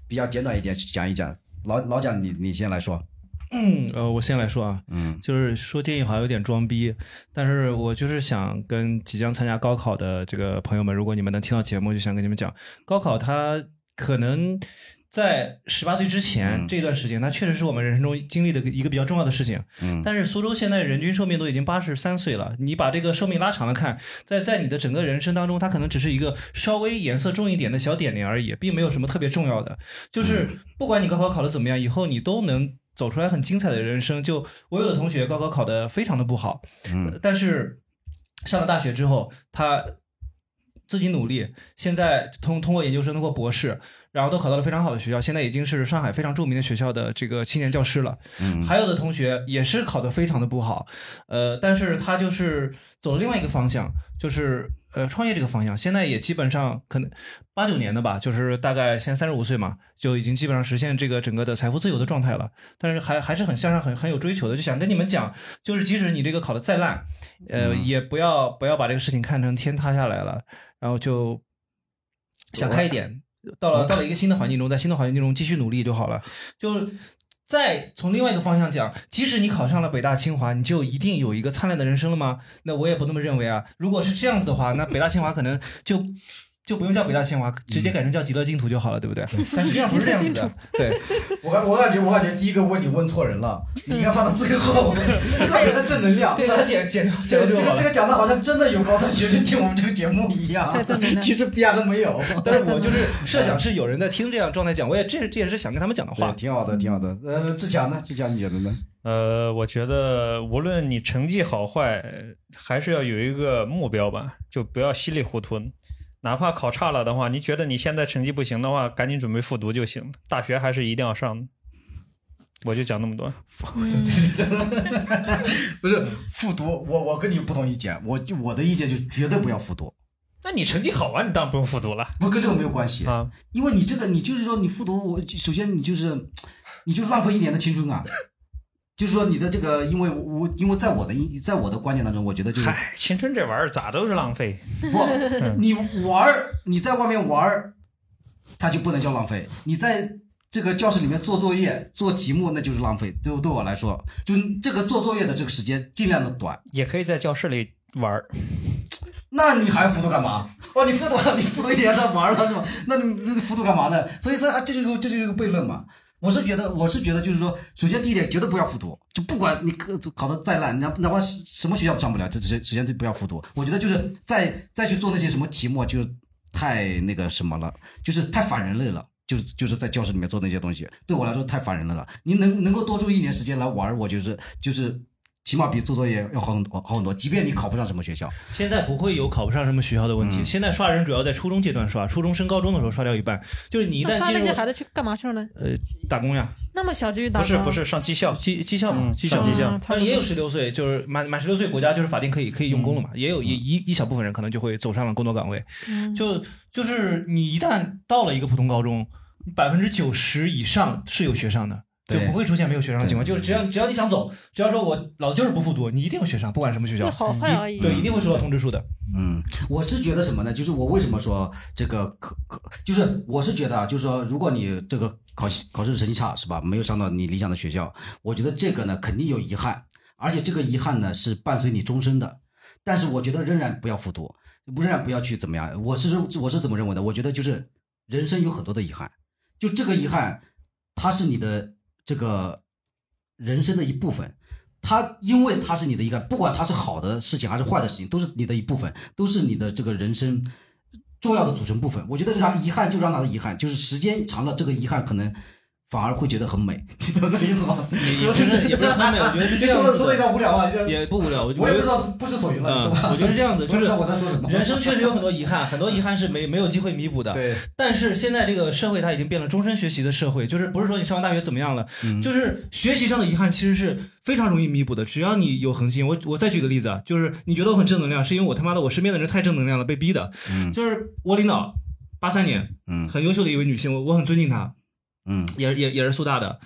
[SPEAKER 1] 比较简短一点讲一讲。老老蒋，你你先来说。
[SPEAKER 5] 呃，我先来说啊，
[SPEAKER 1] 嗯，
[SPEAKER 5] 就是说建议好像有点装逼，但是我就是想跟即将参加高考的这个朋友们，如果你们能听到节目，就想跟你们讲，高考它可能在十八岁之前、这段时间，它确实是我们人生中经历的一个比较重要的事情。
[SPEAKER 1] 嗯
[SPEAKER 5] 但是苏州现在人均寿命都已经八十三岁了，你把这个寿命拉长了看，在在你的整个人生当中，它可能只是一个稍微颜色重一点的小点点而已，并没有什么特别重要的。就是不管你高考考的怎么样，以后你都能走出来很精彩的人生。就我有的同学高考考的非常的不好，
[SPEAKER 1] 嗯
[SPEAKER 5] 但是上了大学之后，他自己努力，现在通通过研究生，通过博士，然后都考到了非常好的学校，现在已经是上海非常著名的学校的这个青年教师了。
[SPEAKER 1] 嗯
[SPEAKER 5] 还有的同学也是考得非常的不好，呃，但是他就是走了另外一个方向，就是呃创业这个方向，现在也基本上可能八九年的吧，就是大概现在三十五岁嘛，就已经基本上实现这个整个的财富自由的状态了。但是还还是很向上，很很有追求的，就想跟你们讲，就是即使你这个考得再烂，呃，也不要不要把这个事情看成天塌下来了，然后就想开一点，到了到了一个新的环境中，在新的环境中继续努力就好了。就再从另外一个方向讲，即使你考上了北大清华，你就一定有一个灿烂的人生了吗？那我也不那么认为啊。如果是这样子的话，那北大清华可能就。就不用叫北大清华，直接改成叫极乐净土就好了，对不对？但实际上不是这样子
[SPEAKER 1] 嗯极乐
[SPEAKER 5] 的
[SPEAKER 1] 净，
[SPEAKER 5] 对。
[SPEAKER 1] 我感我感觉我感觉第一个问你问错人了，你应该放到最后，特别的正能量，
[SPEAKER 5] 对把它剪剪掉剪
[SPEAKER 1] 这
[SPEAKER 5] 掉
[SPEAKER 1] 个
[SPEAKER 5] 就
[SPEAKER 1] 这
[SPEAKER 5] 好
[SPEAKER 1] 个
[SPEAKER 5] 了
[SPEAKER 1] 这个讲的好像真的有高三学生听我们这个节目一样
[SPEAKER 5] 太正能，量
[SPEAKER 1] 其实一点都没 有。
[SPEAKER 5] 但是我就是设想是有人在听这样状态讲，我也这这也是想跟他们讲的话
[SPEAKER 1] 对，。挺好的，挺好的。呃，志强呢？志强你觉得呢？
[SPEAKER 4] 呃，我觉得无论你成绩好坏，还是要有一个目标吧，就不要稀里糊涂。哪怕考差了的话，你觉得你现在成绩不行的话，赶紧准备复读就行。大学还是一定要上的。我就讲那么多。
[SPEAKER 1] 不是复读，我我跟你不同意见，我就我的意见就绝对不要复读。
[SPEAKER 4] 那你成绩好啊，你当然不用复读了。
[SPEAKER 1] 不跟这个没有关系啊，因为你这个你就是说你复读，我首先你就是你就浪费一年的青春啊。就是说你的这个，因为我因为在我的在我的观点当中，我觉得就是
[SPEAKER 4] 嗨，青春这玩意儿咋都是浪费。嗯
[SPEAKER 1] 不，你玩儿，你在外面玩儿，它就不能叫浪费。你在这个教室里面做作业、做题目，那就是浪费。对对我来说，就这个做作业的这个时间尽量的短。
[SPEAKER 4] 也可以在教室里玩儿。
[SPEAKER 1] 那你还复读干嘛？哦，你复读，你复读一年在玩儿了是吧？那你那你复读干嘛呢？所以说，啊，这就是个这就是个悖论嘛。我是觉得，我是觉得，就是说，首先第一点，绝对不要复读，就不管你科考得再烂，哪哪怕是什么学校都上不了，这首首先就不要复读。我觉得就是再再去做那些什么题目，啊就是太那个什么了，就是太反人类了。就是就是在教室里面做那些东西，对我来说太烦人了了。你能能够多出一年时间来玩儿，我就是就是，起码比做作业要好很多好很多。即便你考不上什么学校，
[SPEAKER 5] 现在不会有考不上什么学校的问
[SPEAKER 1] 嗯
[SPEAKER 5] 题，现在刷人主要在初中阶段刷，初中升高中的时候刷掉一半，就是你一
[SPEAKER 3] 那
[SPEAKER 5] 旦
[SPEAKER 3] 刷
[SPEAKER 5] 进
[SPEAKER 3] 那
[SPEAKER 5] 入
[SPEAKER 3] 些孩子去干嘛去了呢？
[SPEAKER 5] 呃打工呀，
[SPEAKER 3] 那么小就去打工？啊
[SPEAKER 5] 是
[SPEAKER 4] 上技校，
[SPEAKER 5] 技技校嘛，
[SPEAKER 4] 嗯
[SPEAKER 5] 技校
[SPEAKER 4] 上技校
[SPEAKER 5] 但也有十六岁，就是满满十六岁，国家就是法定可以可以用工了
[SPEAKER 1] 嗯
[SPEAKER 5] 嘛，也有一一一小部分人可能就会走上了工作岗位，
[SPEAKER 3] 嗯
[SPEAKER 5] 就就是你一旦到了一个普通高中，百分之九十以上是有学上的。就
[SPEAKER 1] 对
[SPEAKER 5] 不会出现没有学上的情况，就是只要只要你想走，只要说我老子就是不复读，你一定有学上，不管什么学校，
[SPEAKER 1] 对好坏
[SPEAKER 5] 你
[SPEAKER 1] 而已
[SPEAKER 5] 对，一定会收到通知书的。
[SPEAKER 1] 嗯，我是觉得什么呢？就是我为什么说这个可可，就是我是觉得啊，就是说，如果你这个考试考试成绩差是吧，没有上到你理想的学校，我觉得这个呢肯定有遗憾，而且这个遗憾呢是伴随你终身的。但是我觉得仍然不要复读，仍然不要去怎么样。我是我是怎么认为的？我觉得就是人生有很多的遗憾，就这个遗憾，它是你的这个人生的一部分。它因为它是你的一个，不管它是好的事情还是坏的事情，都是你的一部分，都是你的这个人生重要的组成部分。我觉得让遗憾就让它的遗憾，就是时间长了，这个遗憾可能反而会觉得很美， 你懂我的意思吗？
[SPEAKER 5] 也不是也不是很美，我觉得是这样
[SPEAKER 1] 说的
[SPEAKER 5] 子的。
[SPEAKER 1] 说的有点无聊啊，
[SPEAKER 5] 也不无聊，我
[SPEAKER 1] 我也不
[SPEAKER 5] 觉得
[SPEAKER 1] 知道不知所云了，是
[SPEAKER 5] 嗯
[SPEAKER 1] 吧？
[SPEAKER 5] 我觉得是这样子，就
[SPEAKER 1] 我也不
[SPEAKER 5] 是
[SPEAKER 1] 知道我在说什么。
[SPEAKER 5] 人生确实有很多遗憾，很多遗憾是没没有机会弥补的。
[SPEAKER 1] 对，
[SPEAKER 5] 但是现在这个社会它已经变了终身学习的社会，就是不是说你上完大学怎么样了，就是学习上的遗憾其实是非常容易弥补的，只要你有恒心。我我再举个例子啊，就是你觉得我很正能量，是因为我他妈的我身边的人太正能量了，被逼的。
[SPEAKER 1] 嗯
[SPEAKER 5] 就是我领导八三年，
[SPEAKER 1] 嗯
[SPEAKER 5] 很优秀的一位女性，我我很尊敬她，
[SPEAKER 1] 嗯，
[SPEAKER 5] 也也也是苏大的，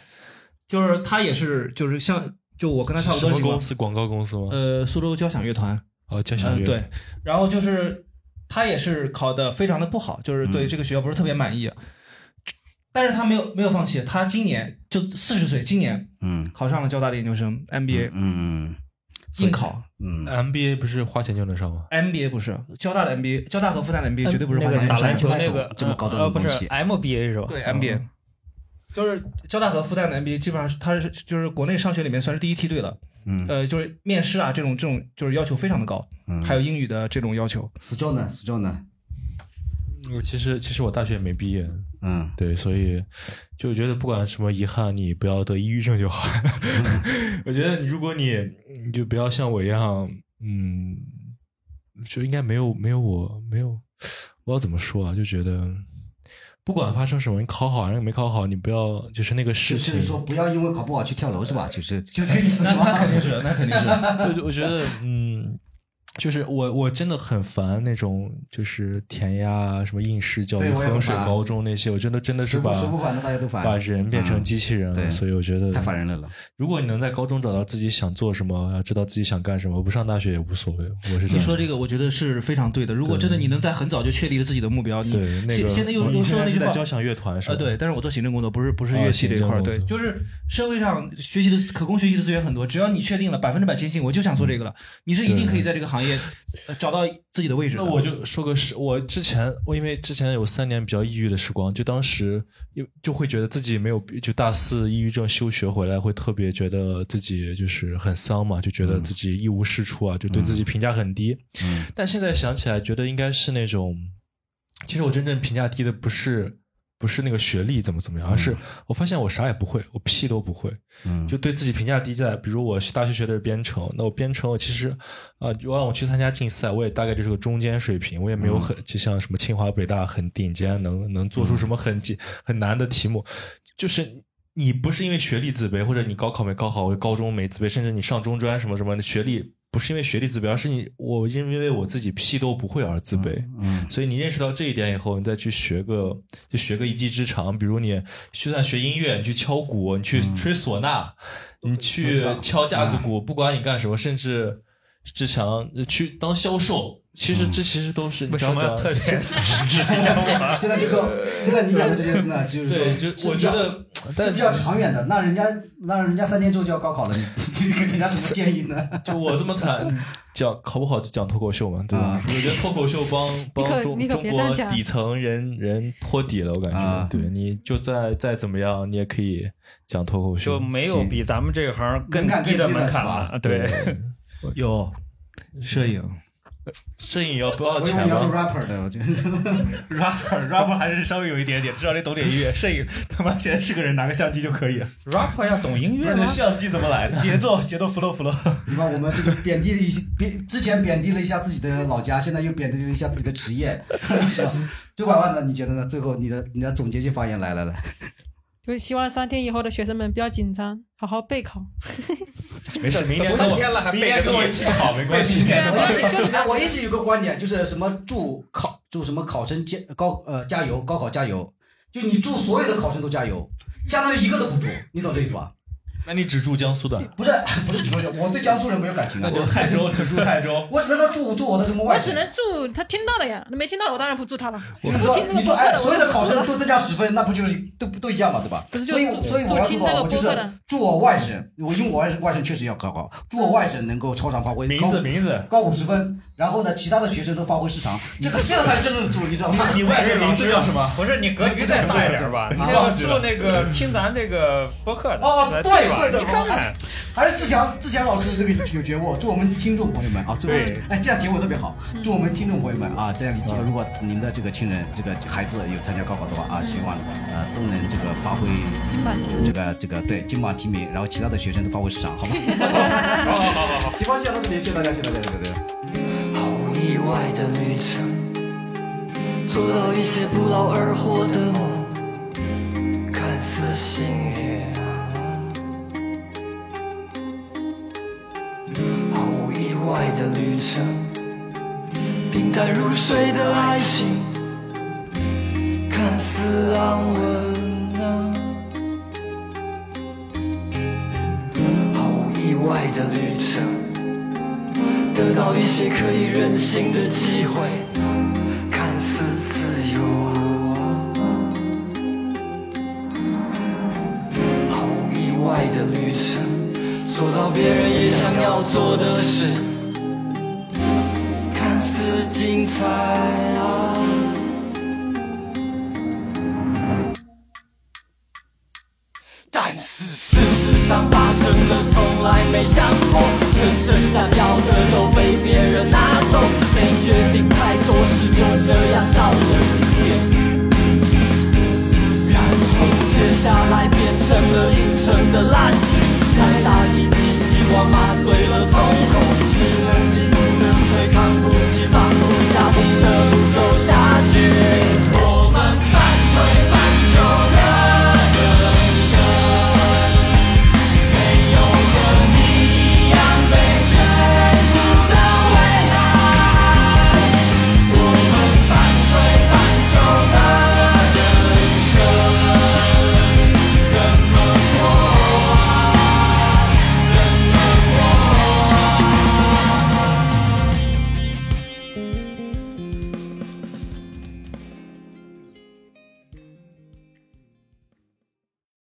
[SPEAKER 5] 就是她也是就是像就我跟她差不
[SPEAKER 6] 什
[SPEAKER 5] 多
[SPEAKER 6] 么
[SPEAKER 5] 情况
[SPEAKER 6] 公。司？广告公司吗？
[SPEAKER 5] 呃，苏州交响乐团。
[SPEAKER 6] 哦，交响乐
[SPEAKER 5] 嗯。对，然后
[SPEAKER 6] 嗯
[SPEAKER 5] 就是他也是考的非常的不好，就是对这个学校不是特别满意。但是他没有没有放弃，他今年就四十岁，今年
[SPEAKER 1] 嗯
[SPEAKER 5] 考上了交大的研究生 MBA，
[SPEAKER 1] 嗯嗯，
[SPEAKER 5] 硬考，
[SPEAKER 1] 嗯
[SPEAKER 6] ，MBA 不是花钱就能上吗？
[SPEAKER 5] MBA 不是交大的 MBA，交大和复旦的 MBA 绝对不是花
[SPEAKER 6] 那
[SPEAKER 5] 钱
[SPEAKER 6] 个打篮球
[SPEAKER 5] 上
[SPEAKER 6] 那个这么高端的
[SPEAKER 5] 呃
[SPEAKER 6] 东西哦
[SPEAKER 5] 呃
[SPEAKER 4] MBA 是吧
[SPEAKER 5] 对
[SPEAKER 4] 嗯
[SPEAKER 5] MBA，就是交大和复旦的 MBA 基本上是它是就是国内上学里面算是第一梯队了。
[SPEAKER 1] 嗯，
[SPEAKER 5] 呃，就是面试啊，这种这种就是要求非常的高，
[SPEAKER 1] 嗯
[SPEAKER 5] 还有英语的这种要求。
[SPEAKER 1] 死咒呢？死咒呢？
[SPEAKER 6] 我嗯其实其实我大学也没毕业，
[SPEAKER 1] 嗯，
[SPEAKER 6] 对，所以就觉得不管什么遗憾，你不要得抑郁症就好。 我觉得如果你你就不要像我一样，嗯，就应该没有没有我没有，我要怎么说啊？就觉得不管发生什么，你考好还是没考好，你不要就是那个事
[SPEAKER 1] 就
[SPEAKER 6] 情，
[SPEAKER 1] 是说不要因为考不好去跳楼是吧？就是就这个意思是吧？
[SPEAKER 5] 那肯定是，那肯定
[SPEAKER 6] 对，我觉得，嗯，就是我我真的很烦那种就是填鸭啊、什么应试教育、
[SPEAKER 1] 对我也
[SPEAKER 6] 衡
[SPEAKER 1] 很
[SPEAKER 6] 水
[SPEAKER 1] 烦
[SPEAKER 6] 高中那些，我真的真的是
[SPEAKER 1] 谁不
[SPEAKER 6] 把
[SPEAKER 1] 谁不烦的大家都烦
[SPEAKER 6] 把人变成机器人了，
[SPEAKER 1] 嗯对
[SPEAKER 6] 所以我觉得
[SPEAKER 1] 太烦人了了。
[SPEAKER 6] 如果你能在高中找到自己想做什么，知道自己想干什么，不上大学也无所谓。我是这
[SPEAKER 5] 你
[SPEAKER 6] 样想
[SPEAKER 5] 说这个，我觉得是非常对的。如果真的你能在很早就确立了自己的目标，你
[SPEAKER 6] 对那
[SPEAKER 5] 现
[SPEAKER 6] 个哦
[SPEAKER 5] 现在又
[SPEAKER 6] 你
[SPEAKER 5] 又
[SPEAKER 6] 现
[SPEAKER 5] 说
[SPEAKER 6] 在
[SPEAKER 5] 那
[SPEAKER 6] 是
[SPEAKER 5] 句
[SPEAKER 6] 在
[SPEAKER 5] 话，
[SPEAKER 6] 交响乐团是吧
[SPEAKER 5] 呃，对，但是我做行政工作，不是不是
[SPEAKER 6] 啊
[SPEAKER 1] 哦
[SPEAKER 5] 乐器这一
[SPEAKER 6] 行
[SPEAKER 5] 块儿，
[SPEAKER 6] 政工
[SPEAKER 5] 对，
[SPEAKER 6] 作
[SPEAKER 5] 就是社会上学习的可供学习的资源很多，只要你确定了百分之百坚信，我就想做这个了，你是一定可以在这个行业呃找到自己的位置的。
[SPEAKER 6] 那我就说个是，我之前我因为之前有三年比较抑郁的时光，就当时因就会觉得自己没有，就大四抑郁症休学回来，会特别觉得自己就是很丧嘛，就觉
[SPEAKER 5] 嗯
[SPEAKER 6] 得自己一无是处啊，就对自己评价很低。
[SPEAKER 1] 嗯
[SPEAKER 6] 但现在想起来，觉得应该是那种，其实我真正评价低的不是。不是那个学历怎么怎么样，而是我发现我啥也不会，我屁都不会，
[SPEAKER 1] 嗯
[SPEAKER 6] 就对自己评价低在，比如我大学学的是编程，那我编程我其实啊、就让我去参加竞赛，我也大概就是个中间水平，我也
[SPEAKER 1] 嗯
[SPEAKER 6] 没有很、就像什么清华北大很顶尖，能能做出什么很简很难的题目，就是。你不是因为学历自卑，或者你高考没考好，或者高中没自卑，甚至你上中专什么什么，学历不是因为学历自卑，而是你我因为我自己屁都不会而自卑。
[SPEAKER 1] 嗯
[SPEAKER 6] 所以你认识到这一点以后，你再去学个，就学个一技之长，比如你就算学音乐，你去敲鼓，你去吹唢呐，
[SPEAKER 4] 嗯
[SPEAKER 6] 你去敲架子鼓，不管你干什么，甚至志强呃去当销售，其实这其实都是
[SPEAKER 4] 嗯为什么要特别
[SPEAKER 1] 现在就说，现在你讲的这些呢，就是说
[SPEAKER 6] 对就是我
[SPEAKER 1] 比较
[SPEAKER 6] 觉得
[SPEAKER 1] 是比较长远的。那人家那人家三天之后就要高考了，你 你给人家什么建议呢？
[SPEAKER 6] 就我这么惨，讲考不好就讲脱口秀嘛，对吧？
[SPEAKER 1] 啊
[SPEAKER 6] 我觉得脱口秀帮
[SPEAKER 12] 你可
[SPEAKER 6] 帮中
[SPEAKER 12] 你可
[SPEAKER 6] 中
[SPEAKER 12] 别这样
[SPEAKER 6] 国
[SPEAKER 12] 讲
[SPEAKER 6] 底层人人托底了，我感觉。
[SPEAKER 1] 啊
[SPEAKER 6] 对你就再再怎么样，你也可以讲脱口秀，
[SPEAKER 4] 就没有比咱们这个行更
[SPEAKER 1] 门槛更
[SPEAKER 4] 低的
[SPEAKER 1] 低了
[SPEAKER 4] 门
[SPEAKER 1] 是
[SPEAKER 4] 槛
[SPEAKER 1] 吧
[SPEAKER 4] 了。对，
[SPEAKER 5] 有摄影
[SPEAKER 6] 摄影要不要
[SPEAKER 1] 我以为
[SPEAKER 6] 钱
[SPEAKER 1] 你要说
[SPEAKER 6] 吗？
[SPEAKER 1] rapper 的，我觉得
[SPEAKER 5] rapper rapper 还是稍微有一点点，至少得懂点音乐。摄影 他妈现在是个人拿个相机就可以了，
[SPEAKER 4] rapper 要懂音
[SPEAKER 5] 不
[SPEAKER 4] 乐
[SPEAKER 5] 是你
[SPEAKER 4] 吗？
[SPEAKER 5] 相机怎么来的？节奏节奏 flow flow。
[SPEAKER 1] 你看我们这个贬低了一些，贬之前贬低了一下自己的老家，现在又贬低了一下自己的职业， 是吧？就婉婉呢？你觉得呢？最后你的你的总结性发言来来来，
[SPEAKER 3] 就是希望三天以后的学生们不要紧张，好好备考。
[SPEAKER 6] 没事，明年
[SPEAKER 4] 三
[SPEAKER 6] 跟我
[SPEAKER 4] 天了还
[SPEAKER 6] 明
[SPEAKER 4] 背
[SPEAKER 6] 年
[SPEAKER 4] 个
[SPEAKER 6] 跟我
[SPEAKER 4] 屁
[SPEAKER 6] 一起考没关系。
[SPEAKER 3] 对啊，不要紧，就是不要紧
[SPEAKER 1] 哎我一直有个观点，就是什么祝考祝什么考生加高呃加油，高考加油，就你祝所有的考生都加油，相当于一个都不祝，你懂这意思吧？
[SPEAKER 6] 那你只住江苏的，
[SPEAKER 1] 不是 不是，不是，我对江苏人没有感情的，我
[SPEAKER 6] 泰州只住泰州。
[SPEAKER 1] 我只能说祝祝我的什么外
[SPEAKER 3] 我
[SPEAKER 1] 甥
[SPEAKER 3] 只。能祝他听到了呀，那没听到的我当然不祝他了。
[SPEAKER 1] 就
[SPEAKER 3] 我
[SPEAKER 1] 是
[SPEAKER 3] 不
[SPEAKER 1] 说
[SPEAKER 3] 听，这
[SPEAKER 1] 你
[SPEAKER 3] 个
[SPEAKER 1] 祝
[SPEAKER 3] 播客
[SPEAKER 1] 哎，
[SPEAKER 3] 的，
[SPEAKER 1] 所
[SPEAKER 3] 我
[SPEAKER 1] 有的考生
[SPEAKER 3] 祝
[SPEAKER 1] 都增加十分，那不就是都不都一样嘛，对吧？
[SPEAKER 3] 不是就
[SPEAKER 1] 所以
[SPEAKER 3] 就
[SPEAKER 1] 所以我要做
[SPEAKER 3] 就听
[SPEAKER 1] 的
[SPEAKER 3] 这
[SPEAKER 1] 话，
[SPEAKER 3] 个
[SPEAKER 1] 我就
[SPEAKER 3] 播客
[SPEAKER 1] 是
[SPEAKER 3] 的
[SPEAKER 1] 祝我外甥，我因为我外外甥确实要高考，祝我外甥能够超常发挥，
[SPEAKER 6] 名
[SPEAKER 1] 高
[SPEAKER 6] 字名字，
[SPEAKER 1] 高五十分，然后呢，其他的学生都发挥失 常，这个这才真正的祝，你知道吗？
[SPEAKER 6] 你外甥名字叫什么？
[SPEAKER 4] 不是你格局再大一点 吧？你
[SPEAKER 1] 啊
[SPEAKER 4] 要做那个听咱这个播客的
[SPEAKER 1] 哦
[SPEAKER 4] 来
[SPEAKER 1] 对
[SPEAKER 4] 吧
[SPEAKER 1] 对的
[SPEAKER 4] 你看看，
[SPEAKER 1] 还是志强志强老师这个有觉悟，祝我们听众朋友们啊，最后
[SPEAKER 4] 对
[SPEAKER 1] 哎这样结尾特别好，祝我们听众朋友们啊，这样如果您的这个亲人这个孩子有参加高考的话啊，希望呃都能这个发挥金榜题名，这个这个对金榜题名，然后其他的学生都发挥失常，好吗？好好好好好，喜欢这样的谢谢大家，谢谢大家，谢谢大家。
[SPEAKER 13] 毫无意外的旅程，做到一些不劳而获的梦，看似幸运。啊毫无意外的旅程，平淡如水的爱情，看似安稳啊。毫无啊意外的旅程。得到一些可以任性的机会，看似自由啊。做到别人也想要做的事，看似精彩啊。但是事实上发生的从来没想过。